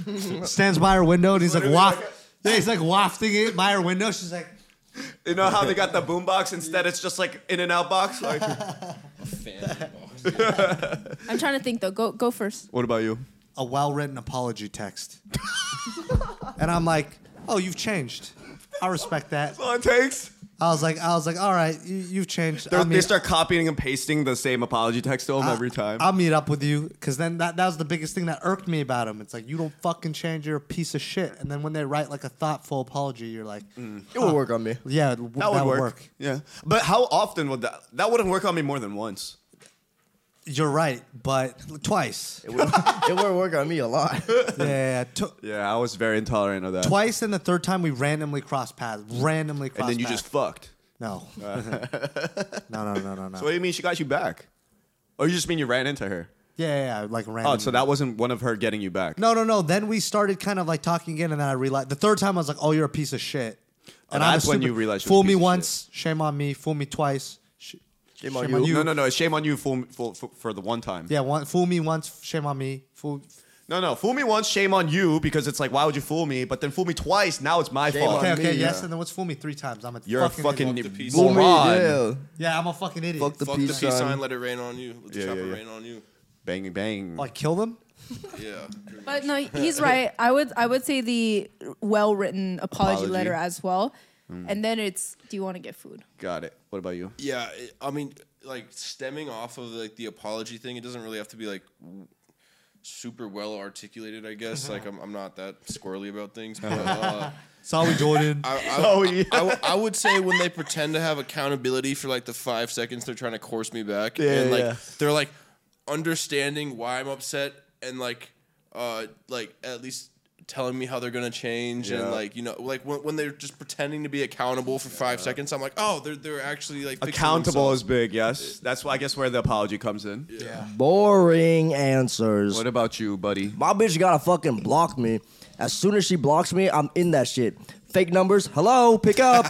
Speaker 2: Stands by her window and he's like waft. Yeah, he's like wafting it by her window. She's like,
Speaker 3: You know how they got the boombox instead? It's just like in and out box. Like,
Speaker 1: I'm trying to think though. Go go first.
Speaker 3: what about you?
Speaker 2: a well-written apology text. and I'm like, oh, you've changed. I respect that.
Speaker 3: All it takes.
Speaker 2: I was like, I was like, all right, you, you've changed.
Speaker 3: They're-
Speaker 2: I'll
Speaker 3: they
Speaker 2: meet-
Speaker 3: start copying and pasting the same apology text to him every time.
Speaker 2: I'll meet up with you because then that, that was the biggest thing that irked me about him. It's like you don't fucking change. You're a piece of shit. And then when they write like a thoughtful apology, you're like,
Speaker 3: Mm.
Speaker 4: It would work on me.
Speaker 2: yeah, that would, that would work.
Speaker 3: Yeah, but how often would that? That wouldn't work on me more than once.
Speaker 2: You're right, but twice.
Speaker 4: It would, it would work on me a lot.
Speaker 2: yeah, tw-
Speaker 3: Yeah, I was very intolerant of that.
Speaker 2: twice, and the third time we randomly crossed paths. Randomly crossed.
Speaker 3: and then you just
Speaker 2: paths.
Speaker 3: fucked.
Speaker 2: no. no, no, no, no, no.
Speaker 3: So what do you mean she got you back? Or you just mean you ran into her?
Speaker 2: yeah, yeah, yeah, like random.
Speaker 3: Oh, so that wasn't one of her getting you back.
Speaker 2: No, no, no. Then we started kind of like talking again, and then I realized the third time I was like, "Oh, you're a piece of shit." And I'm
Speaker 3: that's
Speaker 2: a
Speaker 3: when
Speaker 2: stupid-
Speaker 3: you realized you were
Speaker 2: Fool
Speaker 3: a
Speaker 2: me
Speaker 3: piece of
Speaker 2: once, shame on me. Fool me twice, sh- shame, on, you.
Speaker 3: No, no, no. It's shame on you fool, fool, for, for the one time.
Speaker 2: Yeah, one, fool me once, shame on me. Fool.
Speaker 3: No, no. Fool me once, shame on you because it's like, why would you fool me? But then fool me twice, now it's my fault.
Speaker 2: Okay, okay,
Speaker 4: me,
Speaker 2: yes,
Speaker 4: yeah.
Speaker 2: and then what's fool me three times? I'm a
Speaker 3: You're a
Speaker 2: fucking,
Speaker 3: fucking
Speaker 2: idiot.
Speaker 5: Fuck the peace
Speaker 4: Fool me,
Speaker 3: moron.
Speaker 4: yeah.
Speaker 2: yeah. I'm a fucking idiot.
Speaker 4: Fuck the
Speaker 5: Fuck
Speaker 4: peace
Speaker 5: the peace
Speaker 4: sign.
Speaker 5: sign. Let it rain on you. Let the
Speaker 3: Yeah,
Speaker 5: chopper
Speaker 3: yeah, yeah.
Speaker 5: rain on you.
Speaker 3: Bang, bang.
Speaker 2: like kill them.
Speaker 5: Yeah.
Speaker 1: But no, he's right. I would I would say the well written apology,
Speaker 3: Apology. Hmm.
Speaker 1: letter as well. And then it's do you want to get food?
Speaker 3: Got it. What about you?
Speaker 5: Yeah, it, I mean, like stemming off of like the apology thing, it doesn't really have to be like w- super well articulated. I guess
Speaker 3: Uh-huh.
Speaker 5: like I'm, I'm not that squirrely about things. But, uh,
Speaker 2: Sorry, Jordan.
Speaker 5: I, I,
Speaker 3: Oh,
Speaker 5: I w- I would say when they pretend to have accountability for like the five seconds they're trying to course me back, and like
Speaker 3: yeah.
Speaker 5: they're like understanding why I'm upset and like uh like at least telling me how they're gonna change
Speaker 3: Yeah.
Speaker 5: and like you know like when, when they're just pretending to be accountable for five seconds, I'm like oh they're they're actually like fixing
Speaker 3: Accountable
Speaker 5: themselves.
Speaker 3: is big, yes. That's why I guess where the apology comes in.
Speaker 4: Boring answers.
Speaker 3: What about you, buddy?
Speaker 4: My bitch gotta fucking block me. As soon as she blocks me, I'm in that shit. Fake numbers, hello, pick up.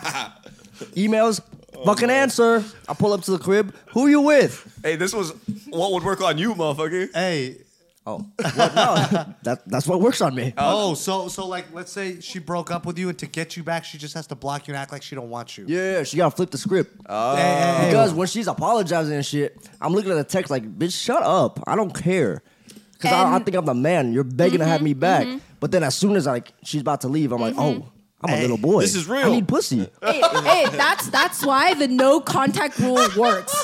Speaker 4: Emails, fucking answer. I pull up to the crib. Who you with?
Speaker 3: Hey, this was what would work on you, motherfucker.
Speaker 2: hey.
Speaker 4: Oh, what? no, that, that's what works on
Speaker 3: Uh,
Speaker 4: me.
Speaker 2: Oh, so so like let's say she broke up with you, and to get you back, she just has to block you and act like she don't want you.
Speaker 4: Yeah, she gotta flip the script.
Speaker 2: Hey, hey, hey.
Speaker 4: Because when she's apologizing and shit, I'm looking at the text like, bitch, shut up. I don't care. Because I, I
Speaker 1: And-
Speaker 4: think I'm the man. You're begging to have me back. But then as soon as like she's about to leave, I'm like, oh, I'm a little boy.
Speaker 5: this is
Speaker 4: I
Speaker 5: real.
Speaker 4: need pussy.
Speaker 1: hey, hey, that's that's why the no contact rule works.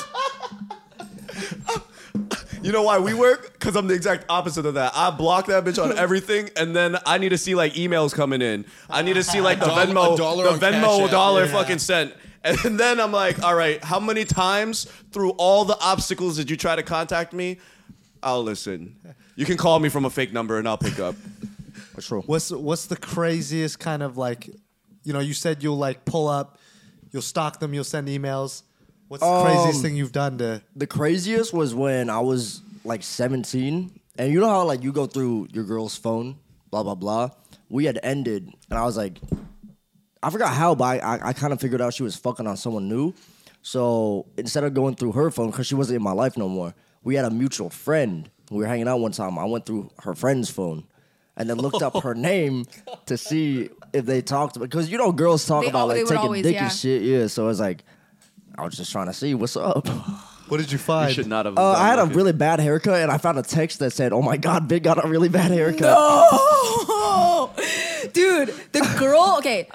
Speaker 3: You know why we work? Because I'm the exact opposite of that. I block that bitch on everything, and then I need to see like emails coming in. I need to see like the
Speaker 5: Dollar-
Speaker 3: Venmo,
Speaker 5: a dollar
Speaker 3: the
Speaker 5: on Cash
Speaker 3: Venmo
Speaker 5: App.
Speaker 3: dollar
Speaker 5: Yeah.
Speaker 3: fucking cent. And then I'm like, all right, how many times through all the obstacles did you try to contact me? I'll listen. You can call me from a fake number and I'll pick up.
Speaker 4: That's true.
Speaker 2: What's what's the craziest kind of like, you know, you said you'll like pull up, you'll stalk them, you'll send emails. What's the craziest
Speaker 4: Um,
Speaker 2: thing you've done to?
Speaker 4: The craziest was when I was like 17, and you know how like you go through your girl's phone, blah blah blah. We had ended, and I was like, I forgot how, but I, I, I kind of figured out she was fucking on someone new. So instead of going through her phone because she wasn't in my life no more, we had a mutual friend. We were hanging out one time. I went through her friend's phone. And then looked up her name to see if they talked because you know girls talk
Speaker 1: They
Speaker 4: about
Speaker 1: al- they
Speaker 4: like
Speaker 1: would
Speaker 4: taking
Speaker 1: always,
Speaker 4: dick
Speaker 1: yeah.
Speaker 4: and shit. Yeah, so it's like I was just trying to see what's up.
Speaker 2: What did you
Speaker 3: You
Speaker 2: find?
Speaker 3: should not have.
Speaker 4: Uh,
Speaker 3: done
Speaker 4: I had a
Speaker 3: that.
Speaker 4: really bad haircut, and I found a text that said, "Oh my God, Big got a really bad haircut."
Speaker 1: No, dude, the girl. Okay,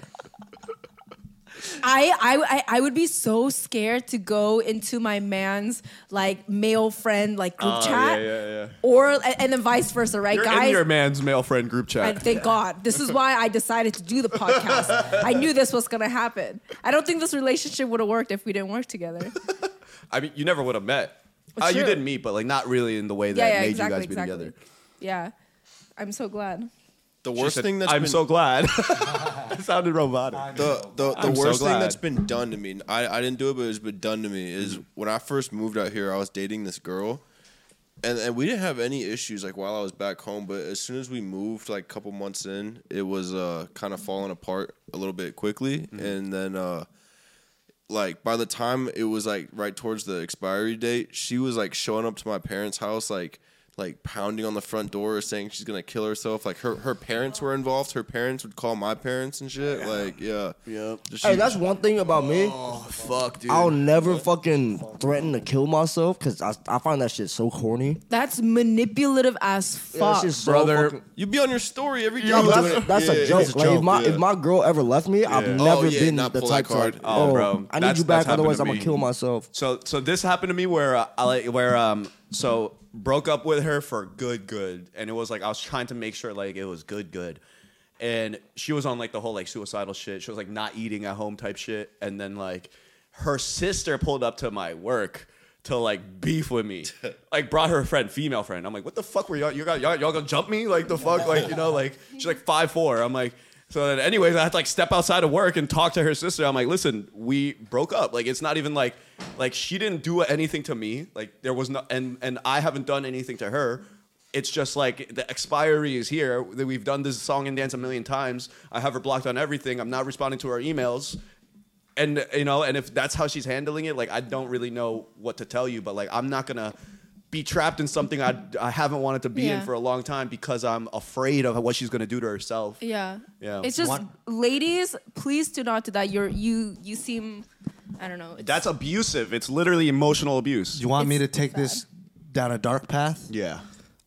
Speaker 1: I, I I I would be so scared to go into my man's like male friend like group
Speaker 3: Oh,
Speaker 1: chat,
Speaker 3: Yeah, yeah, yeah.
Speaker 1: or and, and then vice versa, right,
Speaker 3: You're
Speaker 1: guys?
Speaker 3: in your man's male friend group
Speaker 1: and
Speaker 3: chat.
Speaker 1: thank God, this is why I decided to do the podcast. I knew this was gonna happen. I don't think this relationship would have worked if we didn't work together.
Speaker 3: I mean, you never would have met.
Speaker 1: Well,
Speaker 3: Uh, you
Speaker 1: sure.
Speaker 3: did meet, but like not really in the way that
Speaker 1: yeah, yeah,
Speaker 3: made
Speaker 1: exactly,
Speaker 3: you guys be
Speaker 1: exactly.
Speaker 3: together.
Speaker 1: Yeah, I'm so glad.
Speaker 5: The
Speaker 3: She
Speaker 5: worst
Speaker 3: said,
Speaker 5: thing that's
Speaker 3: I'm
Speaker 5: been
Speaker 3: so glad. it sounded robotic.
Speaker 5: the the, the
Speaker 3: I'm so
Speaker 5: worst thing
Speaker 3: glad.
Speaker 5: that's been done to me. I, I didn't do it, but it's been done to me. Is when I first moved out here, I was dating this girl, and and we didn't have any issues like while I was back home. But as soon as we moved, like a couple months in, it was uh kind of falling apart a little bit quickly,
Speaker 3: Mm-hmm.
Speaker 5: and then uh. Like by the time it was like right towards the expiry date, she was like showing up to my parents' house, like like pounding on the front door, saying she's gonna kill herself. Like her her parents were involved. Her parents would call my parents and shit. Like yeah, yeah.
Speaker 4: Hey, that's one thing about me.
Speaker 3: Oh fuck, dude.
Speaker 4: I'll never fucking threaten to kill myself because I, I find that shit so corny.
Speaker 1: That's manipulative as
Speaker 4: That's
Speaker 1: fuck.
Speaker 4: just so
Speaker 3: brother.
Speaker 4: fucking-
Speaker 5: You be on your story every day.
Speaker 4: I'm doing it- that's a joke. Like if my
Speaker 5: yeah.
Speaker 4: if my girl ever left me, I've
Speaker 5: Yeah.
Speaker 4: never
Speaker 5: Oh, yeah,
Speaker 4: been
Speaker 5: not
Speaker 4: the
Speaker 5: pull that
Speaker 4: type to like,
Speaker 5: card.
Speaker 4: oh,
Speaker 3: Oh, bro,
Speaker 4: I need
Speaker 3: that's-
Speaker 4: you
Speaker 3: that's
Speaker 4: back, otherwise I'm
Speaker 3: happened to
Speaker 4: gonna
Speaker 3: me.
Speaker 4: kill myself.
Speaker 3: So so this happened to me where uh, I like where um so broke up with her for good good and it was like I was trying to make sure like it was good good and she was on like the whole like suicidal shit she was like not eating at home type shit and then like her sister pulled up to my work to like beef with me like brought her friend female friend I'm like what the fuck were y'all you got y'all, y'all gonna jump me like the fuck like you know like she's like five four I'm like so then anyways I had to like step outside of work and talk to her sister I'm like listen we broke up like it's not even like like she didn't do anything to me like there was no and and I haven't done anything to her it's just like the expiry is here that we've done this song and dance a million times i have her blocked on everything i'm not responding to her emails and you know and if that's how she's handling it like i don't really know what to tell you but like i'm not gonna be trapped in something i, I haven't wanted to be in
Speaker 1: Yeah.
Speaker 3: for a long time because i'm afraid of what she's gonna do to herself
Speaker 1: Yeah.
Speaker 3: Yeah.
Speaker 1: It's just
Speaker 2: One-
Speaker 1: ladies, please do not do that. You're you you seem I don't know. It's-
Speaker 3: that's abusive it's literally emotional abuse
Speaker 2: Do you want me to
Speaker 1: It's
Speaker 2: take this down a dark path?
Speaker 3: yeah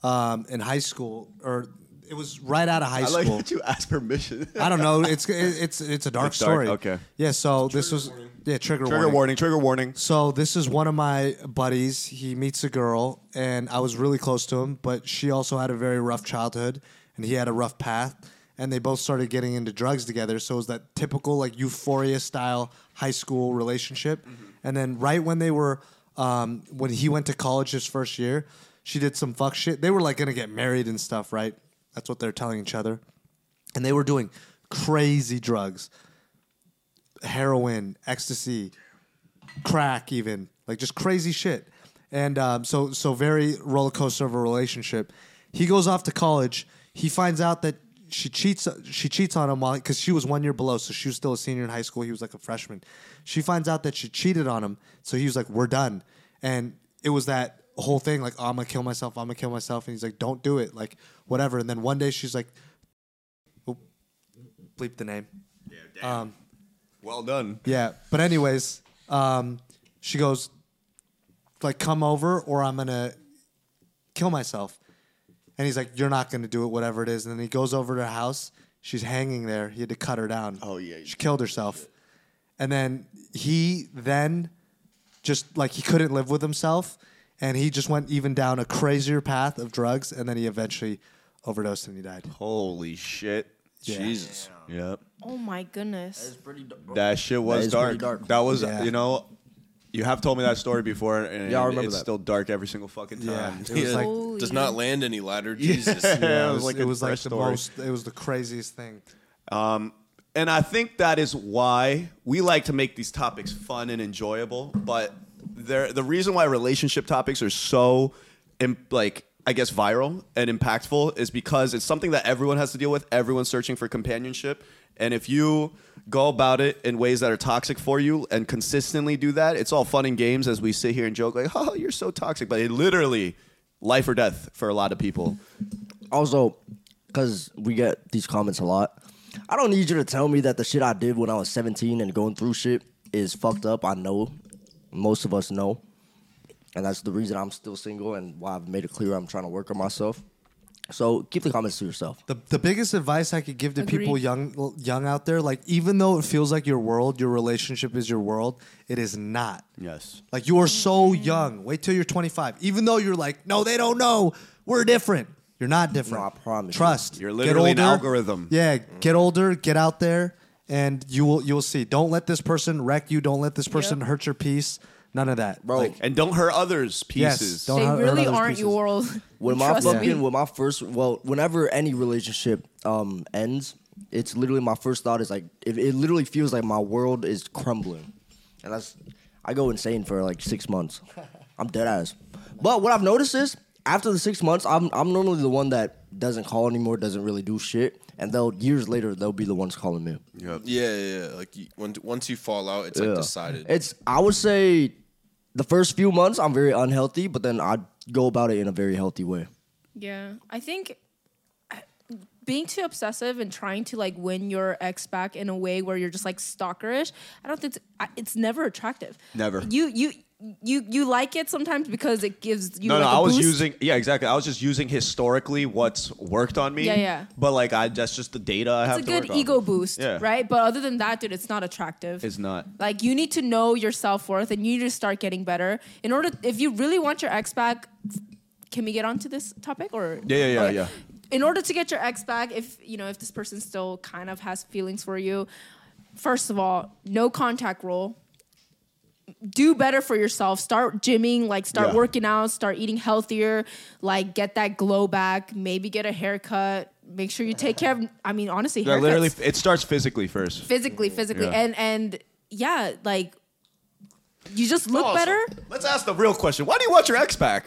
Speaker 2: Um, in high school, or it was right out of high
Speaker 3: i like
Speaker 2: school.
Speaker 3: that you asked permission
Speaker 2: I don't know. It's it's it's a dark
Speaker 3: It's dark,
Speaker 2: story.
Speaker 3: okay.
Speaker 2: Yeah. So this was yeah trigger,
Speaker 3: trigger warning trigger warning
Speaker 2: So this is one of my buddies. He meets a girl, and I was really close to him, but she also had a very rough childhood, and he had a rough path, and they both started getting into drugs together. So it was that typical like euphoria style high school relationship, and then right when they were um, when he went to college his first year, she did some fuck shit. They were like gonna get married and stuff, right? That's what they're telling each other, and they were doing crazy drugs, heroin, ecstasy crack even like just crazy shit and um, so so very roller coaster of a relationship he goes off to college he finds out that she cheats she cheats on him because she was one year below so she was still a senior in high school he was like a freshman she finds out that she cheated on him so he was like we're done and it was that whole thing like i'm gonna kill myself i'm gonna kill myself and he's like don't do it like whatever and then one day she's like oh, bleep the name Um,
Speaker 3: well done
Speaker 2: yeah, but anyways, um, she goes, like, come over or I'm gonna kill myself. And he's like, you're not gonna do it, whatever it is. And then he goes over to her house. She's hanging there. He had to cut her down. Oh yeah, she killed herself. And then he then just like he couldn't live with himself, and he just went even down a crazier path of drugs, and then he eventually overdosed and he died.
Speaker 3: holy shit
Speaker 2: Yeah.
Speaker 5: Jesus.
Speaker 3: yep
Speaker 1: oh my goodness.
Speaker 3: That shit was
Speaker 4: is pretty
Speaker 3: dark.
Speaker 4: dark.
Speaker 3: That was,
Speaker 2: Yeah.
Speaker 3: you know, you have told me that story before, and
Speaker 4: Yeah, I remember
Speaker 3: it's
Speaker 4: that.
Speaker 3: still dark every single fucking time.
Speaker 2: it was
Speaker 5: Yeah,
Speaker 2: like
Speaker 1: Holy-
Speaker 5: does not land any ladder. Jesus.
Speaker 2: yeah,
Speaker 3: it
Speaker 2: it
Speaker 3: was
Speaker 2: was,
Speaker 3: like
Speaker 2: it
Speaker 3: a
Speaker 2: was like
Speaker 3: fresh
Speaker 2: the
Speaker 3: story.
Speaker 2: most. It was the craziest thing.
Speaker 3: And I think that is why we like to make these topics fun and enjoyable. But there, the reason why relationship topics are so, im- like, I guess, viral and impactful is because it's something that everyone has to deal with. Everyone's searching for companionship, and if you go about it in ways that are toxic for you and consistently do that, it's all fun and games as we sit here and joke like, "Oh, you're so toxic," but it literally life or death for a lot of people.
Speaker 4: Also, because we get these comments a lot, I don't need you to tell me that the shit I did when I was 17 and going through shit is fucked up. I know, most of us know. and that's the reason I'm still single and why I've made it clear I'm trying to work on myself. So keep the comments to yourself.
Speaker 2: The, the biggest advice I could give to people
Speaker 1: Agreed.
Speaker 2: young young out there, like even though it feels like your world, your relationship is your world, it is not.
Speaker 10: Yes.
Speaker 2: Like you are so young. Wait till you're 25. Even though you're like, no, they don't know. We're different. You're not different.
Speaker 4: No, I promise you.
Speaker 2: Trust.
Speaker 3: You're
Speaker 2: Get
Speaker 3: literally an
Speaker 2: older.
Speaker 3: algorithm.
Speaker 2: Yeah, get older, get out there, and you will you'll see. Don't let this person wreck you. Don't let this person hurt your peace. None of that,
Speaker 4: Bro,
Speaker 3: And don't hurt others'
Speaker 2: Yes,
Speaker 3: pieces.
Speaker 2: don't
Speaker 1: They
Speaker 2: hurt
Speaker 1: really
Speaker 2: others'
Speaker 1: aren't
Speaker 2: pieces.
Speaker 1: your world.
Speaker 4: when my
Speaker 1: Trust
Speaker 4: fucking
Speaker 1: me.
Speaker 4: when my first well whenever any relationship um ends it's literally my first thought is like it, it literally feels like my world is crumbling and that's i go insane for like six months i'm dead ass but what i've noticed is after the six months i'm, I'm normally the one that doesn't call anymore doesn't really do shit and they'll years later they'll be the ones calling me
Speaker 5: Yeah, yeah. yeah. Like you, when, once you fall out, it's
Speaker 4: Yeah.
Speaker 5: like decided.
Speaker 4: It's I would say the first few months I'm very unhealthy, but then I go about it in a very healthy way.
Speaker 1: Yeah, I think I- being too obsessive and trying to like win your ex back in a way where you're just like stalkerish. I don't think it's, I- it's never attractive.
Speaker 3: Never.
Speaker 1: You you you you like it sometimes because it gives you.
Speaker 3: No,
Speaker 1: like,
Speaker 3: no,
Speaker 1: a
Speaker 3: I was
Speaker 1: boost.
Speaker 3: using yeah, exactly. I was just using historically what's worked on me.
Speaker 1: Yeah, yeah.
Speaker 3: But like, I that's just the data I have
Speaker 1: It's a
Speaker 3: to
Speaker 1: good
Speaker 3: work on.
Speaker 1: ego boost,
Speaker 3: Yeah.
Speaker 1: right? But other than that, dude, it's not attractive.
Speaker 10: It's not.
Speaker 1: Like you need to know your self worth, and you need to start getting better. In order, if you really want your ex back, can we get onto this topic or?
Speaker 3: Yeah, yeah, yeah,
Speaker 1: Okay.
Speaker 3: yeah.
Speaker 1: In order to get your ex back, if you know if this person still kind of has feelings for you, first of all, no contact rule. Do better for yourself. Start gymming, like start
Speaker 3: Yeah.
Speaker 1: working out, start eating healthier, like get that glow back, maybe get a haircut, make sure you take care of I mean honestly,
Speaker 3: Yeah,
Speaker 1: haircuts,
Speaker 3: literally, it starts physically first.
Speaker 1: physically, physically.
Speaker 3: Yeah.
Speaker 1: And and yeah, like you just look
Speaker 3: Also,
Speaker 1: better.
Speaker 3: Let's ask the real question. Why do you want your ex back?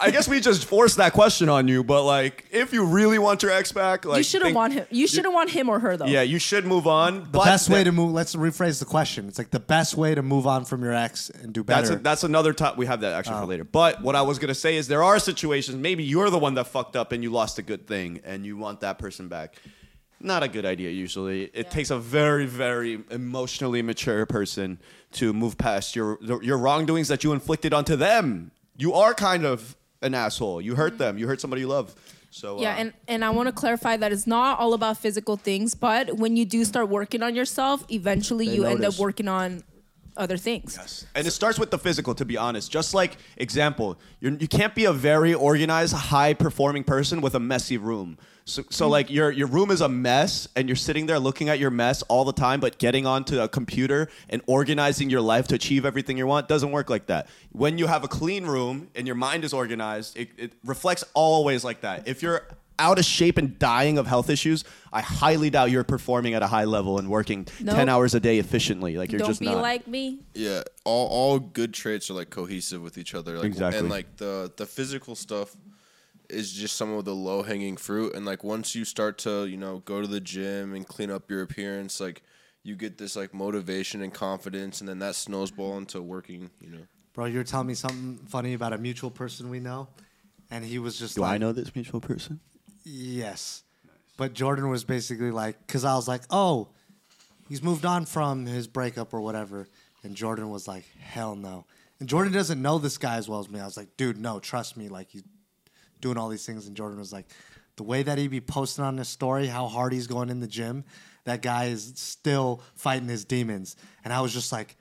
Speaker 3: I guess we just forced that question on you, but like, if you really want your ex back, like
Speaker 1: you shouldn't
Speaker 3: think-
Speaker 1: want him you shouldn't want him or her though.
Speaker 3: Yeah, you should move on.
Speaker 2: The best way to move. Let's rephrase the question. It's like the best way to move on from your ex and do better. Oh.
Speaker 3: That's, a, that's another top. We have that actually for later. But what I was gonna say is there are situations. Maybe you're the one that fucked up and you lost a good thing, and you want that person back. Not a good idea. Usually, it takes a very, very emotionally mature person to move past your your wrongdoings that you inflicted onto them. You are kind of an asshole. You hurt them. You hurt somebody you love. So
Speaker 1: Mm-hmm. Yeah,
Speaker 3: uh,
Speaker 1: and, and I want to clarify that it's not all about physical things, but when you do start working on yourself, eventually you end up
Speaker 4: notice.
Speaker 1: working on other things.
Speaker 3: And it starts with the physical, to be honest. Just like example, you're, you can't be a very organized, high-performing person with a messy room. So, so like your your room is a mess, and you're sitting there looking at your mess all the time, but getting onto a computer and organizing your life to achieve everything you want doesn't work like that. When you have a clean room and your mind is organized, it, it reflects always like that. If you're out of shape and dying of health issues, I highly doubt you're performing at a high level and working
Speaker 1: Nope.
Speaker 3: ten hours a day efficiently. Like you're
Speaker 1: Don't
Speaker 3: just
Speaker 1: be
Speaker 3: not.
Speaker 1: like me.
Speaker 5: yeah, all all good traits are like cohesive with each other. Like,
Speaker 3: Exactly.
Speaker 5: And like the the physical stuff is just some of the low hanging fruit. And like once you start to you know go to the gym and clean up your appearance, like you get this like motivation and confidence, and then that snowball into working. You know.
Speaker 2: Bro, you were telling me something funny about a mutual person we know, and he was just
Speaker 3: Do
Speaker 2: like,
Speaker 3: I know this mutual person?
Speaker 2: Yes. But Jordan was basically like, because I was like, oh, he's moved on from his breakup or whatever. And Jordan was like, hell no. And Jordan doesn't know this guy as well as me. I was like, dude, no, trust me. Like, he's doing all these things. And Jordan was like, the way that he be posting on his story, how hard he's going in the gym, that guy is still fighting his demons. And I was just like,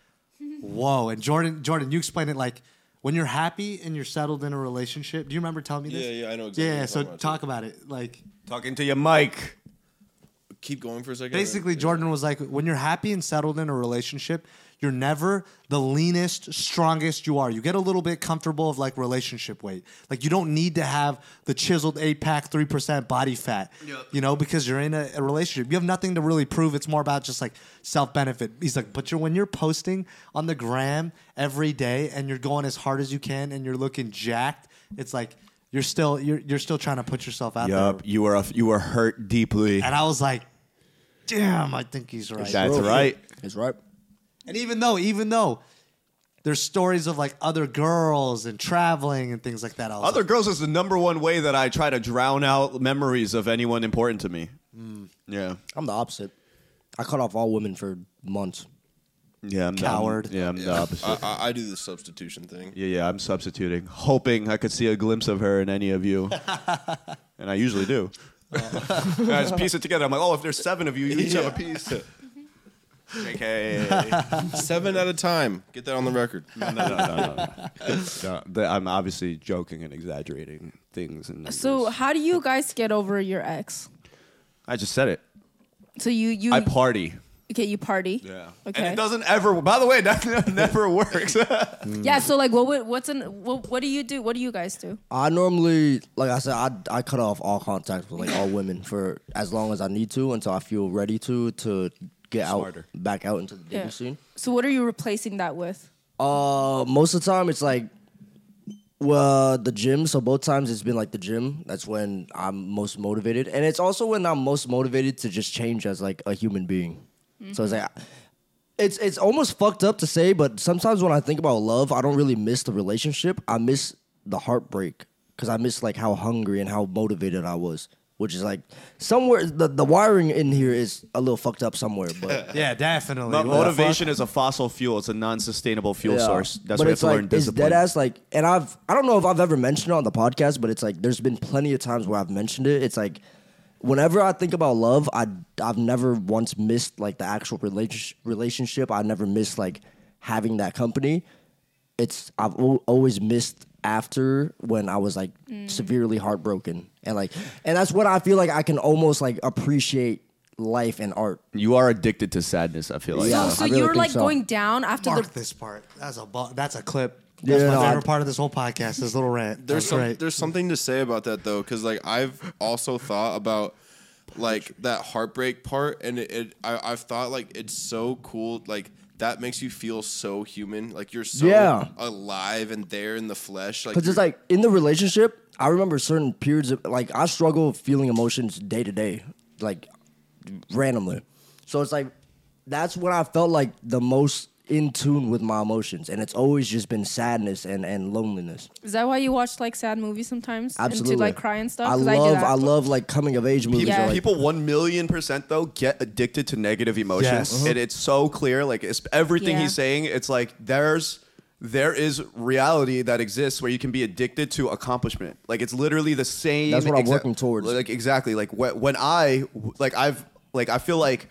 Speaker 2: whoa. And Jordan, Jordan, you explained it like, when you're happy and you're settled in a relationship, do you remember telling me this?
Speaker 5: Yeah, yeah, I know exactly what
Speaker 2: Yeah,
Speaker 5: you're
Speaker 2: so
Speaker 5: talking about,
Speaker 2: talk about it. Like,
Speaker 3: Talking to your mic.
Speaker 5: Keep going for a second.
Speaker 2: basically jordan was like when you're happy and settled in a relationship you're never the leanest strongest you are you get a little bit comfortable of like relationship weight like you don't need to have the chiseled eight pack 3% body fat you know because you're in a, a relationship you have nothing to really prove it's more about just like self-benefit he's like but you're when you're posting on the gram every day and you're going as hard as you can and you're looking jacked it's like you're still you're, you're still trying to put yourself out there
Speaker 3: Yup, you were a, you were hurt deeply.
Speaker 2: and I was like, damn, I think he's right.
Speaker 3: That's right.
Speaker 4: It's right.
Speaker 2: And even though, even though there's stories of like other girls and traveling and things like that. I was
Speaker 3: Other
Speaker 2: like,
Speaker 3: girls is the number one way that I try to drown out memories of anyone important to me. Yeah.
Speaker 4: I'm the opposite. I cut off all women for months.
Speaker 3: Yeah, I'm
Speaker 2: Coward.
Speaker 3: The, yeah, I'm the opposite.
Speaker 5: I, I, I do the substitution thing.
Speaker 3: yeah, yeah, I'm substituting, hoping I could see a glimpse of her in any of you, and I usually do. I just piece it together. I'm like, oh, if there's seven of you, you each have a piece. Okay.
Speaker 5: Seven at a time. Get that on the record.
Speaker 3: no, no, no, no, no. no. th- I'm obviously joking and exaggerating things. And
Speaker 1: So
Speaker 3: numbers.
Speaker 1: how do you guys get over your ex?
Speaker 3: I just said it.
Speaker 1: So you you
Speaker 3: I party.
Speaker 1: okay you party
Speaker 3: And
Speaker 1: Mm. okay
Speaker 3: it doesn't ever. By the way, that never works.
Speaker 1: yeah so like what would what's an what, what do you do what do you guys do
Speaker 4: I normally, like I said, I, I cut off all contact with like all women for as long as I need to until I feel ready to to get
Speaker 3: Smarter.
Speaker 4: out back out into the dating
Speaker 1: Yeah.
Speaker 4: scene.
Speaker 1: so what are you replacing that with
Speaker 4: Uh, most of the time it's like, well, the gym. So both times it's been like the gym. That's when I'm most motivated, and it's also when I'm most motivated to just change as like a human being. So it's like. It's it's almost fucked up to say, but sometimes when I think about love, I don't really miss the relationship. I miss the heartbreak because I miss like how hungry and how motivated I was, which is like somewhere the, the wiring in here is a little fucked up somewhere. But
Speaker 2: Yeah, definitely.
Speaker 3: Mo-
Speaker 2: What the
Speaker 3: motivation is a fossil fuel. It's a non-sustainable fuel
Speaker 4: Yeah.
Speaker 3: source. That's why you
Speaker 4: but
Speaker 3: have
Speaker 4: it's
Speaker 3: to
Speaker 4: like,
Speaker 3: learn
Speaker 4: it's
Speaker 3: discipline.
Speaker 4: dead ass like, and I've I don't know if I've ever mentioned it on the podcast, but it's like there's been plenty of times where I've mentioned it. It's like whenever I think about love, I I've never once missed like the actual relationship. Relationship, I never missed like having that company. It's I've al- always missed after when I was like severely heartbroken, and like, and that's what I feel like I can almost like appreciate life and art.
Speaker 3: You are addicted to sadness. I feel like.
Speaker 4: Yeah,
Speaker 1: so, so
Speaker 4: I really
Speaker 1: you're
Speaker 4: think
Speaker 1: like
Speaker 4: so.
Speaker 1: going down after
Speaker 2: Mark
Speaker 1: the
Speaker 2: this part. That's a bu- that's a clip. That's
Speaker 4: Yeah,
Speaker 2: my
Speaker 4: no,
Speaker 2: favorite
Speaker 4: I-
Speaker 2: part of this whole podcast. This little rant. That's
Speaker 5: There's some,
Speaker 2: great.
Speaker 5: there's something to say about that though, because like I've also thought about like that heartbreak part, and it, it I, I've thought like it's so cool, like that makes you feel so human, like you're so
Speaker 4: Yeah.
Speaker 5: alive and there in the flesh, like
Speaker 4: Because it's
Speaker 5: you're-
Speaker 4: like in the relationship, I remember certain periods of like I struggle feeling emotions day to day, like randomly. So it's like that's when I felt like the most in tune with my emotions, and it's always just been sadness and and loneliness.
Speaker 1: is that why you watch like sad movies sometimes
Speaker 4: Absolutely,
Speaker 1: and to like cry and stuff
Speaker 4: I
Speaker 1: 'Cause do
Speaker 4: love
Speaker 1: that.
Speaker 4: I, love like coming of age movies.
Speaker 3: People,
Speaker 1: Yeah.
Speaker 4: or, like,
Speaker 3: people one million percent though get addicted to negative emotions,
Speaker 4: Uh-huh.
Speaker 2: Yes.
Speaker 3: and it's so clear. Like it's, everything
Speaker 1: Yeah.
Speaker 3: he's saying, it's like there's there is reality that exists where you can be addicted to accomplishment. Like it's literally the same.
Speaker 4: That's what I'm working towards.
Speaker 3: Like exactly. Like wh- when I like I've like I feel like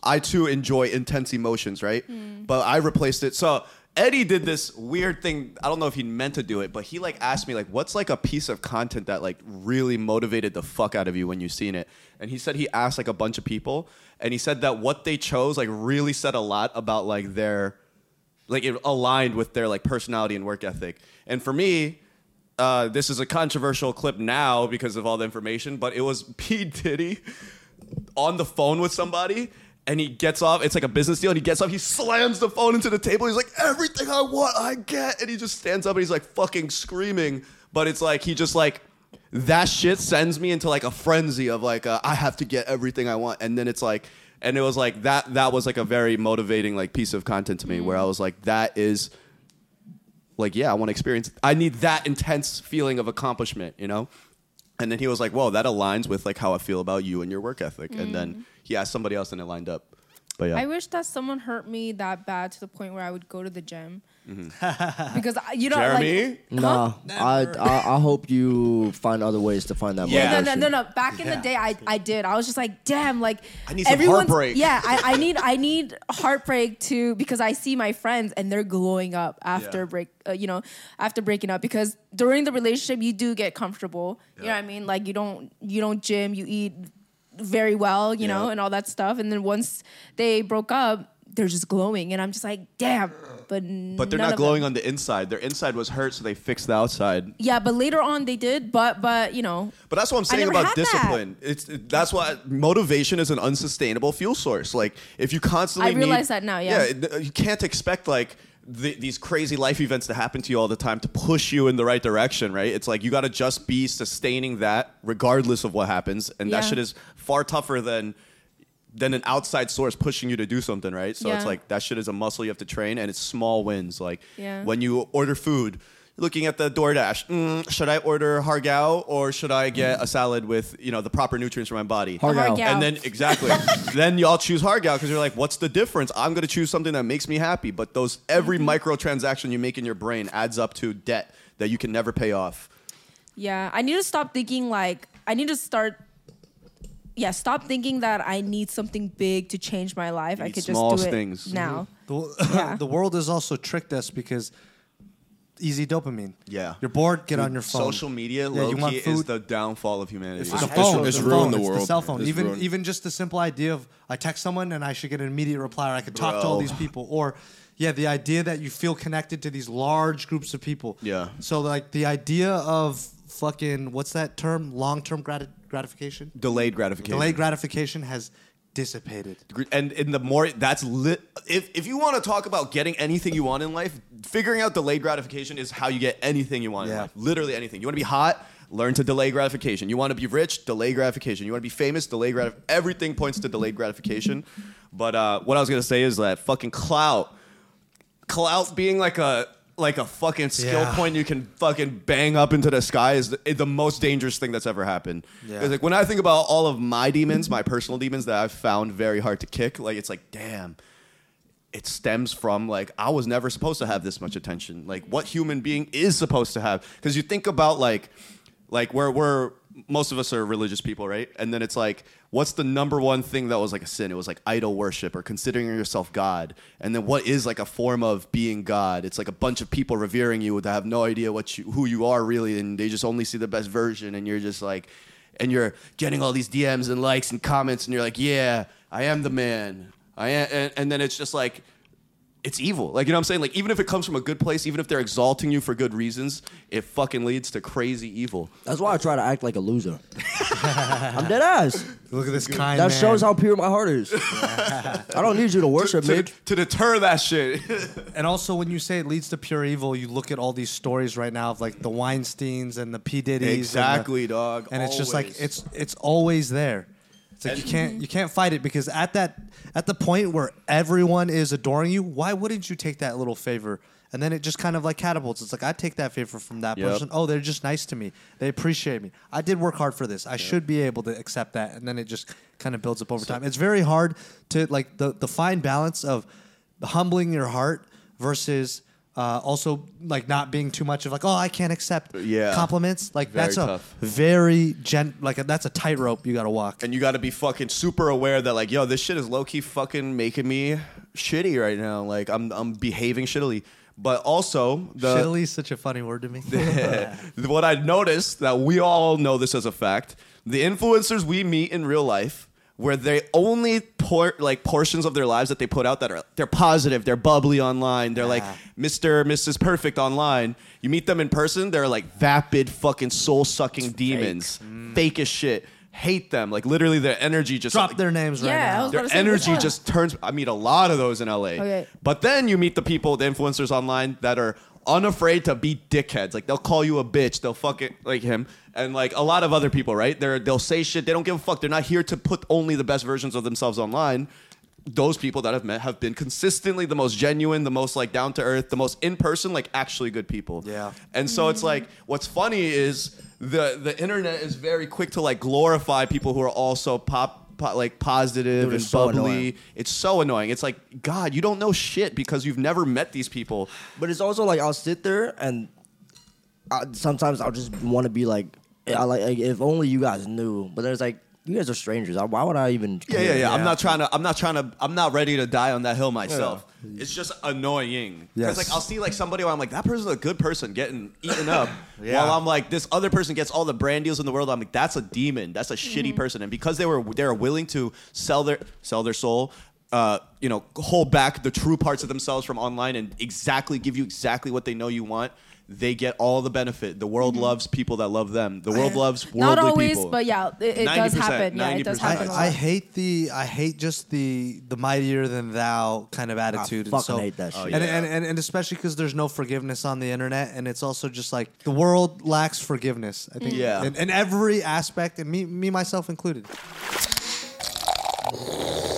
Speaker 3: I too enjoy intense emotions, right? But I replaced it so. Eddie did this weird thing. I don't know if he meant to do it, but he like asked me like, "What's like a piece of content that like really motivated the fuck out of you when you seen it?" And he said he asked like a bunch of people, and he said that what they chose like really said a lot about like their like it aligned with their like personality and work ethic. And for me, uh, this is a controversial clip now because of all the information, but it was P Diddy on the phone with somebody. And he gets off. It's like a business deal. And he gets up. He slams the phone into the table. He's like, "Everything I want, I get." And he just stands up and he's like, fucking screaming. But it's like he just like that shit sends me into like a frenzy of like uh, I have to get everything I want, and then it's like, and it was like that. That was like a very motivating like piece of content to me, where I was like, that is, like, yeah, I want to experience. I need that intense feeling of accomplishment, you know. And then he was like, "Whoa, that aligns with like how I feel about you and your work ethic." And then he asked somebody else, and it lined up. But yeah,
Speaker 1: I wish that someone hurt me that bad to the point where I would go to the gym.
Speaker 4: Mm-hmm.
Speaker 1: because I, you know,
Speaker 3: Jeremy?
Speaker 1: like
Speaker 4: nah, I, I I hope you find other ways to find that.
Speaker 1: No,
Speaker 3: Yeah.
Speaker 1: no,
Speaker 4: motivation.
Speaker 1: no, no, no. Back in the day, I, I did. I was just like, damn, like I
Speaker 3: need some heartbreak.
Speaker 1: Yeah, I, I need I need heartbreak to because I see my friends and they're glowing up after
Speaker 3: Yeah.
Speaker 1: break, uh, you know, after breaking up because during the relationship you do get comfortable. You know what I mean? Like you don't you don't gym, you eat very well, you know,
Speaker 3: Yeah.
Speaker 1: and all that stuff. And then once they broke up, they're just glowing, and I'm just like, damn. But
Speaker 3: but they're not glowing on the inside. Their inside was hurt, so they fixed the outside.
Speaker 1: Yeah, but later on they did. But but you know,
Speaker 3: But that's what I'm saying
Speaker 1: never
Speaker 3: about
Speaker 1: had that.
Speaker 3: discipline. It's that's why motivation is an unsustainable fuel source. Like if you constantly
Speaker 1: I realize
Speaker 3: need-
Speaker 1: that now, yeah.
Speaker 3: th- you can't expect like th- these crazy life events to happen to you all the time to push you in the right direction, right? It's like you got to just be sustaining that regardless of what happens, and that
Speaker 1: Yeah.
Speaker 3: shit is far tougher than than an outside source pushing you to do something, right? So
Speaker 1: Yeah.
Speaker 3: it's like that shit is a muscle you have to train, and it's small wins. Like
Speaker 1: Yeah.
Speaker 3: when you order food, looking at the DoorDash. Mm, should I order hargao or should I get a salad with you know the proper nutrients for my body?
Speaker 1: Hargao. Hargao.
Speaker 3: And then exactly, then y'all choose hargao because you're like, what's the difference? I'm gonna choose something that makes me happy. But those every
Speaker 1: Mm-hmm.
Speaker 3: microtransaction you make in your brain adds up to debt that you can never pay off.
Speaker 1: Yeah, I need to stop thinking like I need to start. Yeah, stop thinking that I need something big to change my life. I
Speaker 3: need
Speaker 1: could
Speaker 3: small
Speaker 1: just do it
Speaker 3: things. Mm-hmm.
Speaker 1: now.
Speaker 2: The,
Speaker 1: Yeah.
Speaker 2: the world has also tricked us because easy dopamine.
Speaker 3: Yeah.
Speaker 2: You're bored, get on your phone.
Speaker 3: Social media,
Speaker 2: Yeah,
Speaker 3: low
Speaker 2: you want
Speaker 3: key, is
Speaker 2: food?
Speaker 3: the downfall of humanity.
Speaker 2: It's the
Speaker 5: it's-
Speaker 2: phone.
Speaker 5: it's
Speaker 2: the
Speaker 5: ruined
Speaker 2: phone,
Speaker 5: the
Speaker 2: It's the
Speaker 5: world.
Speaker 2: cell phone.
Speaker 5: It's
Speaker 2: even
Speaker 5: ruined.
Speaker 2: even just the simple idea of I text someone and I should get an immediate reply, or I could talk to
Speaker 3: Bro.
Speaker 2: all these people, or yeah, the idea that you feel connected to these large groups of people.
Speaker 3: Yeah.
Speaker 2: So like the idea of fucking what's that term? Long term grat- gratification.
Speaker 3: Delayed gratification.
Speaker 2: Delayed gratification has dissipated.
Speaker 3: and in the more that's lit if, if you want to talk about getting anything you want in life figuring out delayed gratification is how you get anything you want in
Speaker 2: Yeah.
Speaker 3: life literally anything you want to be hot learn to delay gratification you want to be rich delay gratification you want to be famous delay gratification everything points to delayed gratification but uh, what i was going to say is that fucking clout clout being like a like a fucking skill
Speaker 2: Yeah.
Speaker 3: point you can fucking bang up into the sky is the, the most dangerous thing that's ever happened.
Speaker 2: Yeah.
Speaker 3: It's like when I think about all of my demons, my personal demons that I've found very hard to kick, like it's like damn it stems from like I was never supposed to have this much attention. Like what human being is supposed to have? Because you think about like like where we're most of us are religious people, right? And then it's like, what's the number one thing that was like a sin? It was like idol worship or considering yourself God. And then what is like a form of being God? It's like a bunch of people revering you that have no idea what you who you are really, and they just only see the best version, and you're just like and you're getting all these DMs and likes and comments, and you're like, yeah, I am the man. I am, and, and then it's just like, it's evil. Like, you know what I'm saying? Like, even if it comes from a good place, even if they're exalting you for good reasons, it fucking leads to crazy evil.
Speaker 4: That's why I try to act like a loser. I'm dead ass.
Speaker 2: Look at this kind.
Speaker 4: That
Speaker 2: man.
Speaker 4: shows how pure my heart is. I don't need you to worship
Speaker 3: To,
Speaker 4: me.
Speaker 3: to deter that shit.
Speaker 2: And also, when you say it leads to pure evil, you look at all these stories right now of like the Weinstein's and the P Diddy's.
Speaker 3: Exactly,
Speaker 2: and the,
Speaker 3: dog,
Speaker 2: And it's just like
Speaker 3: always.
Speaker 2: it's it's always there. It's like you can't you can't fight it because at that at the point where everyone is adoring you, why wouldn't you take that little favor? And then it just kind of like catapults. It's like I take that favor from that
Speaker 3: Yep.
Speaker 2: person. Oh, they're just nice to me. They appreciate me. I did work hard for this. I should be able to accept that. And then it just kind of builds up over time. It's very hard to like the the fine balance of humbling your heart versus uh, also like not being too much of like oh I can't accept
Speaker 3: Yeah.
Speaker 2: compliments. Like
Speaker 3: Very
Speaker 2: that's
Speaker 3: tough.
Speaker 2: a very gen like that's a tightrope you got to walk.
Speaker 3: and you gotta be fucking super aware that, like, yo, this shit is low key fucking making me shitty right now. Like, I'm, I'm behaving shittily. But also, the.
Speaker 2: Shittily is such a funny word to me.
Speaker 3: what I noticed that we all know this as a fact: the influencers we meet in real life, where they only pour like portions of their lives that they put out that are they're positive, they're bubbly online, they're like Mister, Mrs. Perfect online. You meet them in person, they're like vapid, fucking soul sucking demons, fake as shit. Hate them, like literally their energy just
Speaker 2: Mm. Drop
Speaker 3: like,
Speaker 2: their names right
Speaker 1: Yeah, I
Speaker 2: now.
Speaker 1: was
Speaker 3: their
Speaker 1: about to say,
Speaker 3: energy
Speaker 1: which one?
Speaker 3: just turns. I meet a lot of those in LA.
Speaker 1: Okay.
Speaker 3: But then you meet the people, the influencers online that are unafraid to be dickheads. Like they'll call you a bitch, they'll fuck it like him, and like a lot of other people, right? They're they'll say shit. They don't give a fuck. They're not here to put only the best versions of themselves online. Those people that I've met have been consistently the most genuine, the most like down to earth, the most in person, like actually good people.
Speaker 2: Yeah.
Speaker 3: And so it's like what's funny is the the internet is very quick to like glorify people who are also pop, po- like positive
Speaker 4: Dude,
Speaker 3: and
Speaker 4: it's so
Speaker 3: bubbly.
Speaker 4: annoying.
Speaker 3: It's so annoying. It's like God, you don't know shit because you've never met these people.
Speaker 4: But it's also like I'll sit there and I, sometimes I'll just want to be like, I like like, if only you guys knew. But there's like you guys are strangers. I- Why would I even?
Speaker 3: Yeah,
Speaker 4: care?
Speaker 3: yeah, yeah. I'm not trying to. I'm not trying to. I'm not ready to die on that hill myself. It's just annoying.
Speaker 2: Yes.
Speaker 3: Because like I'll see like somebody where I'm like that person's a good person getting eaten up, while I'm like this other person gets all the brand deals in the world. I'm like that's a demon. That's a
Speaker 1: Mm-hmm.
Speaker 3: shitty person. And because they were they are willing to sell their sell their soul. Uh, you know, hold back the true parts of themselves from online and exactly give you exactly what they know you want. They get all the benefit. The world loves people that love them. The world loves worldly
Speaker 1: Mm-hmm. Not always,
Speaker 3: people.
Speaker 1: but yeah, it, it does
Speaker 3: 90%,
Speaker 1: happen. Yeah, it does
Speaker 3: 90%.
Speaker 1: happen. a lot.
Speaker 2: I, I hate the I hate just the the mightier than thou kind of attitude. and
Speaker 4: fucking
Speaker 2: so-
Speaker 4: hate that shit. Oh,
Speaker 2: And,
Speaker 3: yeah.
Speaker 2: and, and and especially because there's no forgiveness on the internet, and it's also just like the world lacks forgiveness. I think.
Speaker 3: Yeah.
Speaker 2: In, in every aspect, and me me myself included.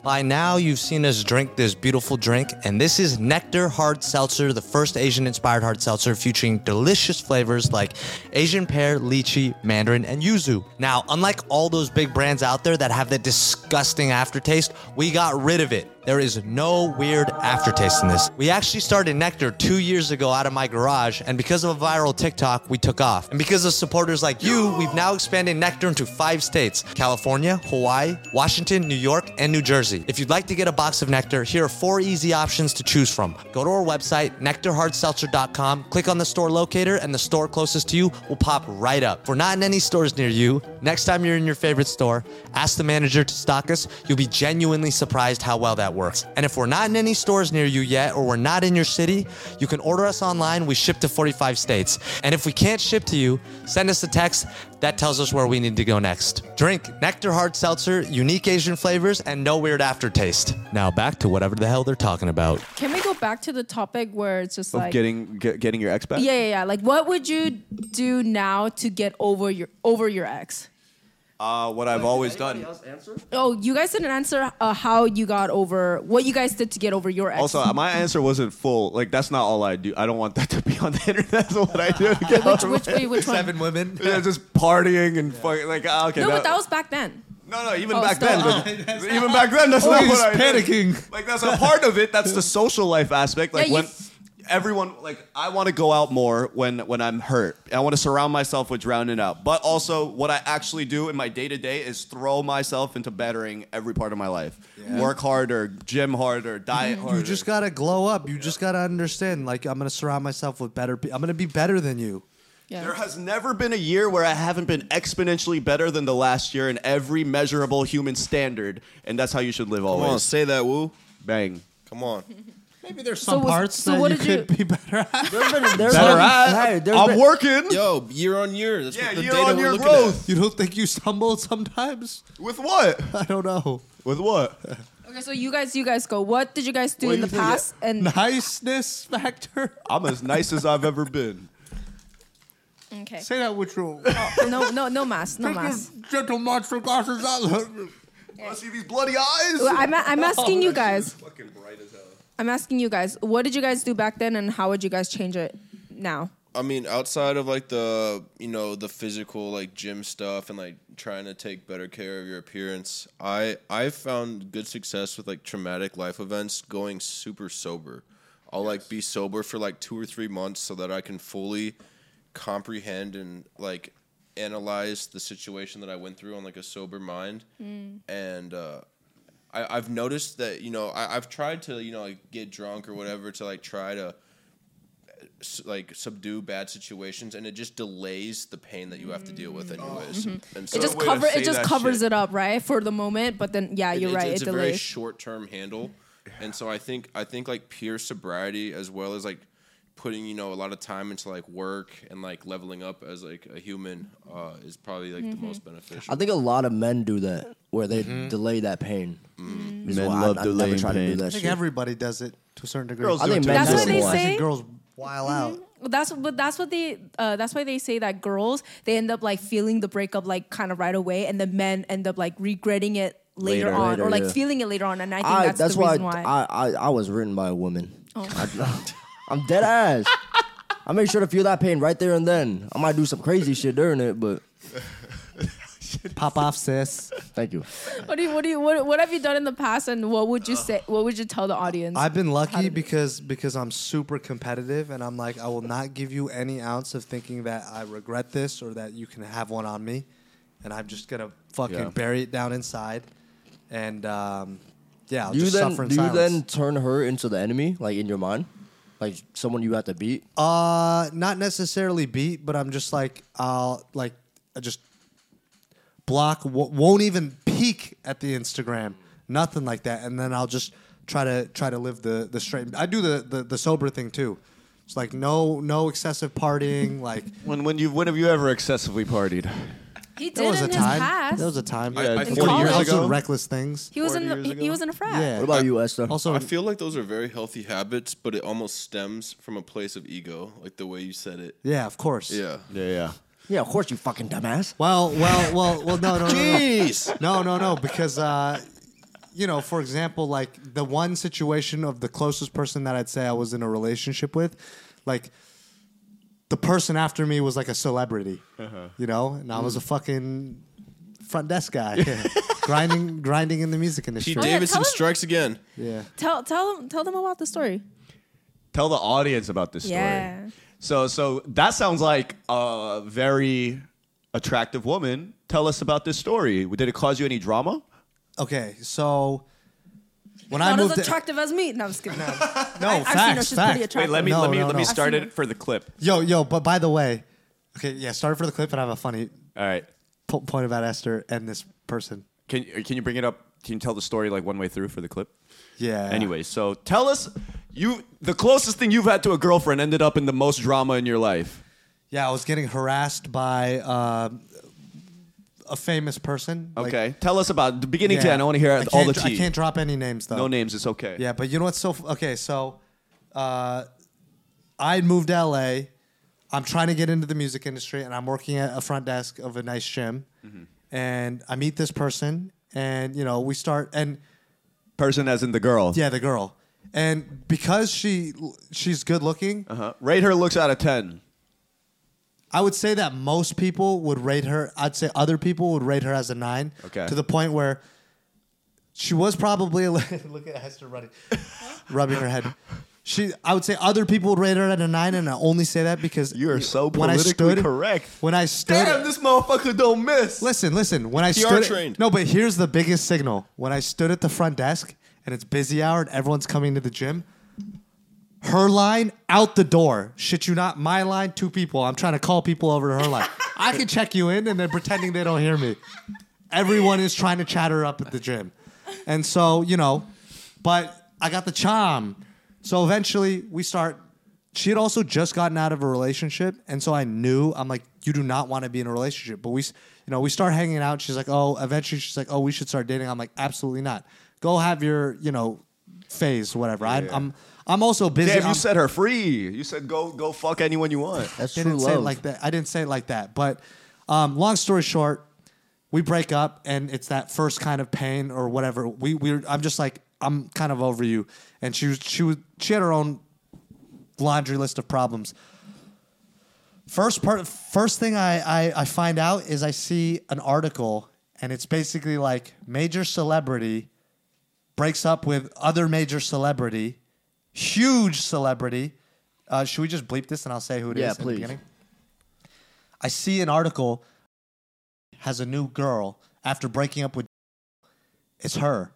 Speaker 2: By now, you've seen us drink this beautiful drink, and this is Nectar Hard Seltzer, the first Asian inspired hard seltzer featuring delicious flavors like Asian pear, lychee, mandarin, and yuzu. Now, unlike all those big brands out there that have that disgusting aftertaste, we got rid of it. There is no weird aftertaste in this. We actually started Nectar two years ago out of my garage, and because of a viral TikTok, we took off. And because of supporters like you, we've now expanded Nectar into five states California, Hawaii, Washington, New York, and New Jersey. If you'd like to get a box of Nectar, here are four easy options to choose from. Go to our website, nectarhardseltzer.com, click on the store locator, and the store closest to you will pop right up. If we're not in any stores near you, next time you're in your favorite store, ask the manager to stock us. You'll be genuinely surprised how well that works. And if we're not in any stores near you yet, or we're not in your city, you can order us online. We ship to 45 states. And if we can't ship to you, send us a text that tells us where we need to go next. Drink Nectar Hard Seltzer, unique Asian flavors, and no weird aftertaste. Now back to whatever the hell they're talking about.
Speaker 1: Can we go back to the topic where it's just like
Speaker 3: getting get, getting your ex back.
Speaker 1: yeah, yeah, yeah. Like, what would you do now to get over your over your ex?
Speaker 3: Uh, what I've always done.
Speaker 1: Oh, you guys didn't answer uh, how you got over what you guys did to get over your ex.
Speaker 3: Also, my answer wasn't full. Like that's not all I do. I don't want that to be on the internet. That's what I do. To get
Speaker 1: which
Speaker 3: over
Speaker 1: which
Speaker 3: it.
Speaker 1: wait, which one?
Speaker 9: Seven women.
Speaker 3: Yeah, just partying and fucking like ah, okay.
Speaker 1: no, but that was back then.
Speaker 3: no, no. Even
Speaker 1: Oh,
Speaker 3: back
Speaker 1: still-
Speaker 3: then, but- even back then, that's
Speaker 9: Oh,
Speaker 3: not
Speaker 9: he's
Speaker 3: what I did.
Speaker 9: panicking.
Speaker 3: Like that's a part of it. That's the social life aspect. Like
Speaker 1: Yeah, you-
Speaker 3: when everyone like I want to go out more when when I'm hurt. I want to surround myself with drowning out. But also what I actually do in my day to day is throw myself into bettering every part of my life. Work harder, gym harder, diet harder.
Speaker 9: You just gotta glow up. You just gotta understand. Like I'm gonna surround myself with better. people. I'm gonna be better than you.
Speaker 1: Yeah.
Speaker 3: There has never been a year where I haven't been exponentially better than the last year in every measurable human standard, and that's how you should live
Speaker 5: Come on,
Speaker 3: always.
Speaker 5: say that, woo.
Speaker 3: Bang.
Speaker 5: Come on.
Speaker 9: Maybe there's
Speaker 1: some So was- parts so that what you did could you-
Speaker 9: be better at.
Speaker 4: There's been, there's
Speaker 3: Better
Speaker 4: been-
Speaker 3: at-
Speaker 4: hey, there's
Speaker 3: I'm
Speaker 4: been-
Speaker 3: working.
Speaker 5: Yo, year on year. That's
Speaker 3: yeah,
Speaker 5: what the
Speaker 3: year
Speaker 5: data
Speaker 3: on
Speaker 5: we're
Speaker 3: year
Speaker 5: looking
Speaker 3: growth.
Speaker 9: You don't think you stumbled sometimes?
Speaker 3: With what?
Speaker 9: I don't know.
Speaker 3: With what?
Speaker 1: Okay, so you guys, you guys go. What did you guys do
Speaker 3: What
Speaker 1: in
Speaker 3: do
Speaker 1: the
Speaker 3: you think?
Speaker 1: past? And
Speaker 9: Niceness factor.
Speaker 3: I'm as nice as I've ever been.
Speaker 1: okay,
Speaker 9: Say that with your
Speaker 1: no, no, no mass, no mass.
Speaker 9: gentle monster glasses out.
Speaker 3: I see these bloody eyes.
Speaker 1: Well, I'm, I'm asking you guys.
Speaker 3: Fucking bright as hell.
Speaker 1: I'm asking you guys. What did you guys do back then, and how would you guys change it now?
Speaker 5: I mean, outside of like the you know the physical like gym stuff and like trying to take better care of your appearance, I I found good success with like traumatic life events going super sober. I'll like be sober for like two or three months so that I can fully comprehend and like analyze the situation that I went through on like a sober mind, and uh, I, I've noticed that you know I, I've tried to you know like get drunk or whatever to like try to s- like subdue bad situations, and it just delays the pain that you have to deal with anyways. And so
Speaker 1: Mm. Oh, mm-hmm. It just
Speaker 3: way to
Speaker 1: cover
Speaker 3: say
Speaker 1: it just
Speaker 3: that
Speaker 1: covers
Speaker 3: shit.
Speaker 1: it up, right, for the moment. But then, yeah, you're
Speaker 5: it's,
Speaker 1: right.
Speaker 5: It's
Speaker 1: it
Speaker 5: a very
Speaker 1: delays.
Speaker 5: short term handle, and so I think I think like pure sobriety as well as like putting you know a lot of time into like work and like leveling up as like a human uh, is probably like
Speaker 1: Mm-hmm.
Speaker 5: the most beneficial.
Speaker 4: I think a lot of men do that, where they delay that pain. Which is
Speaker 3: Mm-hmm. Men
Speaker 4: why
Speaker 3: love
Speaker 4: I,
Speaker 3: delaying
Speaker 4: I never try to
Speaker 3: pain.
Speaker 4: do that
Speaker 9: I think
Speaker 4: shit.
Speaker 9: everybody does it to a certain degree.
Speaker 3: Girls
Speaker 4: I
Speaker 3: do
Speaker 4: think
Speaker 3: it
Speaker 4: men
Speaker 1: That's
Speaker 4: do
Speaker 1: what
Speaker 4: it
Speaker 1: they
Speaker 4: more.
Speaker 9: I
Speaker 1: say.
Speaker 9: think girls while out.
Speaker 1: Well, that's but that's what they uh, that's why they say that girls they end up like feeling the breakup like kind of right away, and the men end up like regretting it later,
Speaker 4: Later.
Speaker 1: on or
Speaker 4: Later,
Speaker 1: like
Speaker 4: yeah.
Speaker 1: feeling it later on. And I think
Speaker 4: I,
Speaker 1: that's,
Speaker 4: that's
Speaker 1: the
Speaker 4: why,
Speaker 1: reason why. Oh.
Speaker 4: I, I, I was written by a woman. I, am dead ass. I make sure to feel that pain right there and then. I might do some crazy shit during it, but
Speaker 9: Pop off, sis.
Speaker 4: thank you.
Speaker 1: what do you what do you what, what have you done in the past, and what would you say? What would you tell the audience?
Speaker 9: I've been
Speaker 1: How
Speaker 9: lucky
Speaker 1: did-
Speaker 9: because because I'm super competitive and I'm like I will not give you any ounce of thinking that I regret this or that you can have one on me, and I'm just gonna fucking
Speaker 3: Yeah.
Speaker 9: bury it down inside, and um, yeah, I'll
Speaker 4: Do you
Speaker 9: just
Speaker 4: then
Speaker 9: suffer in
Speaker 4: do you
Speaker 9: silence.
Speaker 4: then turn her into the enemy, like in your mind, like someone you have to beat?
Speaker 9: Uh, not necessarily beat, but I'm just like I'll like I just block w- won't even peek at the Instagram, nothing like that, and then I'll just try to try to live the the straight. I do the the, the sober thing too. It's like no no excessive partying. Like
Speaker 3: When when you when have you ever excessively partied?
Speaker 1: he did
Speaker 9: there was
Speaker 1: in
Speaker 9: a
Speaker 1: his
Speaker 9: time.
Speaker 1: past.
Speaker 9: There was a time.
Speaker 5: I- I
Speaker 9: Like,
Speaker 5: think
Speaker 1: In
Speaker 9: 40 years
Speaker 1: college.
Speaker 9: ago,
Speaker 3: ago.
Speaker 9: reckless things.
Speaker 1: he was in
Speaker 3: 40
Speaker 1: the,
Speaker 3: years
Speaker 1: he, he
Speaker 3: ago?
Speaker 1: was in a frat.
Speaker 9: Yeah.
Speaker 4: What about you, Esther?
Speaker 9: Also,
Speaker 5: I feel like those are very healthy habits, but it almost stems from a place of ego, like the way you said it.
Speaker 9: yeah, of course.
Speaker 5: Yeah.
Speaker 3: Yeah, yeah.
Speaker 4: yeah, of course you fucking dumbass.
Speaker 9: Well, well, well, well. No, no, no, no.
Speaker 5: Jeez.
Speaker 9: No, no, no, because uh,
Speaker 2: you know, for example, like the one situation of the closest person that I'd say I was in a relationship with, like the person after me was like a celebrity,
Speaker 3: Uh-huh.
Speaker 2: you know, and I was
Speaker 3: Mm.
Speaker 2: a fucking front desk guy, grinding, grinding in the music industry.
Speaker 5: Pete
Speaker 1: Oh, yeah, tell
Speaker 5: Davidson
Speaker 1: him-
Speaker 5: strikes again.
Speaker 2: yeah.
Speaker 1: Tell tell them tell them about the story.
Speaker 3: Tell the audience about this story.
Speaker 1: Yeah.
Speaker 3: So so that sounds like a very attractive woman. Tell us about this story. Did it cause you any drama?
Speaker 2: Okay, so when I
Speaker 1: Not as
Speaker 2: moved,
Speaker 1: attractive as me. No, I'm just kidding.
Speaker 2: no,
Speaker 1: I- I've seen her.
Speaker 2: facts,
Speaker 1: She's
Speaker 2: facts.
Speaker 1: pretty attractive.
Speaker 3: Wait, let me
Speaker 2: No,
Speaker 3: let me
Speaker 2: no,
Speaker 3: let me
Speaker 2: no.
Speaker 3: start
Speaker 1: I've seen
Speaker 3: it for the clip.
Speaker 2: Yo, yo, but by the way, okay, yeah, sorry for the clip, and I have a funny
Speaker 3: All right.
Speaker 2: po- point about Esther and this person.
Speaker 3: Can can you bring it up? Can you tell the story like one way through for the clip?
Speaker 2: Yeah.
Speaker 3: Anyway, so tell us you the closest thing you've had to a girlfriend ended up in the most drama in your life.
Speaker 2: Yeah, I was getting harassed by uh, a famous person. like-
Speaker 3: Okay. tell us about the beginning to
Speaker 2: Yeah.
Speaker 3: end. I want to hear
Speaker 2: I
Speaker 3: all the
Speaker 2: can't dr-
Speaker 3: tea.
Speaker 2: I can't drop any names though.
Speaker 3: no names, it's okay.
Speaker 2: Yeah, but you know what's so f- okay? So, uh, I moved to LA. I'm trying to get into the music industry, and I'm working at a front desk of a nice gym.
Speaker 3: Mm-hmm.
Speaker 2: And I meet this person, and you know we start, and
Speaker 3: Person as in the girl.
Speaker 2: yeah, the girl, and because she she's good looking,
Speaker 3: Uh-huh. Rate her looks out of 10.
Speaker 2: I would say that most people would rate her. I'd say other people would rate her as a nine.
Speaker 3: Okay.
Speaker 2: To the point where she was probably a li- look at Hester running, rubbing her head. She, I would say other people would rate her at a nine, and I only say that because
Speaker 3: You are so
Speaker 2: when I
Speaker 3: politically
Speaker 2: stood-
Speaker 3: correct.
Speaker 2: When I stood,
Speaker 3: this motherfucker don't miss.
Speaker 2: listen, listen. When I
Speaker 5: PR
Speaker 2: stood,
Speaker 5: trained.
Speaker 2: no, but here's the biggest signal. When I stood at the front desk and it's busy hour and everyone's coming to the gym. Her line out the door. Shit you not, my line, two people. I'm trying to call people over to her line. I can check you in and they're pretending they don't hear me. Everyone is trying to chat her up at the gym. And so, you know, but I got the charm. So eventually we start. She had also just gotten out of a relationship. And so I knew, I'm like, you do not want to be in a relationship. But we, s- you know, we start hanging out. She's like, oh, eventually she's like, oh, we should start dating. I'm like, absolutely not. Go have your, you know, phase, whatever. I'm, I'm, I'm also busy.
Speaker 3: Damn, you
Speaker 2: I'm-
Speaker 3: set her free. You said go go fuck anyone you want.
Speaker 4: That's
Speaker 2: they
Speaker 4: true
Speaker 2: didn't
Speaker 4: love.
Speaker 2: say it like that. I didn't say it like that. But um, long story short, we break up, and it's that first kind of pain or whatever. We we I'm just like I'm kind of over you, and she was she was she had her own laundry list of problems. First part, first thing I, I I find out is I see an article, and it's basically like major celebrity breaks up with other major celebrity, huge celebrity. Uh, should we just bleep this and I'll say who it is
Speaker 4: Yeah,
Speaker 2: in
Speaker 4: please.
Speaker 2: the beginning? I see an article has a new girl after breaking up with it's her.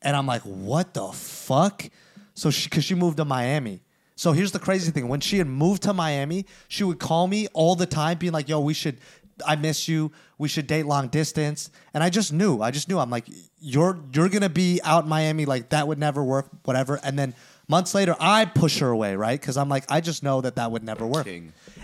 Speaker 2: And I'm like, what the fuck? So she, cause she moved to Miami. So here's the crazy thing. When she had moved to Miami, she would call me all the time being like, yo, we should, I miss you. We should date long distance. And I just knew, I just knew. I'm like, you're, you're going to be out in Miami. Like that would never work, whatever. And then months later, I push her away. Right. Cause I'm like, I just know that that would never work.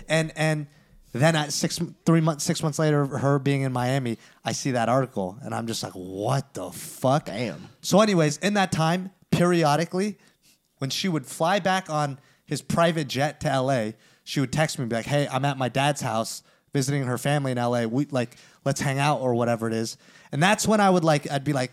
Speaker 2: And, and then at six, three months, six months later, her being in Miami, I see that article and I'm just like, what the fuck?
Speaker 4: Damn.
Speaker 2: So, anyways, in that time, periodically, when she would fly back on his private jet to LA, she would text me and be like, "Hey, I'm at my dad's house visiting her family in LA. We like let's hang out or whatever it is." And that's when I would like I'd be like,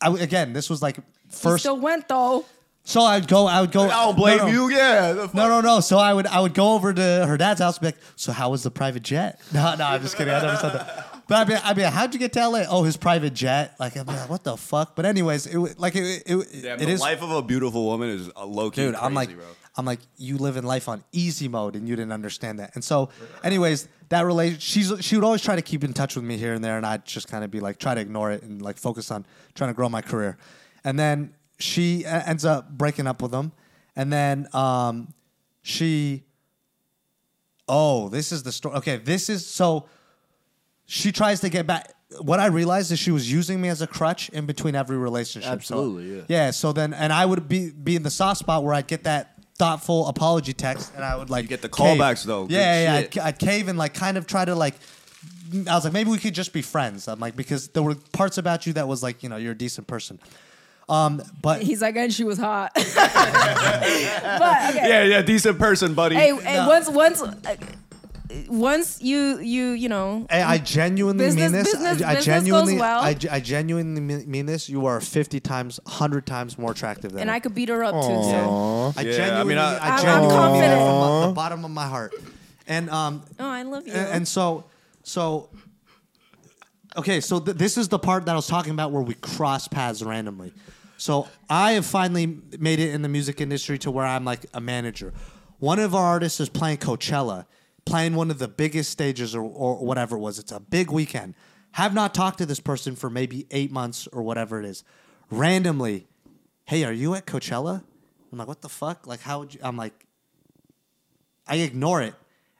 Speaker 2: I w again, this was like
Speaker 1: She
Speaker 2: first.
Speaker 1: still went though.
Speaker 2: so I'd go, I would go.
Speaker 3: I don't
Speaker 2: no,
Speaker 3: blame
Speaker 2: no.
Speaker 3: you. Yeah. the fuck-
Speaker 2: No, no, no. So I would I would go over to her dad's house and be like, so how was the private jet? No, no, I'm just kidding. I never said that. But I'd be, I'd be like, how'd you get to LA? Oh, his private jet. Like, I'm like, what the fuck? But anyways, it wa- like it, it, it,
Speaker 3: Damn,
Speaker 2: it
Speaker 3: the
Speaker 2: is.
Speaker 3: life of a beautiful woman is a low key.
Speaker 2: Dude, I'm like,
Speaker 3: bro.
Speaker 2: I'm like, you live in life on easy mode, and you didn't understand that. And so, anyways, that relation, she's she would always try to keep in touch with me here and there, and I'd just kind of be like, try to ignore it and like focus on trying to grow my career. And then she e- ends up breaking up with him, and then um, she. Oh, this is the story. Okay, this is so. She tries to get back. What I realized is she was using me as a crutch in between every relationship. So-
Speaker 4: Absolutely, yeah.
Speaker 2: yeah, so then, and I would be be in the soft spot where I'd get that thoughtful apology text, and I would like
Speaker 3: You get the
Speaker 2: cave.
Speaker 3: callbacks, though. Good
Speaker 2: Yeah, yeah,
Speaker 3: shit.
Speaker 2: I'd, I'd cave and like kind of try to like. I was like, maybe we could just be friends. I'm like, because there were parts about you that was like, you know, you're a decent person. Um, but
Speaker 1: He's like, and she was hot. but okay.
Speaker 3: Yeah, yeah, decent person, buddy.
Speaker 1: Hey, hey, once once. uh, once you you you know
Speaker 2: Hey, I genuinely
Speaker 1: Mm. Business-
Speaker 2: mean this.
Speaker 1: business-
Speaker 2: I, I
Speaker 1: business goes
Speaker 2: genuinely,
Speaker 1: well.
Speaker 2: I, ge- I genuinely mean mean this. You are fifty times, hundred times more attractive than
Speaker 1: and
Speaker 2: her.
Speaker 1: I could beat her up too. So.
Speaker 2: I
Speaker 3: Yeah, I
Speaker 2: genuinely,
Speaker 3: mean, I-
Speaker 2: I,
Speaker 1: I'm- I'm
Speaker 2: genuinely mean
Speaker 1: confident.
Speaker 2: that from the- the bottom of my heart. And um,
Speaker 1: Oh, I love you.
Speaker 2: and, and so, so, okay, so th- this is the part that I was talking about where we cross paths randomly. So I have finally made it in the music industry to where I'm like a manager. One of our artists is playing Coachella, playing one of the biggest stages or, or whatever it was. It's a big weekend. Have not talked to this person for maybe eight months or whatever it is. Randomly, hey, are you at Coachella? I'm like, what the fuck? Like, how would you? I'm like, I ignore it.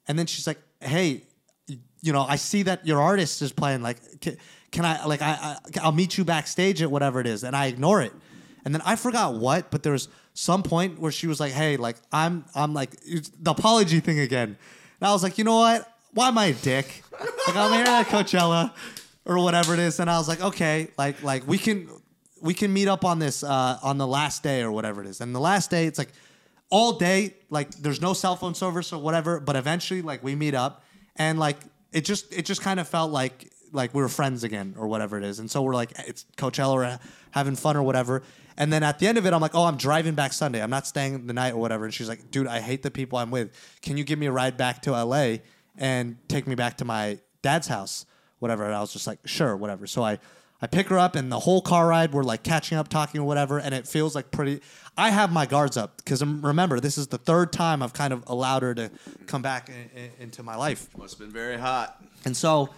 Speaker 2: And then she's like, hey, you know, I see that your artist is playing. Like, can, can I, like, I, I, I'll meet you backstage at whatever it is. And I ignore it. And then I forgot what, but there was some point where she was like, hey, like, I'm, I'm like, it's the apology thing again. And I was like, you know what? Why am I a dick? like, I'm here at Coachella or whatever it is. And I was like, okay, like, like, we can, we can meet up on this, uh, on the last day or whatever it is. And the last day, it's like, all day like there's no cell phone service or whatever but eventually like we meet up and like it just it just kind of felt like like we were friends again or whatever it is and so we're like it's coachella we're having fun or whatever and then at the end of it i'm like oh i'm driving back sunday i'm not staying the night or whatever and she's like dude i hate the people i'm with can you give me a ride back to la and take me back to my dad's house whatever. And I was just like, sure, whatever. So I, I pick her up, and the whole car ride, we're like catching up, talking, or whatever. And it feels like pretty. I have my guards up because remember, this is the third time I've kind of allowed her to come back in, in- into my life.
Speaker 3: Must have been very hot.
Speaker 2: And so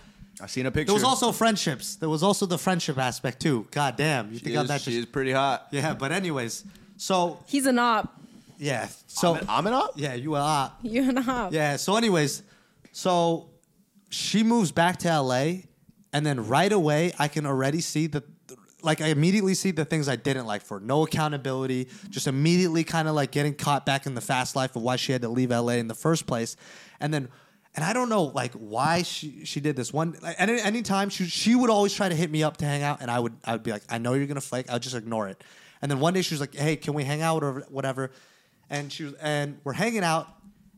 Speaker 3: I've seen a picture.
Speaker 2: there was also friendships. There was also the friendship aspect too. God damn, you
Speaker 3: she
Speaker 2: think I'm
Speaker 3: is,
Speaker 2: that?
Speaker 3: she
Speaker 2: just-
Speaker 3: is pretty hot.
Speaker 2: yeah, but anyways, so
Speaker 1: He's an op.
Speaker 2: yeah, so
Speaker 3: I'm an up.
Speaker 2: yeah, you are.
Speaker 1: You're an op.
Speaker 2: Yeah. So, anyways, so she moves back to LA, and then right away, I can already see the, like, I immediately see the things I didn't like for her. no accountability, just immediately kind of like getting caught back in the fast life of why she had to leave LA in the first place, and then. And I don't know, like, why she, she did this one. Like, any anytime she she would always try to hit me up to hang out, and I would I would be like, I know you're gonna flake. I'll just ignore it. And then one day she was like, Hey, can we hang out or whatever? And she was, and we're hanging out,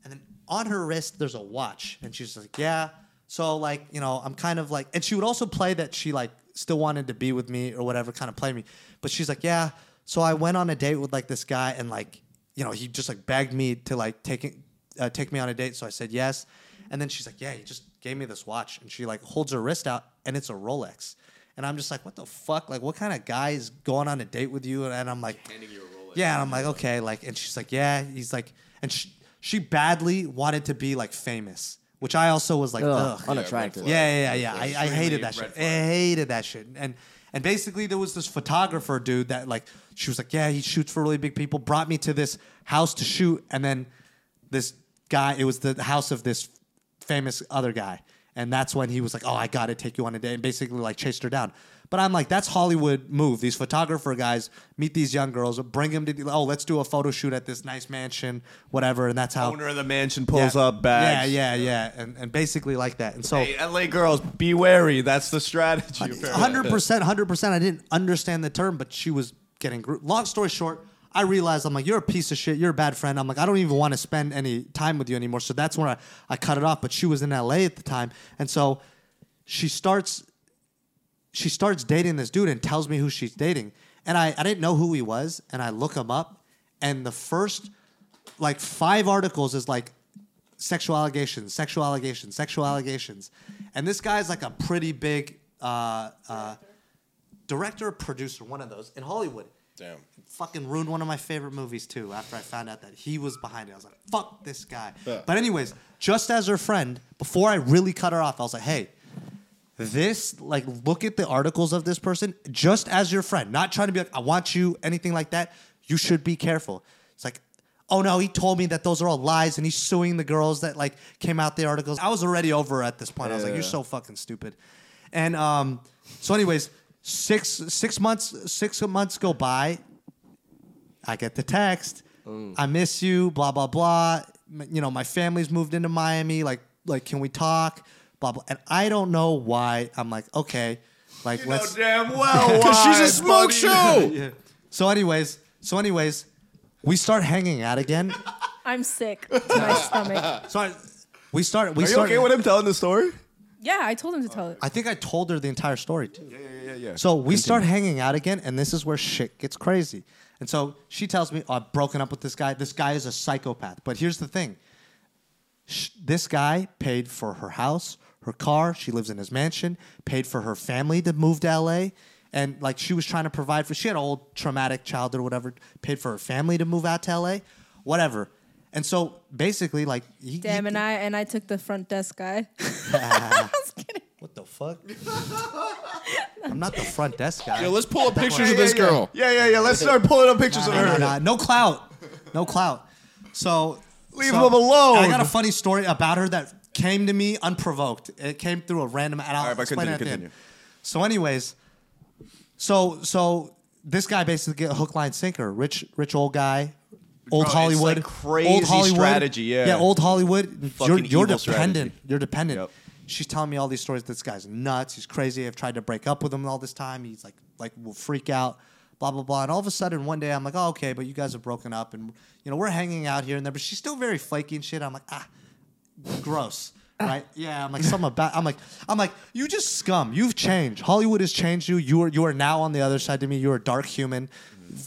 Speaker 2: and then on her wrist, there's a watch. And she's like, yeah. So, like, you know, I'm kind of like, and she would also play that she, like, still wanted to be with me or whatever, kind of play me. But she's like, yeah. So I went on a date with, like, this guy, and, like, you know, he just, like, begged me to, like, take, it- uh, take me on a date. So I said yes. And then she's like, yeah, he just gave me this watch. And she, like, holds her wrist out, and it's a Rolex. And I'm just like, what the fuck? Like, what kind of guy is going on a date with you? And, I'm like, yeah, and I'm like, okay, like, and she's like, yeah, he's like, and she, she badly wanted to be like famous, which I also was like,
Speaker 4: Ugh,
Speaker 2: ugh,
Speaker 4: unattractive.
Speaker 2: yeah, yeah, yeah. yeah. I, I hated
Speaker 3: e- extremely
Speaker 2: that shit.
Speaker 3: red
Speaker 2: I hated that shit. And and basically, there was this photographer dude that like she was like, yeah, he shoots for really big people. Brought me to this house to shoot, and then this guy. It was the house of this famous other guy, and that's when he was like, oh, I got to take you on a date, and basically like chased her down. But I'm like, that's Hollywood move. These photographer guys meet these young girls, bring them to oh, let's do a photo shoot at this nice mansion, whatever, and that's how.
Speaker 3: Owner of the mansion pulls up
Speaker 2: yeah,
Speaker 3: bags.
Speaker 2: yeah, yeah, and and basically like that. And so
Speaker 3: Hey, LA girls, be wary. That's the strategy. apparently.
Speaker 2: hundred percent, hundred percent. I didn't understand the term, but she was getting. Gro- Long story short, I realized I'm like, you're a piece of shit. You're a bad friend. I'm like, I don't even want to spend any time with you anymore. So that's when I, I cut it off. But she was in LA at the time, and so she starts she starts dating this dude and tells me who she's dating. And I, I didn't know who he was. And I look him up. And the first like five articles is like sexual allegations, sexual allegations, sexual allegations. And this guy's like a pretty big uh, uh, director, producer, one of those in Hollywood.
Speaker 5: Damn.
Speaker 2: Fucking ruined one of my favorite movies too after I found out that he was behind it. I was like, fuck this guy. But, anyways, just as her friend, before I really cut her off, I was like, hey, this like look at the articles of this person just as your friend not trying to be like i want you anything like that you should be careful it's like oh no he told me that those are all lies and he's suing the girls that like came out the articles i was already over at this point i was like you're so fucking stupid and um so anyways six six months six months go by I get the text.
Speaker 3: Mm.
Speaker 2: I miss you. Blah blah blah. M- You know, my family's moved into Miami. Like, like, can we talk? Blah blah. And I don't know why. I'm like, okay, like,
Speaker 3: You know
Speaker 2: let's.
Speaker 3: damn well why.
Speaker 5: She's a smoke show.
Speaker 2: Yeah. So, anyways, so anyways, we start hanging out again.
Speaker 1: I'm sick to my stomach.
Speaker 2: so I, We started. We
Speaker 3: Are you
Speaker 2: started.
Speaker 3: okay with him telling the story?
Speaker 1: Yeah, I told him to tell it.
Speaker 2: I think I told her the entire story too.
Speaker 3: Yeah, yeah, yeah.
Speaker 2: So we start hanging out again, and this is where shit gets crazy. And so she tells me, oh, I've broken up with this guy. This guy is a psychopath. But here's the thing Sh- this guy paid for her house, her car. She lives in his mansion, paid for her family to move to LA. And like she was trying to provide for, she had an old traumatic childhood or whatever, paid for her family to move out to LA, whatever. And so basically, like, he,
Speaker 1: Damn,
Speaker 2: he-
Speaker 1: and I and I took the front desk guy. I was kidding.
Speaker 2: what the fuck? I'm not the front desk guy.
Speaker 5: Yo, let's pull up pictures of
Speaker 3: Yeah,
Speaker 5: this
Speaker 3: yeah, yeah.
Speaker 5: girl.
Speaker 3: Yeah, yeah, yeah. Let's start pulling up pictures of
Speaker 2: No, no,
Speaker 3: her.
Speaker 2: no, no clout. No clout. So
Speaker 3: Leave
Speaker 2: so-
Speaker 3: him alone.
Speaker 2: I got a funny story about her that came to me unprovoked. It came through a random. And I'll
Speaker 3: All right, but
Speaker 2: explain it
Speaker 3: continue,
Speaker 2: at the end.
Speaker 3: continue.
Speaker 2: So, anyways, so so this guy basically get a hook, line, sinker. Rich, rich old guy. Old
Speaker 3: Bro, it's
Speaker 2: Hollywood,
Speaker 3: like crazy
Speaker 2: old Hollywood,
Speaker 3: strategy, yeah.
Speaker 2: yeah, old Hollywood.
Speaker 3: Fucking
Speaker 2: you're you're
Speaker 3: evil
Speaker 2: dependent.
Speaker 3: strategy.
Speaker 2: You're dependent.
Speaker 3: Yep.
Speaker 2: She's telling me all these stories. This guy's nuts. He's crazy. I've tried to break up with him all this time. He's like, like will freak out, blah blah blah. And all of a sudden, one day, I'm like, oh okay, but you guys have broken up, and you know we're hanging out here and there, but she's still very flaky and shit. I'm like, ah, gross. Right? Yeah, I'm like something about I'm like I'm like you just scum. You've changed. Hollywood has changed you. You are you are now on the other side to me. You're a dark human.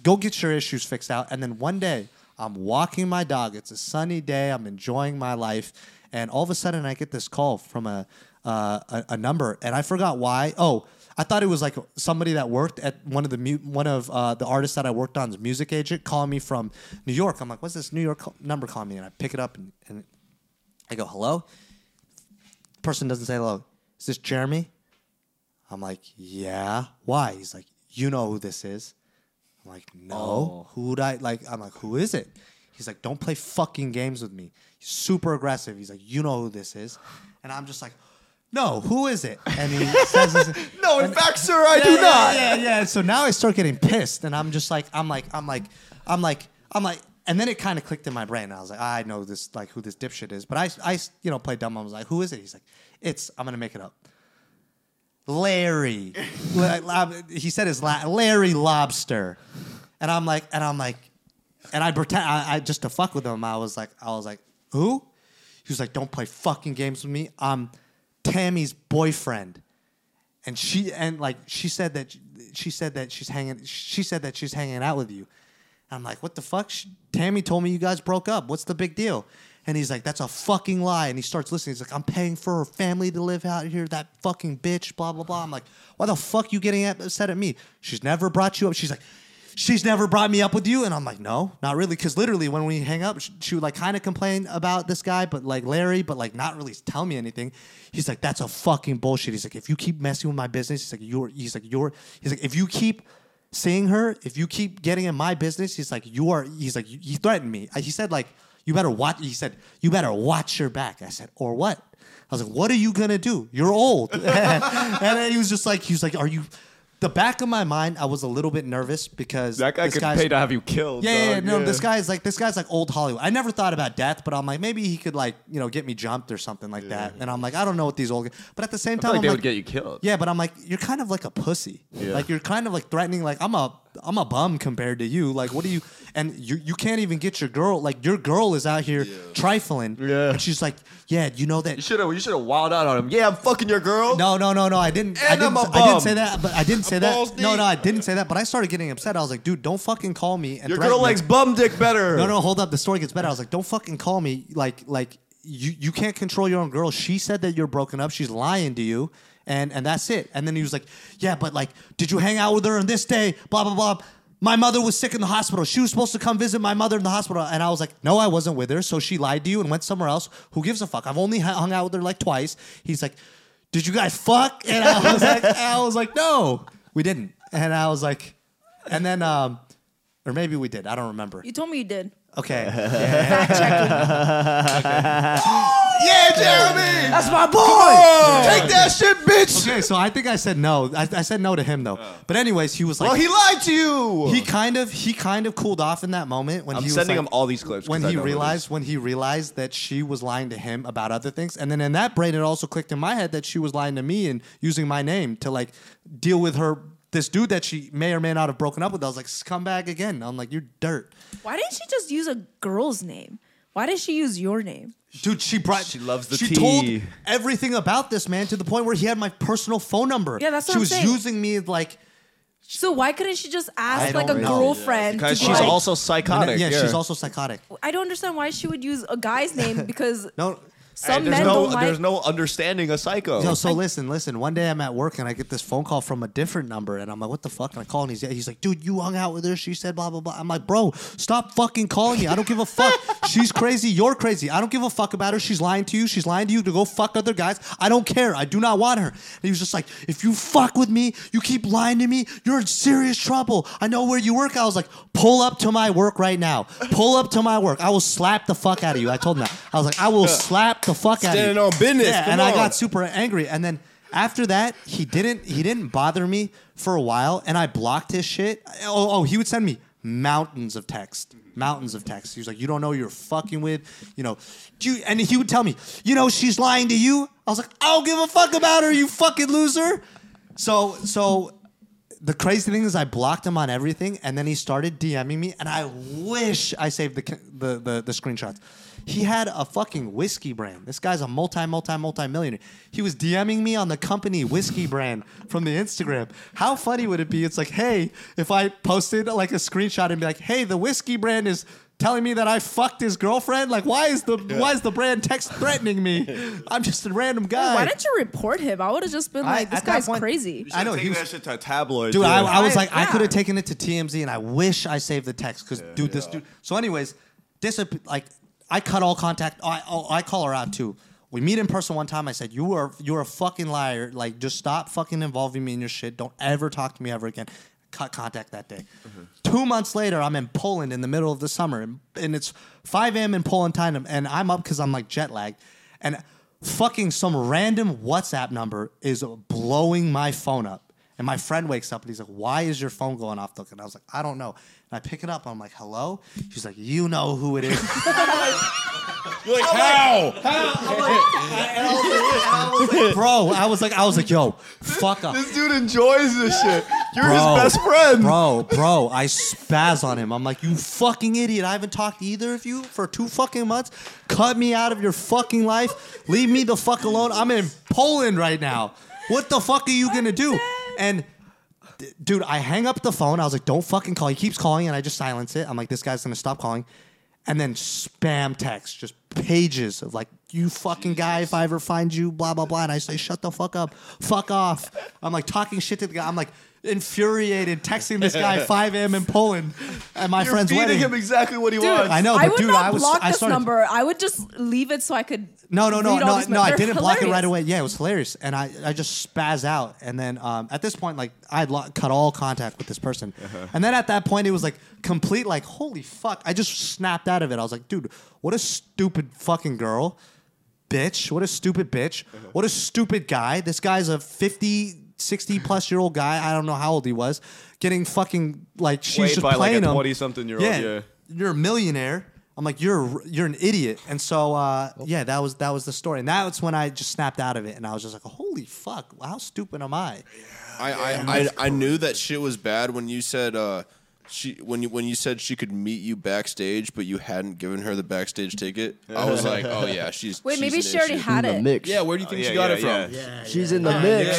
Speaker 2: Go get your issues fixed out. And then one day I'm walking my dog. It's a sunny day. I'm enjoying my life, and all of a sudden I get this call from a uh, a, a number, and I forgot why. Oh, I thought it was like somebody that worked at one of the mu- one of uh, the artists that I worked on's music agent calling me from New York. I'm like, what's this New York call- number calling me? And I pick it up and, and I go, hello? Person doesn't say hello. Is this Jeremy? I'm like, yeah. Why? He's like, you know who this is. I'm like, no. Who would I like? I'm like, who is it? He's like, don't play fucking games with me. He's super aggressive. He's like, you know who this is. And I'm just like, no, who is it? And he says, his-
Speaker 3: No, in fact, sir, I
Speaker 2: yeah,
Speaker 3: do
Speaker 2: yeah,
Speaker 3: not.
Speaker 2: Yeah, yeah. So now I start getting pissed, and I'm just like, I'm like, I'm like, I'm like, I'm like, and then it kind of clicked in my brain. I was like, I know this, like, who this dipshit is, but I, I, you know, play dumb. I was like, who is it? He's like, it's. I'm gonna make it up. Larry. Like, lob- he said his la- Larry Lobster, and I'm like, and I'm like, and I pretend I, I just to fuck with him. I was like, I was like, who? He was like, don't play fucking games with me. I'm Tammy's boyfriend, and she and like she said that she said that she's hanging. She said that she's hanging out with you. And I'm like, what the fuck? She, Tammy told me you guys broke up. What's the big deal? And he's like, that's a fucking lie. And he starts listening. He's like, I'm paying for her family to live out here. That fucking bitch. Blah blah blah. I'm like, why the fuck you getting upset at me? She's never brought you up. She's like, she's never brought me up with you. And I'm like, no, not really. Because literally, when we hang up, she, she would like kind of complain about this guy, but like Larry, but like not really tell me anything. He's like, that's a fucking bullshit. He's like, if you keep messing with my business, he's like, you're. He's like, you're. He's like, if you keep seeing her, if you keep getting in my business, he's like, you are, he's like, he threatened me. I- He said, like, you better watch, he said, you better watch your back. I said, or what? I was like, what are you gonna do? You're old. and then he was just like, he was like, are you, the back of my mind, I was a little bit nervous because
Speaker 3: That guy
Speaker 2: this
Speaker 3: could
Speaker 2: guy's-
Speaker 3: pay to have you killed.
Speaker 2: yeah, yeah, yeah,
Speaker 3: dog,
Speaker 2: no, this guy is like this guy's like old Hollywood. I never thought about death, but I'm like maybe he could like you know get me jumped or something like that. And I'm like I don't know what these old, but at the same time
Speaker 3: like
Speaker 2: I'm
Speaker 3: they would get you killed.
Speaker 2: Yeah, but I'm like you're kind of like a pussy. Like you're kind of like threatening. Like I'm a I'm a bum compared to you. Like what do you and you you can't even get your girl. Like your girl is out here trifling.
Speaker 3: Yeah.
Speaker 2: and she's like yeah, you know that
Speaker 3: You should have. You should have wowed out on him. Yeah, I'm fucking your girl.
Speaker 2: no, no, no, no. I didn't. I
Speaker 3: And I'm
Speaker 2: didn't,
Speaker 3: a
Speaker 2: I didn't
Speaker 3: bum.
Speaker 2: say that. But I didn't say
Speaker 3: balls
Speaker 2: that. No,
Speaker 3: deep.
Speaker 2: no, I didn't say that. But I started getting upset. I was like, dude, don't fucking call me. And
Speaker 3: your
Speaker 2: threaten
Speaker 3: girl
Speaker 2: me.
Speaker 3: likes bum dick better.
Speaker 2: No, no, hold up. The story gets better. I was like, don't fucking call me. Like, like you, you can't control your own girl. She said that you're broken up. She's lying to you, and and that's it. And then he was like, yeah, but like, did you hang out with her on this day? Blah blah blah. My mother was sick in the hospital. She was supposed to come visit my mother in the hospital, and I was like, no, I wasn't with her. So she lied to you and went somewhere else. Who gives a fuck? I've only hu- hung out with her like twice. He's like, did you guys fuck? And I was like, I was like, no, we didn't. And I was like, and then um. Or maybe we did. I don't remember.
Speaker 1: You told me you did.
Speaker 2: Okay.
Speaker 3: Yeah, Jeremy.
Speaker 2: That's my boy.
Speaker 3: Take that shit, bitch.
Speaker 2: Okay, so I think I said no. I, I said no to him though.
Speaker 3: Oh.
Speaker 2: But anyways, he was like
Speaker 3: Well, he lied to you.
Speaker 2: he kind of he kind of cooled off in that moment when
Speaker 3: I'm
Speaker 2: he was
Speaker 3: sending
Speaker 2: like-
Speaker 3: him all these clips 'cause
Speaker 2: when
Speaker 3: I
Speaker 2: he
Speaker 3: know who it
Speaker 2: realized when he realized that she was lying to him about other things and then in that brain it also clicked in my head that she was lying to me and using my name to like deal with her this dude that she may or may not have broken up with I was like come back again I'm like you're dirt
Speaker 1: Why didn't she just use a girl's name? Why did she use your name?
Speaker 2: Dude, she brought.
Speaker 3: She loves the
Speaker 2: She
Speaker 3: tea.
Speaker 2: told everything about this man to the point where he had my personal phone number.
Speaker 1: Yeah, that's what
Speaker 2: she
Speaker 1: I'm
Speaker 2: was
Speaker 1: saying.
Speaker 2: using me like.
Speaker 1: So why couldn't she just ask
Speaker 2: I
Speaker 1: like a
Speaker 2: don't know.
Speaker 1: girlfriend?
Speaker 3: Because
Speaker 1: to
Speaker 3: she's
Speaker 1: like-
Speaker 3: also psychotic.
Speaker 2: yeah, she's also psychotic.
Speaker 1: I don't understand why she would use a guy's name because
Speaker 2: No,
Speaker 1: some
Speaker 3: there's
Speaker 1: men
Speaker 3: no,
Speaker 1: don't like.
Speaker 3: there's no understanding a psycho.
Speaker 2: Yo, so listen, listen. One day I'm at work and I get this phone call from a different number, and I'm like, "What the fuck?" And I call, and he's he's like, "Dude, you hung out with her. She said blah blah blah." I'm like, "Bro, stop fucking calling me. I don't give a fuck. She's crazy. You're crazy. I don't give a fuck about her. She's lying to you. She's lying to you to go fuck other guys. I don't care. I do not want her." And he was just like, "If you fuck with me, you keep lying to me. You're in serious trouble. I know where you work." I was like, "Pull up to my work right now. Pull up to my work. I will slap the fuck out of you." I told him that. I was like, "I will slap the fuck out of you."
Speaker 5: Standing on business.
Speaker 2: Yeah,
Speaker 5: Come
Speaker 2: and I
Speaker 5: on.
Speaker 2: got super angry. And then after that, he didn't he didn't bother me for a while, and I blocked his shit. Oh, oh he would send me mountains of text, mountains of text. He was like, "You don't know who you're fucking with," you know. Do you, and he would tell me, "You know, she's lying to you." I was like, "I don't give a fuck about her, you fucking loser." So so. The crazy thing is, I blocked him on everything, and then he started DMing me, and I wish I saved the ca- the the, the screenshots. He had a fucking whiskey brand. This guy's a multi, multi, multi millionaire. He was DMing me on the company whiskey brand from the Instagram. How funny would it be? It's like, hey, if I posted like a screenshot and be like, hey, the whiskey brand is telling me that I fucked his girlfriend. Like, why is the why is the brand text threatening me? I'm just a random guy.
Speaker 1: Why didn't you report him? I would have just been
Speaker 2: I-
Speaker 1: like, this
Speaker 2: at that
Speaker 1: guy's
Speaker 2: point-
Speaker 1: crazy.
Speaker 2: I know he was.
Speaker 3: that shit to a tabloid. Oh,
Speaker 2: Dude, I, I was
Speaker 1: I-
Speaker 2: like, I
Speaker 1: yeah.
Speaker 2: could have taken it to TMZ, and I wish I saved the text because, dude, this dude. So, anyways, disap- like, I cut all contact. I, I I call her out too. We meet in person one time. I said, "You are you're a fucking liar. Like, just stop fucking involving me in your shit. Don't ever talk to me ever again." Cut contact that day. Two months later, I'm in Poland in the middle of the summer, and, and it's 5 a.m. in Poland time, and I'm up because I'm like jet lagged, and fucking some random WhatsApp number is blowing my phone up. And my friend wakes up and he's like, Why is your phone going off the hook? And I was like, I don't know. And I pick it up. I'm like, Hello? She's like, You know who it is.
Speaker 5: You're like, how?
Speaker 2: Bro, I was like, I was like, Yo, fuck up.
Speaker 3: this dude enjoys this shit. You're
Speaker 2: Bro,
Speaker 3: his best friend.
Speaker 2: Bro, bro, I spaz on him. I'm like, You fucking idiot. I haven't talked to either of you for two fucking months. Cut me out of your fucking life. Leave me the fuck alone. I'm in Poland right now. What the fuck are you gonna do? And dude, I hang up the phone. I was like, don't fucking call. He keeps calling, and I just silence it. I'm like, this guy's gonna stop calling. And then spam text, just pages of like, you fucking guy, if I ever find you, blah, blah, blah. And I say, shut the fuck up, fuck off. I'm like talking shit to the guy. I'm like infuriated, texting this guy 5 a.m. in Poland at my
Speaker 3: You're
Speaker 2: friend's
Speaker 3: feeding
Speaker 2: wedding.
Speaker 3: him exactly what he
Speaker 1: Dude,
Speaker 3: wants.
Speaker 2: I know, but
Speaker 1: would
Speaker 2: dude,
Speaker 1: not
Speaker 2: I was-
Speaker 1: block
Speaker 2: I
Speaker 1: this
Speaker 2: started-
Speaker 1: number. I would just leave it so I could.
Speaker 2: No, no, no,
Speaker 1: read all
Speaker 2: no,
Speaker 1: these
Speaker 2: no. I
Speaker 1: messages.
Speaker 2: didn't block it right
Speaker 1: Hilarious.
Speaker 2: away. Yeah, it was hilarious, and I, I just spaz out, and then um, at this point, like I had lo- cut all contact with this person, and then at that point, it was like complete, like holy fuck! I just snapped out of it. I was like, dude, what a stupid fucking girl, bitch! What a stupid bitch! What a stupid guy! This guy's a 50, 60 plus year old guy. I don't know how old he was, getting fucking like she's
Speaker 3: Played
Speaker 2: just
Speaker 3: by, like, a
Speaker 2: playing him.
Speaker 3: 20-something year old, yeah.
Speaker 2: you're a millionaire. I'm like, you're you're an idiot. And so uh, yeah, that was that was the story. And that's when I just snapped out of it and I was just like, holy fuck, how stupid am I?
Speaker 5: I, I, I, I knew that shit was bad when you said uh, she when you when you said she could meet you backstage, but you hadn't given her the backstage ticket. I was like, oh yeah, she's
Speaker 1: Wait,
Speaker 5: she's
Speaker 1: maybe
Speaker 5: an
Speaker 1: she already
Speaker 5: issue.
Speaker 4: in
Speaker 1: had
Speaker 4: the
Speaker 1: it.
Speaker 4: mix.
Speaker 5: Yeah, where do you think
Speaker 3: Yeah,
Speaker 5: she got
Speaker 3: yeah,
Speaker 5: it from?
Speaker 3: yeah.
Speaker 4: she's in the mix.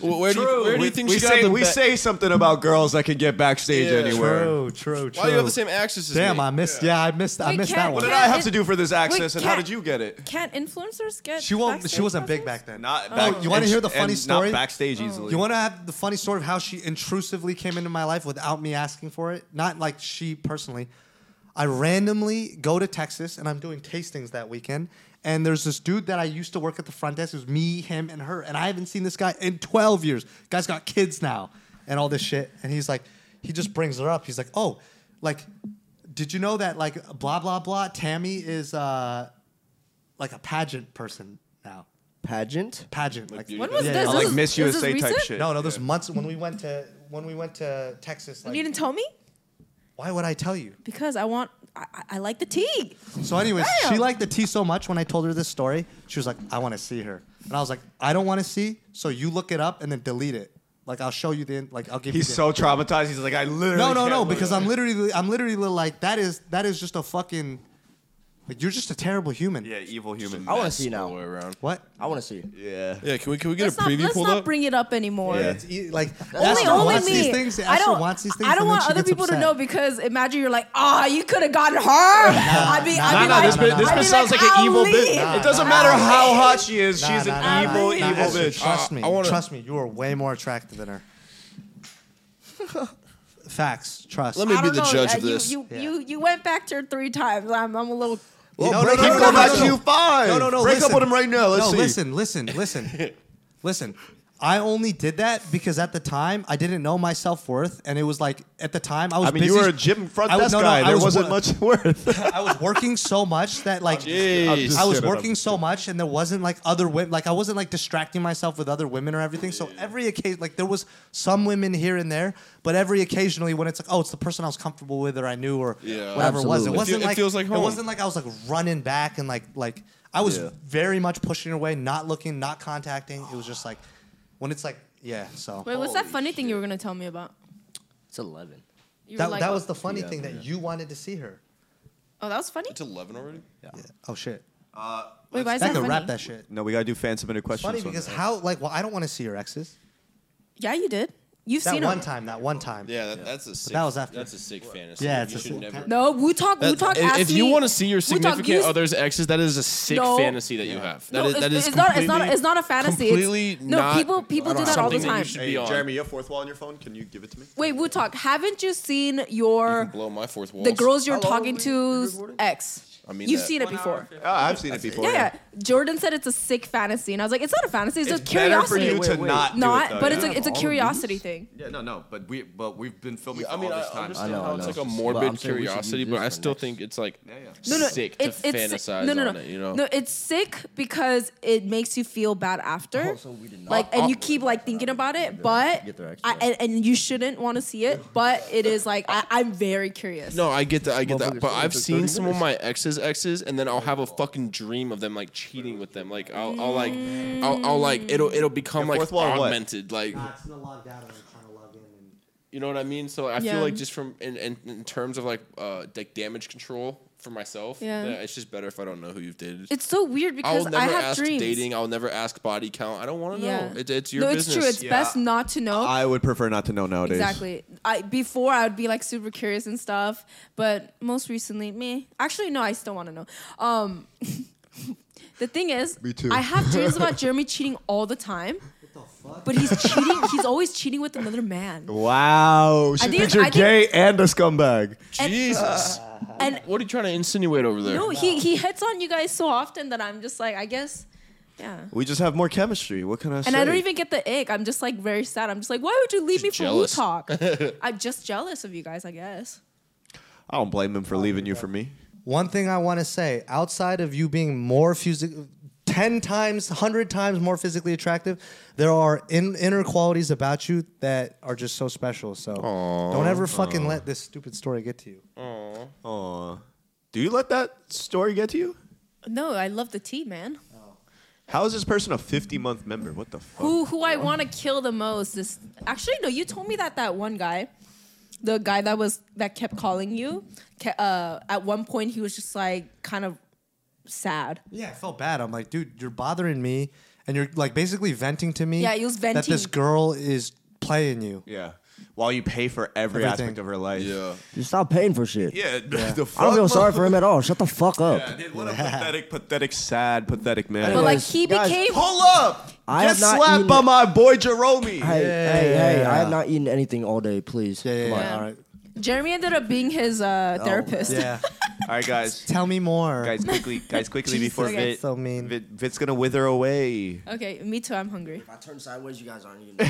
Speaker 5: Wh- Where, do you, where do
Speaker 3: we,
Speaker 5: you think
Speaker 3: we
Speaker 5: she got
Speaker 3: say,
Speaker 5: the
Speaker 3: we
Speaker 5: ba-
Speaker 3: say something about girls that can get backstage
Speaker 5: Yeah.
Speaker 3: anywhere.
Speaker 2: true, true.
Speaker 5: Why do you have the same access as
Speaker 2: Damn,
Speaker 5: me?
Speaker 2: I missed. Yeah, I missed. I
Speaker 1: Wait,
Speaker 2: missed
Speaker 1: can't-
Speaker 2: that
Speaker 3: What
Speaker 2: one.
Speaker 3: did
Speaker 1: Yeah,
Speaker 3: I have
Speaker 1: it-
Speaker 3: to do for this access, and how
Speaker 1: can't-
Speaker 3: did you get it?
Speaker 1: Can't influencers get?
Speaker 2: She won't.
Speaker 1: backstage
Speaker 2: She wasn't big
Speaker 1: passes?
Speaker 2: back then.
Speaker 3: Not
Speaker 2: Oh, you want to
Speaker 3: and-
Speaker 2: hear the funny
Speaker 3: and
Speaker 2: story?
Speaker 3: Not
Speaker 1: Oh.
Speaker 3: backstage easily.
Speaker 2: You want to have the funny story of how she intrusively came into my life without me asking for it? Not like she personally. I randomly go to Texas and I'm doing tastings that weekend. And there's this dude that I used to work at the front desk. It was me, him, and her. And I haven't seen this guy in 12 years. Guy's got kids now and all this shit. And he's like, he just brings her up. He's like, oh, like, did you know that, like, blah, blah, blah, Tammy is uh, like a pageant person now?
Speaker 4: Pageant.
Speaker 2: Pageant. Like,
Speaker 1: When was
Speaker 2: Yeah,
Speaker 1: this?
Speaker 2: yeah,
Speaker 1: This
Speaker 3: like
Speaker 1: is-
Speaker 3: Miss
Speaker 1: is this
Speaker 3: USA type
Speaker 1: recent?
Speaker 3: shit.
Speaker 2: no, no. There's months when we went to when we went to Texas.
Speaker 1: You
Speaker 2: Like,
Speaker 1: didn't tell me
Speaker 2: why would I tell you?
Speaker 1: because I want. I, I- I like the tea.
Speaker 2: So, anyways,
Speaker 1: Damn.
Speaker 2: she liked the tea so much when I told her this story. She was like, "I want to see her," and I was like, "I don't want to see." So you look it up and then delete it. Like I'll show you the like I'll give
Speaker 3: He's
Speaker 2: you. the-
Speaker 3: so traumatized. He's like, I literally.
Speaker 2: no, no,
Speaker 3: can't
Speaker 2: no.
Speaker 3: look
Speaker 2: Because
Speaker 3: at
Speaker 2: I'm
Speaker 3: it.
Speaker 2: literally I'm literally like that is that is just a fucking Like you're just a terrible human.
Speaker 3: Yeah, evil human.
Speaker 4: I want to see
Speaker 5: all the
Speaker 4: now.
Speaker 5: way around.
Speaker 2: What?
Speaker 4: I want to see.
Speaker 3: Yeah.
Speaker 5: Yeah, can we can we get
Speaker 1: Let's
Speaker 5: a
Speaker 1: not,
Speaker 5: preview
Speaker 1: let's
Speaker 5: pulled
Speaker 1: not
Speaker 5: up?
Speaker 1: bring it up anymore.
Speaker 3: Yeah.
Speaker 2: It's e- like
Speaker 1: Only,
Speaker 2: Esther
Speaker 1: only
Speaker 2: wants
Speaker 1: me.
Speaker 2: these things.
Speaker 1: I
Speaker 2: Esther
Speaker 1: don't,
Speaker 2: wants these things.
Speaker 1: I don't
Speaker 2: and then
Speaker 1: want
Speaker 2: she
Speaker 1: other
Speaker 2: gets
Speaker 1: people to
Speaker 2: upset.
Speaker 1: know because imagine you're like, ah, you could have gotten her. I'd be, I'd be like,
Speaker 3: this bitch, this
Speaker 1: I'd be
Speaker 3: bitch sounds like, an evil
Speaker 1: Ali.
Speaker 3: bitch. it doesn't matter how hot she is.
Speaker 2: Nah,
Speaker 3: She's
Speaker 2: nah,
Speaker 3: an
Speaker 2: nah, nah,
Speaker 3: evil,
Speaker 2: nah,
Speaker 3: evil
Speaker 2: Esther,
Speaker 3: bitch.
Speaker 2: Trust me.
Speaker 5: I wanna-
Speaker 2: trust me. You are way more attractive than her. Facts. Trust.
Speaker 5: Let me
Speaker 1: I
Speaker 5: be
Speaker 1: don't
Speaker 5: the
Speaker 1: know,
Speaker 5: judge
Speaker 1: uh,
Speaker 5: of this.
Speaker 1: You, you, you, you went back to her three times. I'm, I'm a little.
Speaker 2: Well,
Speaker 3: No, no, no, no, no, no, no. Five.
Speaker 2: No, no, no.
Speaker 3: Break up
Speaker 2: listen.
Speaker 3: with him right now. Let's
Speaker 2: no,
Speaker 3: see.
Speaker 2: listen, listen, listen, listen. I only did that because at the time I didn't know my self worth, and it was like at the time I was.
Speaker 3: I mean,
Speaker 2: busy.
Speaker 3: you were a gym front
Speaker 2: I was-
Speaker 3: desk
Speaker 2: no, no,
Speaker 3: guy.
Speaker 2: I
Speaker 3: There
Speaker 2: was
Speaker 3: wasn't
Speaker 2: wo-
Speaker 3: much worth.
Speaker 2: I was working so much that like
Speaker 3: I'm just
Speaker 2: I was
Speaker 3: kidding, I'm
Speaker 2: working so much, and there wasn't like other women. Like I wasn't like distracting myself with other women or everything. So every occasion, like there was some women here and there, but every occasionally when it's like, oh, it's the person I was comfortable with or I knew or
Speaker 5: Yeah.
Speaker 2: whatever it was. It
Speaker 4: Absolutely. It
Speaker 2: wasn't
Speaker 5: feel- it
Speaker 2: like
Speaker 5: feels like home.
Speaker 2: wasn't like I was like running back and like like I was
Speaker 3: Yeah.
Speaker 2: very much pushing her away, not looking, not contacting. It was just like when it's like yeah. So
Speaker 1: Wait, what's that funny thing you were gonna tell me about?
Speaker 4: It's eleven.
Speaker 1: You
Speaker 2: that,
Speaker 1: were like,
Speaker 2: that was the funny
Speaker 4: Yeah,
Speaker 2: thing that you wanted to see her.
Speaker 1: oh, that was funny.
Speaker 5: It's eleven already.
Speaker 2: Oh shit.
Speaker 1: Wait, why is
Speaker 2: That
Speaker 1: that
Speaker 2: could
Speaker 1: funny?
Speaker 2: wrap that shit.
Speaker 3: No, we gotta do fan submitted questions.
Speaker 2: Funny
Speaker 3: on
Speaker 2: because
Speaker 3: that.
Speaker 2: how like well I don't want to see your exes.
Speaker 1: Yeah, you did. You've
Speaker 2: That
Speaker 1: seen
Speaker 2: one
Speaker 1: him.
Speaker 2: time, that one time.
Speaker 5: Yeah, that, that's a sick.
Speaker 2: that was after.
Speaker 5: That's a sick fantasy.
Speaker 2: Yeah,
Speaker 5: You
Speaker 2: it's a
Speaker 5: should
Speaker 2: sick
Speaker 5: never-
Speaker 1: No, Wu Talk. Wu Talk
Speaker 11: if
Speaker 1: asked
Speaker 11: if you
Speaker 1: me-
Speaker 11: want to see your
Speaker 1: Wu Talk
Speaker 11: significant
Speaker 1: used-
Speaker 11: other's exes, that is a sick
Speaker 1: No.
Speaker 11: fantasy that you have. That
Speaker 1: no,
Speaker 11: is that
Speaker 1: it's,
Speaker 11: is
Speaker 1: it's not. It's not.
Speaker 11: completely-
Speaker 1: It's not a fantasy.
Speaker 11: Completely
Speaker 1: it's, no,
Speaker 11: not
Speaker 1: people people do that all the
Speaker 11: something that you
Speaker 1: time.
Speaker 11: should
Speaker 3: Hey,
Speaker 11: be on.
Speaker 3: Jeremy, you have fourth wall on your phone. Can you give it to me?
Speaker 1: Wait, Wu Talk. Haven't you seen your
Speaker 5: Blow my fourth wall.
Speaker 1: the girls you're talking to ex?
Speaker 5: I mean
Speaker 1: You've
Speaker 5: that.
Speaker 1: seen it before.
Speaker 3: Oh, I've seen it before.
Speaker 1: Yeah, yeah. Jordan said it's a sick fantasy, and I was like, it's not a fantasy. It's,
Speaker 3: It's
Speaker 1: just
Speaker 3: better for
Speaker 1: curiosity.
Speaker 3: you to Wait, wait. not do it,
Speaker 1: Not,
Speaker 3: though,
Speaker 1: but
Speaker 3: yeah.
Speaker 1: it's a it's a curiosity thing.
Speaker 11: Yeah, no, no, but we but we've been filming
Speaker 5: I mean, I understand
Speaker 4: I know,
Speaker 5: how
Speaker 4: I
Speaker 5: it's
Speaker 4: know.
Speaker 5: like a
Speaker 4: But I'm
Speaker 5: morbid
Speaker 4: saying we should
Speaker 5: curiosity,
Speaker 4: do
Speaker 5: but
Speaker 4: this
Speaker 5: I
Speaker 4: for
Speaker 5: still
Speaker 4: next-
Speaker 5: think it's like
Speaker 1: No, no,
Speaker 5: sick to
Speaker 1: it's, it's
Speaker 5: fantasize
Speaker 1: no, no, no.
Speaker 5: on it. You know,
Speaker 1: No, it's sick because it makes you feel bad after.
Speaker 4: Oh, so we did not-
Speaker 1: like, and you keep like thinking about it, but
Speaker 4: Get their
Speaker 1: I,
Speaker 4: extra.
Speaker 1: and, and you shouldn't want to see it, but it is like I, I'm very curious.
Speaker 11: No, I get that. I get that.
Speaker 4: Motherfuckers
Speaker 11: But
Speaker 4: sleep
Speaker 11: I've
Speaker 4: for
Speaker 11: seen
Speaker 4: 30
Speaker 11: some of my exes' exes, and then I'll have a fucking dream of them like cheating with them. Like I'll, I'll like, I'll, I'll like it'll it'll become
Speaker 3: Yeah,
Speaker 11: like
Speaker 3: fourth wall, what?
Speaker 11: augmented. Like
Speaker 2: it's not logged out. I'm trying to log in. And...
Speaker 11: you know what I mean. So I
Speaker 1: Yeah.
Speaker 11: feel like just from in, in, in terms of like uh like damage control for myself.
Speaker 1: Yeah.
Speaker 11: that it's just better if I don't know who you've dated.
Speaker 1: It's so weird
Speaker 11: I
Speaker 1: because
Speaker 11: will
Speaker 1: I,
Speaker 11: never
Speaker 1: have
Speaker 11: ask
Speaker 1: dreams.
Speaker 11: dating. I'll never ask body count. I don't want to
Speaker 1: Yeah,
Speaker 11: know. It, it's your
Speaker 1: no, it's
Speaker 11: business.
Speaker 1: true. It's
Speaker 3: Yeah.
Speaker 1: best not to know.
Speaker 3: I would prefer not to know nowadays.
Speaker 1: Exactly. I before I would be like super curious and stuff, but most recently, me actually no, I still want to know. Um, the thing is,
Speaker 3: Me too.
Speaker 1: I have dreams about Jeremy cheating all the time. But he's cheating. He's always cheating with another man.
Speaker 3: Oh, Wow, she
Speaker 1: think-
Speaker 3: thinks you're
Speaker 1: I think-
Speaker 3: gay and a scumbag.
Speaker 11: Jesus.
Speaker 1: And
Speaker 11: what are you trying to insinuate over there?
Speaker 1: no, he he hits on you guys so often that I'm just like, I guess, yeah.
Speaker 3: We just have more chemistry. What can I say?
Speaker 1: And I don't even get the ick. I'm just like very sad. I'm just like, why would you leave
Speaker 11: Just
Speaker 1: me
Speaker 11: jealous.
Speaker 1: for Wu Talk? I'm just jealous of you guys, I guess.
Speaker 3: I don't blame him for leaving you for me.
Speaker 2: One thing I want to say, outside of you being more physical, ten times, hundred times more physically attractive, there are in- inner qualities about you that are just so special. So don't ever fucking let this stupid story get to you.
Speaker 3: Aw. Do you let that story get to you?
Speaker 1: No, I love the tea, man.
Speaker 3: How is this person a 50 month member? What the fuck?
Speaker 1: who who I want to kill the most is actually no. You told me that that one guy, the guy that was that kept calling you. ke- Uh, at one point, he was just like kind of sad.
Speaker 2: Yeah, I felt bad. I'm like, dude, you're bothering me, and you're like basically venting to me.
Speaker 1: Yeah, he was
Speaker 2: that this
Speaker 1: venting.
Speaker 2: girl is playing you.
Speaker 3: Yeah. While you pay for every
Speaker 2: Everything.
Speaker 3: aspect of her life.
Speaker 5: yeah.
Speaker 4: Just stop paying for shit.
Speaker 3: Yeah. The fuck?
Speaker 4: I don't feel sorry for him at all. Shut the fuck up.
Speaker 3: Yeah, dude, what a pathetic, pathetic, sad, pathetic man.
Speaker 1: But
Speaker 4: Anyways,
Speaker 1: like he
Speaker 4: guys,
Speaker 1: became.
Speaker 3: Pull up!
Speaker 4: I
Speaker 3: Get
Speaker 4: have not
Speaker 3: slapped
Speaker 4: eaten-
Speaker 3: by my boy Jerome.
Speaker 4: Hey, hey, hey! I have not eaten anything all day. Please.
Speaker 2: Yeah, yeah,
Speaker 4: Come on.
Speaker 2: yeah. All right.
Speaker 1: Jeremy ended up being his uh, therapist.
Speaker 2: Yeah.
Speaker 3: All right, guys.
Speaker 2: Tell me more.
Speaker 3: Guys, quickly, guys, quickly before
Speaker 1: Okay.
Speaker 3: Vit,
Speaker 2: So mean.
Speaker 3: Vit, Vit's gonna wither away.
Speaker 1: Okay, me too. I'm hungry.
Speaker 4: If I turn sideways, you guys aren't even.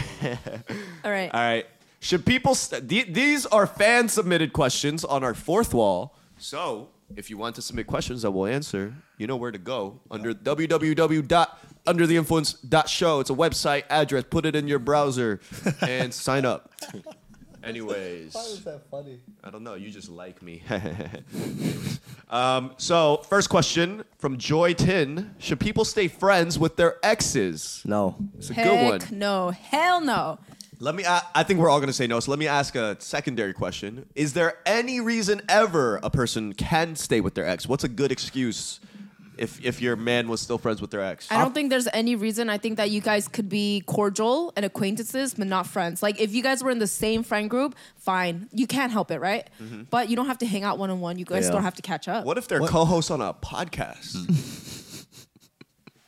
Speaker 1: All right.
Speaker 3: All right. Should people? St- the- these are fan submitted questions on our fourth wall. So if you want to submit questions that we'll answer, you know where to go under www.undertheinfluence.show. It's a website address. Put it in your browser and sign up. Anyways.
Speaker 2: that funny?
Speaker 3: I don't know. You just like me. um, so, first question from Joy Tin: Should people stay friends with their exes?
Speaker 4: no.
Speaker 3: It's a
Speaker 1: Heck
Speaker 3: good one.
Speaker 1: no. Hell no.
Speaker 3: Let me. I, I think we're all gonna say no. So let me ask a secondary question: Is there any reason ever a person can stay with their ex? What's a good excuse if if your man was still friends with their ex?
Speaker 1: I don't think there's any reason. I think that you guys could be cordial and acquaintances, but not friends. Like if you guys were in the same friend group, fine. You can't help it, right?
Speaker 3: Mhm.
Speaker 1: But you don't have to hang out one on one. You guys
Speaker 3: Yeah.
Speaker 1: don't have to catch up.
Speaker 3: What if they're co-hosts on a
Speaker 1: Hmm.
Speaker 3: podcast?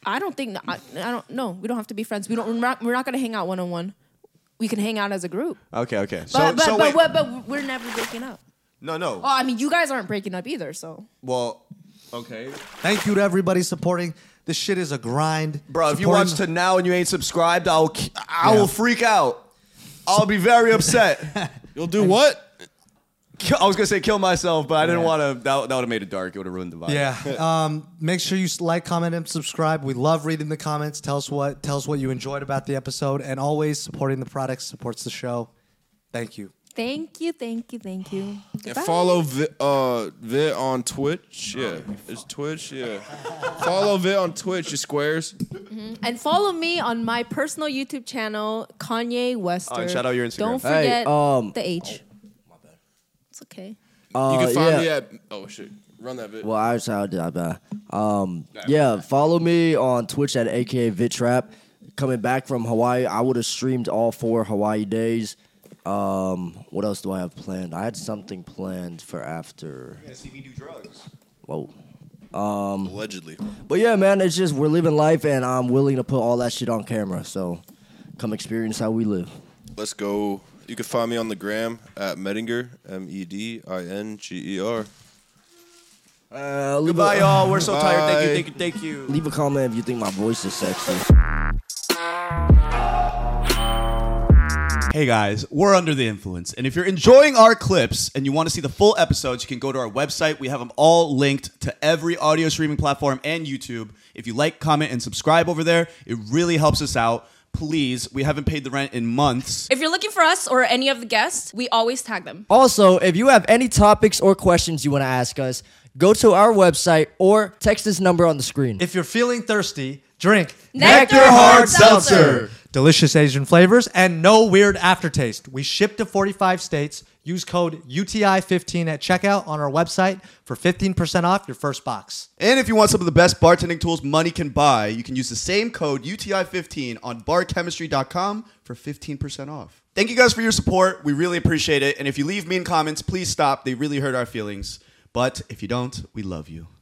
Speaker 1: I don't think. I, I don't. No, we don't have to be friends. We don't. We're not, we're not gonna hang out one on one. We can hang out as a group.
Speaker 3: okay, okay.
Speaker 1: But
Speaker 3: So,
Speaker 1: but
Speaker 3: so
Speaker 1: but,
Speaker 3: wait.
Speaker 1: what- but we're never breaking up.
Speaker 3: no, no.
Speaker 1: Oh, I mean, you guys aren't breaking up either. So
Speaker 3: Well, okay.
Speaker 2: Thank you to everybody supporting. This shit is a grind.
Speaker 3: Bro, if you
Speaker 2: Supporting-
Speaker 3: watch to now and you ain't subscribed, I'll k- I
Speaker 2: Yeah.
Speaker 3: will freak out. I'll be very upset. You'll do what? I was gonna say kill myself, but I didn't want to. That, that would have made it dark. It would have ruined the vibe.
Speaker 2: Yeah. Um, make sure you s- like, comment, and subscribe. We love reading the comments. Tell us what tell us what you enjoyed about the episode, and always supporting the products supports the show. Thank you.
Speaker 1: thank you, thank you, thank you.
Speaker 5: And
Speaker 1: Goodbye.
Speaker 5: follow Vi, uh, Vi on Twitch. Yeah, it's Twitch. Yeah, follow Vi on Twitch. You squares.
Speaker 1: Mhm. And follow me on my personal YouTube channel, Kanye Wester.
Speaker 5: Oh, and shout out your Instagram. Oh,
Speaker 1: Don't
Speaker 5: Hey,
Speaker 1: forget
Speaker 4: um,
Speaker 1: the H. It's okay.
Speaker 5: you
Speaker 4: Uh,
Speaker 5: can find
Speaker 4: yeah.
Speaker 5: me at. Oh shit, run that bit.
Speaker 4: Well, I just I did I bet. Um, yeah, follow me on Twitch at aka Vitrap. Coming back from Hawaii, I would have streamed all four Hawaii days. Um, what else do I have planned? I had something planned for after.
Speaker 3: see me do drugs.
Speaker 4: Whoa. Um,
Speaker 5: Allegedly.
Speaker 4: But yeah, man, it's just we're living life, and I'm willing to put all that shit on camera. So, come experience how we live.
Speaker 5: Let's go. You can find me on the gram at Medinger, M E D I N G E R.
Speaker 4: Uh, leave
Speaker 5: Goodbye, y'all. We're so tired. Thank you, Bye. thank you,
Speaker 3: thank you.
Speaker 4: Leave a comment if you think my voice is sexy.
Speaker 12: Hey guys, we're under the influence. And if you're enjoying our clips and you want to see the full episodes, you can go to our website. We have them all linked to every audio streaming platform and YouTube. If you like, comment, and subscribe over there, it really helps us out. Please, we haven't paid the rent in months.
Speaker 1: If you're looking for us or any of the guests, we always tag them.
Speaker 4: Also, if you have any topics or questions you want to ask us, go to our website or text this number on the screen.
Speaker 2: If you're feeling thirsty, drink
Speaker 4: Nectar Nectar Hard Hard Seltzer. Seltzer.
Speaker 2: Delicious Asian flavors and no weird aftertaste. We ship to 45 states. Use code UTI15 at checkout on our website for 15% off your first box.
Speaker 12: And if you want some of the best bartending tools money can buy, you can use the same code UTI15 on barchemistry.com for 15% off. Thank you guys for your support. We really appreciate it. And if you leave mean comments, please stop. They really hurt our feelings. But if you don't, we love you.